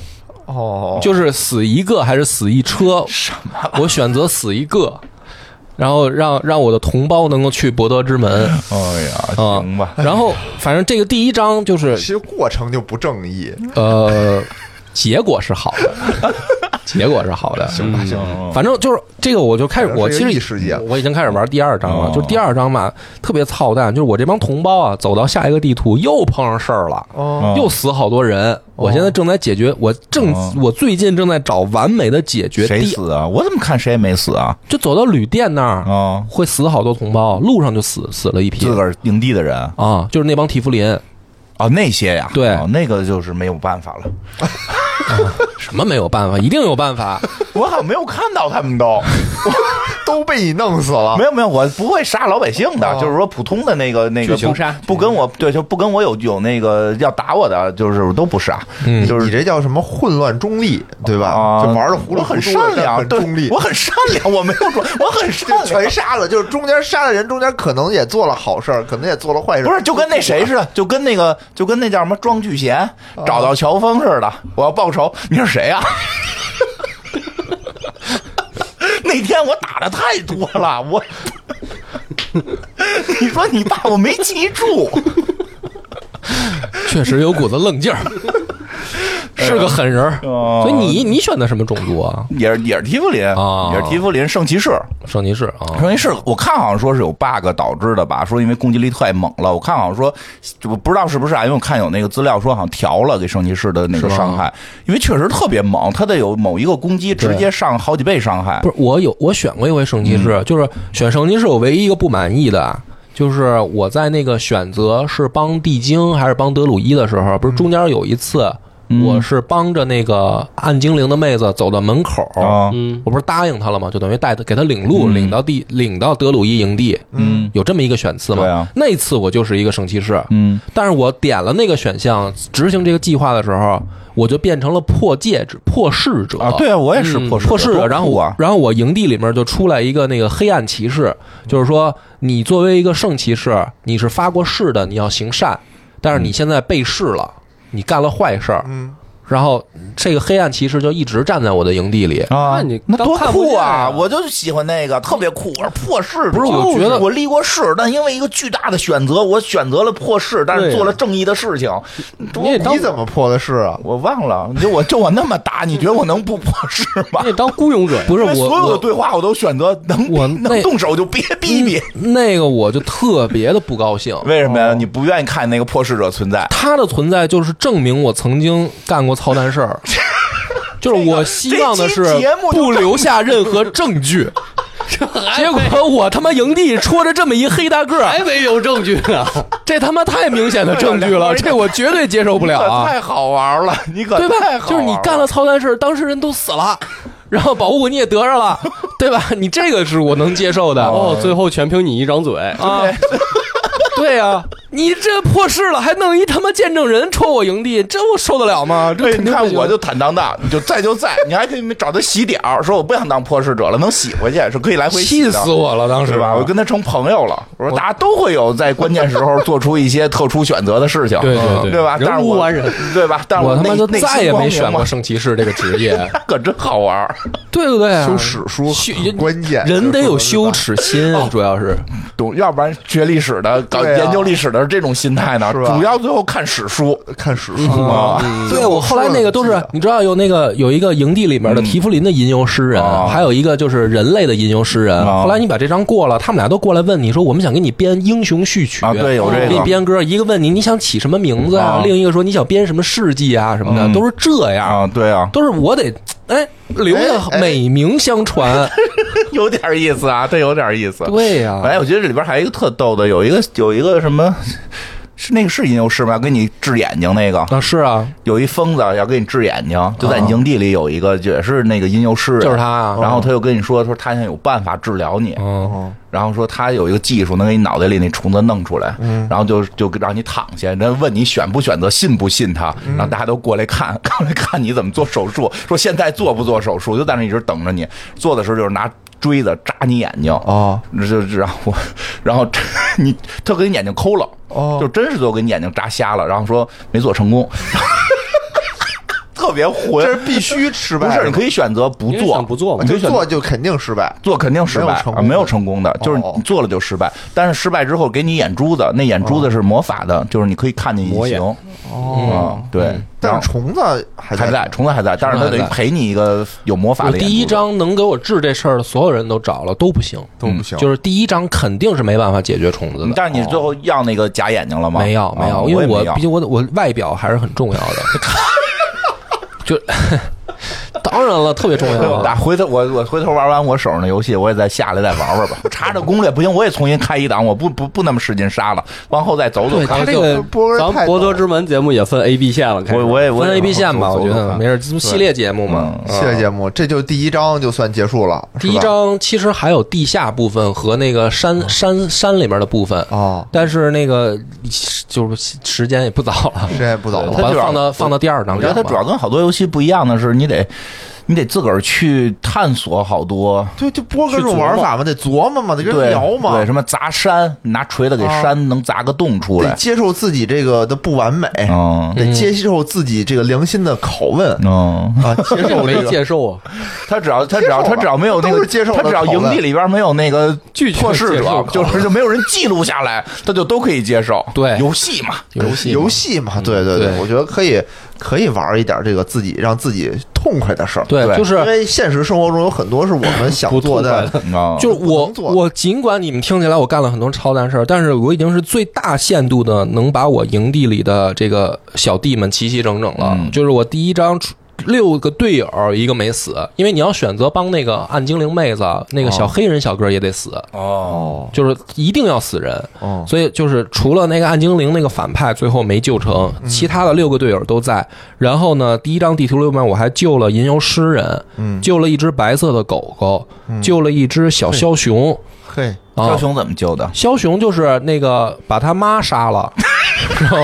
C: 哦，
A: 就是死一个还是死一车？我选择死一个，然后让让我的同胞能够去博德之门。
E: 哎呀，
A: 啊
E: 行吧，
A: 然后，反正这个第一章就是
C: 其实过程就不正义。
A: 呃，结果是好的， 结果是好的。行吧，行，反正就是这个，我就开始，我其
C: 反正是一个
A: 实
C: 异世界
A: 我已经开始玩第二章了。
E: 哦
A: 就第二章嘛，特别操蛋，就是我这帮同胞啊，走到下一个地图又碰上事儿了。
C: 哦，
E: 嗯
A: 又死好多人，我现在正在解决，我正
E: 哦
A: 我最近正在找完美的解决。
E: 谁
A: 第
E: 死啊？我怎么看谁没死啊？
A: 就走到旅店那儿，
E: 啊，
A: 会死好多同胞，路上就死死了一批
E: 自个儿营地的人啊
A: 啊，就是那帮提夫林，，
E: 哦那些呀，
A: 对
E: 哦那个就是没有办法了。
A: 什么没有 办法，一定有办法。
E: 我好像没有看到他们都，
C: 都被你弄死
D: 啊
C: 了
E: 没。有没有，我不会杀老百姓的，就是说普通的那个那个
D: 哦剧情
E: 不
D: 杀嗯
E: 不跟我对，就不跟我有有那个要打我的，就是都不杀，
A: 嗯
E: 就是
C: 你这叫什么混乱中立，对吧？
E: 啊，
C: 就玩的糊里
E: 我
C: 糊
E: 很
C: 涂的，
E: 善良，
C: 很
E: 对
C: 中立
E: 我。很善良，我没有装，我很善
C: 就
E: 良。
C: 全杀了，就是中间杀了人，中间可能也做了好事儿，可能也做了坏事儿。
E: 不是，就跟那谁似的，就跟那个，就跟那叫什么庄聚贤
C: 哦
E: 找到乔峰似的，我要报仇。你是谁啊？ 那天我打的太多了，我， 你说你爸我没记住，
A: 确实有股子愣劲 儿，是个狠人儿。
E: 哦
A: 所以你你选的什么种族啊？
E: 也是也是提夫林，
A: 哦
E: 也是提夫林圣骑士。
A: 圣骑士啊，
E: 圣骑士，我看好像说是有 bug 导致的吧，说因为攻击力太猛了。我看好像说，我不知道是不是啊，因为我看有那个资料说好像调了给圣骑士的那
A: 是
E: 个
A: 吗
E: 伤害，因为确实特别猛，他的有某一个攻击直接上好几倍伤害
A: 不。是我有我选过一回圣骑
E: 嗯
A: 士，就是选圣骑士，我唯一一个不满意的。就是我在那个选择是帮地精还是帮德鲁伊的时候，不是中间有一次，
E: 嗯
A: 我是帮着那个暗精灵的妹子走到门口，
E: 啊，
D: 嗯，
A: 我不是哦答应她了吗？就等于带她给她领路，领到地领到德鲁伊营地，
E: 嗯
A: 有这么一个选次吗？
E: 对啊
A: 那次我就是一个圣骑士，
E: 嗯，
A: 但是我点了那个选项，执行这个计划的时候，我就变成了破戒指、破事者
E: 啊，对啊，我也是
A: 嗯
E: 破
A: 破事
E: 者，
A: 者。
E: 啊
A: 然后
E: 我
A: 我，然后我营地里面就出来一个那个黑暗骑士，
E: 嗯
A: 就是说你作为一个圣骑士，你是发过誓的，你要行善，但是你现在被誓了，你干了坏事儿。
C: 嗯，
A: 然后这个黑暗骑士就一直站在我的营地里，
E: 啊，
D: 那你
E: 那
D: 当
E: 多
D: 看不
E: 酷
D: 见
E: 啊！
D: 啊
E: 我就喜欢那个，特别酷。我是破事，
A: 不是我
E: 就
A: 觉得
E: 我立过誓，但因为一个巨大的选择，我选择了破事，但是
D: 对
E: 做了正义的事情。
D: 你也当
C: 你怎么破的事啊？
E: 我忘了，就我就我那么打，你觉得我能不破事吗
D: 你？得当孤勇者呀，
A: 不是
E: 因为
A: 我
E: 所有的
A: 我
E: 对话我都选择能
A: 我
E: 能
A: 那嗯
E: 动手就别逼逼。
A: 那个我就特别的不高 兴。
E: 为什么呀？你不愿意看那个破事者存在？
A: 哦他的存在就是证明我曾经干过操蛋事儿， 就是我希望的是
E: 这期节目就
A: 不留下任何证 据。
D: 哎
A: 结果我他妈营地戳着这么一黑大个儿，
D: 还没有证据呢。
A: 这他妈太明显的证据了，这我绝对接受不了
E: 你可
A: 啊，
E: 太好玩了，你可
A: 对
E: 太
A: 吧？
E: 好玩
A: 就是你干了操蛋事儿，当事人都死了，然后保护你也得着了，对吧？你这个是我能接受的。
D: 哦，最后全凭你一张嘴。
A: 啊，对啊，你这破事了，还弄一他妈见证人戳我营地，这我受得了吗？这
E: 对，
A: 肯
E: 哎你
A: 定不
E: 看
A: 行
E: 我就坦荡荡，你就在就在，你还可以找他洗点儿，说我不想当破事者了，能洗回去是可以来回洗
A: 气
E: 的
A: 死我了，当时
E: 是吧？我跟他成朋友了。我说大家都会有在关键时候做出一些特殊选择的 事情，
D: 对对对
E: 对吧？
D: 人
E: 但是
D: 无
E: 我
D: 完人，
E: 对吧？但是
A: 我他妈
E: 内
A: 就
E: 内心
A: 再也
E: 光
A: 没
E: 明
A: 选
E: 嘛
A: 过圣骑士这个职 业，
E: 可真好玩儿。
A: 对不对啊？
C: 修史书
A: 修
C: 很关键，
A: 人得有羞
C: 耻。
A: 耻心，
E: 哦
A: 主要是
E: 懂，要不然学历史的、搞
C: 对啊
E: 研究历史的是这种心态呢，
C: 是吧
E: 主要最后看史书
C: 看史书
E: 啊
C: 啊，
A: 嗯 对我后来那个都是，你知道有那个有一个营地里面的提夫林的吟游诗人
E: 嗯哦，
A: 还有一个就是人类的吟游诗人。
E: 哦
A: 后来你把这张过了，他们俩都过来问你说，我们想给你编英雄序曲
E: 啊对有这个
A: 给你编歌。一个问你你想起什么名字
E: 啊
A: 啊，另一个说你想编什么事迹啊什么
E: 嗯
A: 的，都是这样，
E: 啊，对啊，
A: 都是我得哎留下
C: 哎哎
A: 美名相传。
E: 有点意思啊，这有点意思。
A: 对呀，
E: 哎，我觉得这里边还有一个特逗的，有一个有一个什么。是那个是吟游诗吗？要给你治眼睛那个，
A: 啊，是啊，
E: 有一疯子要给你治眼睛，就在你营地里有一个也啊是哦那个吟游诗人，
A: 就是他啊
E: 然后他又跟你说，说他现在有办法治疗你，
A: 嗯，
E: 然后说他有一个技术能给你脑袋里那虫子弄出来，然后就就让你躺下，人家问你选不选择，信不信他，然后大家都过来看， 过来看你怎么做手术，说现在做不做手术，就在那一直等着你，做的时候就是拿。锥子扎你眼睛
C: 哦，
E: 就然后我，然后 你他给你眼睛抠了，
C: 哦
E: 就真是最后给你眼睛扎瞎了，然后说没做成功， 特别混
C: 这。是必须失败
E: 不
C: 的，
E: 是，你可以选择不
D: 因为
E: 做，
D: 想不做嘛
E: 你可
C: 就
E: 以选择
C: 做就肯定失败。
E: 做肯定失败
C: 没有成功
E: 啊，
C: 的
E: 没有成功的，就是
C: 哦
E: 你做了就失败。但是失败之后给你眼珠子，那眼
C: 哦
E: 珠子是魔法的，就是你可以看见
D: 魔
E: 隐
D: 眼
E: 形。
A: 嗯
E: 哦，对，
C: 但
E: 然
C: 是
E: 后
C: 虫子还
E: 还在，虫子还在，但是它
A: 虫子还
E: 等
A: 在
E: 于赔你一个有魔法
A: 我
E: 的眼珠子。
A: 第一章能给我治这事儿的所有人都找了，都不行，
B: 都不行，
A: 嗯就是第一章肯定是没办法解决虫子
E: 嗯，
A: 的。
E: 但是你最后要那个假眼睛了吗？
A: 哦没有
E: 哦
A: 没有，
E: 我
A: 因为
E: 也没
A: 我
E: 要
A: 毕 竟我的我外表还是很重要的， 就 当然了，特别重要
E: 打
A: 啊。
E: 回头我我回头玩完我手上的游戏，我也再下来再玩玩吧。我查查攻略不行，我也重新开一档，我不不不那么使劲杀了，往后再走走
A: 对
E: 看
A: 他
E: 看。
A: 这个
C: 波哥
D: 咱们
C: 太
D: 博德之门节目也分 A、B 线了，开始
E: 我我也我
A: 分
E: 也
A: A B 线吧，我
E: 走走
A: 觉
E: 走
A: 得
E: 看
A: 没事，这不系列节目嘛。
E: 嗯
A: 嗯
C: 谢谢节目，这就第一章就算结束了。
A: 第一
C: 是吧
A: 章其实还有地下部分和那个
E: 嗯
A: 山山山里面的部分，
C: 哦，
A: 但是那个就是时间也不早了，
C: 时间也不早
A: 我
E: 对哦
C: 了
E: 它
A: 把它
E: 主要
A: 放到放到第二章
E: 我
A: 里
E: 觉
A: 吧。
E: 得它主要跟好多游戏不一样的是，你得你得自个儿去探索好多。
C: 对，就波哥这种玩法嘛，得琢磨嘛，得跟人
E: 对
C: 聊嘛
E: 对，，什么砸山，你拿锤子给
C: 啊
E: 山能砸个洞出
C: 得
E: 来。
C: 接受自己这个的不完美，
A: 啊
E: 嗯
C: 得接受自己这个良心的拷问
E: 嗯，
C: 啊，接受 这
D: 没
C: 个。
D: 接受啊，
E: 他只要他只要
C: 接受
E: 他
C: 了
E: 只要没有那
C: 都
E: 个，
C: 是接受
E: 他
C: 的
E: 只要
C: 拷
E: 营
C: 问
E: 地里边没有那个
D: 拒绝
E: 破事
D: 接受
E: 者
D: 拷，
E: 就是就没有人记录下来，他就都可以接受。
A: 对
E: 游戏嘛，
A: 游戏
C: 游戏嘛，对对
A: 对
C: 我觉得可以可以玩一点这个自己让自己痛快的事儿。
A: 对，
E: 对
A: 就是
C: 因为现实生活中有很多是我们想
D: 不
C: 做
D: 痛快
C: 的，
D: 的。
E: 啊，
A: 就是我
C: 能做
A: 我尽管你们听起来我干了很多超难事儿，但是我已经是最大限度的能把我营地里的这个小弟们齐齐整整了。
E: 嗯
A: 就是我第一章出六个队友一个没死，因为你要选择帮那个暗精灵妹子，那个小黑人小哥也得死，
E: 哦，
A: 就是一定要死人。
C: 哦
A: 所以就是除了那个暗精灵那个反派最后没救成，其他的六个队友都在。然后呢，第一张地图里面我还救了吟游诗人，
C: 嗯
A: 救了一只白色的狗狗，
E: 嗯
A: 救了一只小枭雄。
C: 嘿，
E: 枭
A: 啊，
E: 雄怎么救的？
A: 枭雄就是那个把他妈杀了， 然后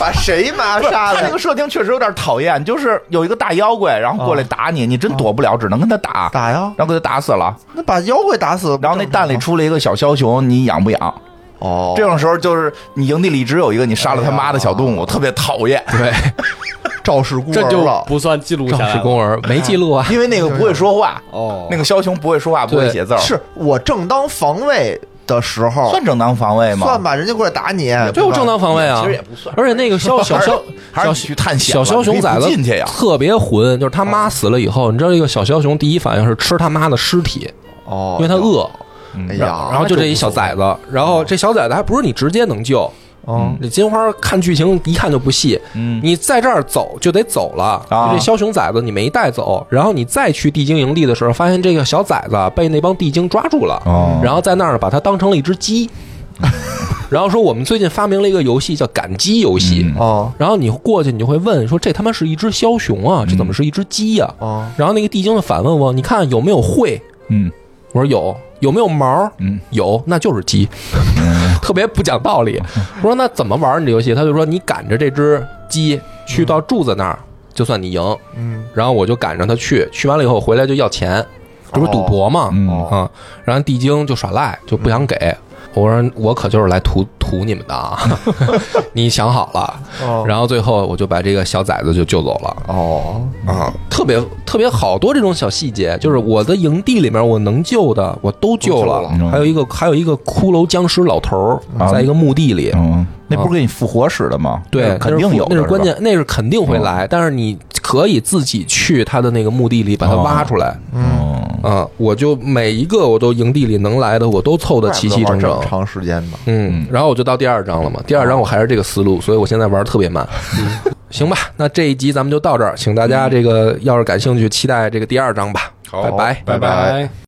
C: 把谁妈
E: 不是
C: 杀
E: 他这
C: 了
E: 个？设定确实有点讨厌，就是有一个大妖怪，然后过来打你，你真躲不了，只能跟他哦打，
C: 打呀！
E: 然后给他打死了。
C: 那把妖怪打死，
E: 然后那蛋里
C: 不
E: 出了一个小枭雄，你养不养？
C: 正常吗哦，
E: 这种时候就是你营地里只有一个你杀了他妈的小动物，特别讨厌，
A: 对，
C: 肇事孤
D: 这
C: 儿
D: 就
C: 了，
D: 不算记录
E: 啊
D: 下
A: 赵
D: 来
A: 氏
D: 了。
A: 公儿没记录啊，
E: 因为那个不会说话，
D: 哦，
E: 那个枭雄不会说话，不会写字儿，
C: 是我正当防卫的时候，
E: 算正当防卫吗？
C: 算，吧，人家过来打你，
A: 这
C: 对
A: 有
C: 吧
A: 正当防卫啊，
E: 其实也不算
A: 而且那个小小枭
E: 还是
A: 小
E: 你去探险
A: 小
E: 吧
A: 枭雄崽子
E: 你可以不进去呀哦
A: 特别混，就是他妈死了以后，你知道这个小枭雄第一反应是吃他妈的尸体，
C: 哦
A: 因，为他饿，
C: 哎
A: 然
C: 呀，
A: 然后就这一小崽子，然
E: 哦
A: 后这小崽子还不是你直接能救。
C: 嗯，
A: 这金花看剧情一看就不细，
E: 嗯，
A: 你在这儿走就得走了，
E: 啊
A: 就这枭雄崽子你没带走，然后你再去地精营地的时候，发现这个小崽子被那帮地精抓住了，
E: 哦
A: 然后在那儿把他当成了一只 鸡，然后说我们最近发明了一个游戏叫赶鸡游戏，
E: 嗯
C: 哦
A: 然后你过去你就会问说这他妈是一只枭雄啊，这怎
E: 嗯
A: 么是一只鸡呀、
C: 哦，
A: 然后那个地精就反问我，你看有没有喙？
E: 嗯
A: 我说有，有没有毛？
E: 嗯，
A: 有，那就是 鸡，特别不讲道理。我说那怎么玩你这游戏？他就说你赶着这只鸡去到柱子那儿，就算你赢。
C: 嗯，哦
A: 然后我就赶着他去，去完了以后回来就要钱，这不是赌博嘛？
E: 嗯
A: 啊、然后地精就耍赖，就不想给。我说我可就是来图图你们的 啊！你想好了，
C: 哦
A: 然后最后我就把这个小崽子就救走了。
C: 哦，
A: 啊，特别特别好多这种小细节，就是我的营地里面我能救的我都救了，
E: 都救了
A: 还有一个还有一个骷髅僵尸老头儿、
E: 嗯啊
A: 在一个墓地里，
E: 嗯，那不是给你复活使的吗？
A: 对，
E: 肯定有
A: 那
E: 的，
A: 是那是关
E: 吧哦
A: 键，那是肯定会来，但是你可以自己去他的那个墓地里把它
E: 哦
A: 挖出来。
E: 嗯，
A: 啊，我就每一个我都营地里能来的我都凑的齐齐整
C: 怪不得玩
A: 整
C: 这么。长时间呢。
A: 嗯，然后我就到第二章了嘛。第二章我还是这个思路，所以我现在玩得特别慢。行吧，那这一集咱们就到这儿，请大家这个要是感兴趣，期待这个第二章吧。
E: 好
A: 拜拜。
E: 拜
D: 拜。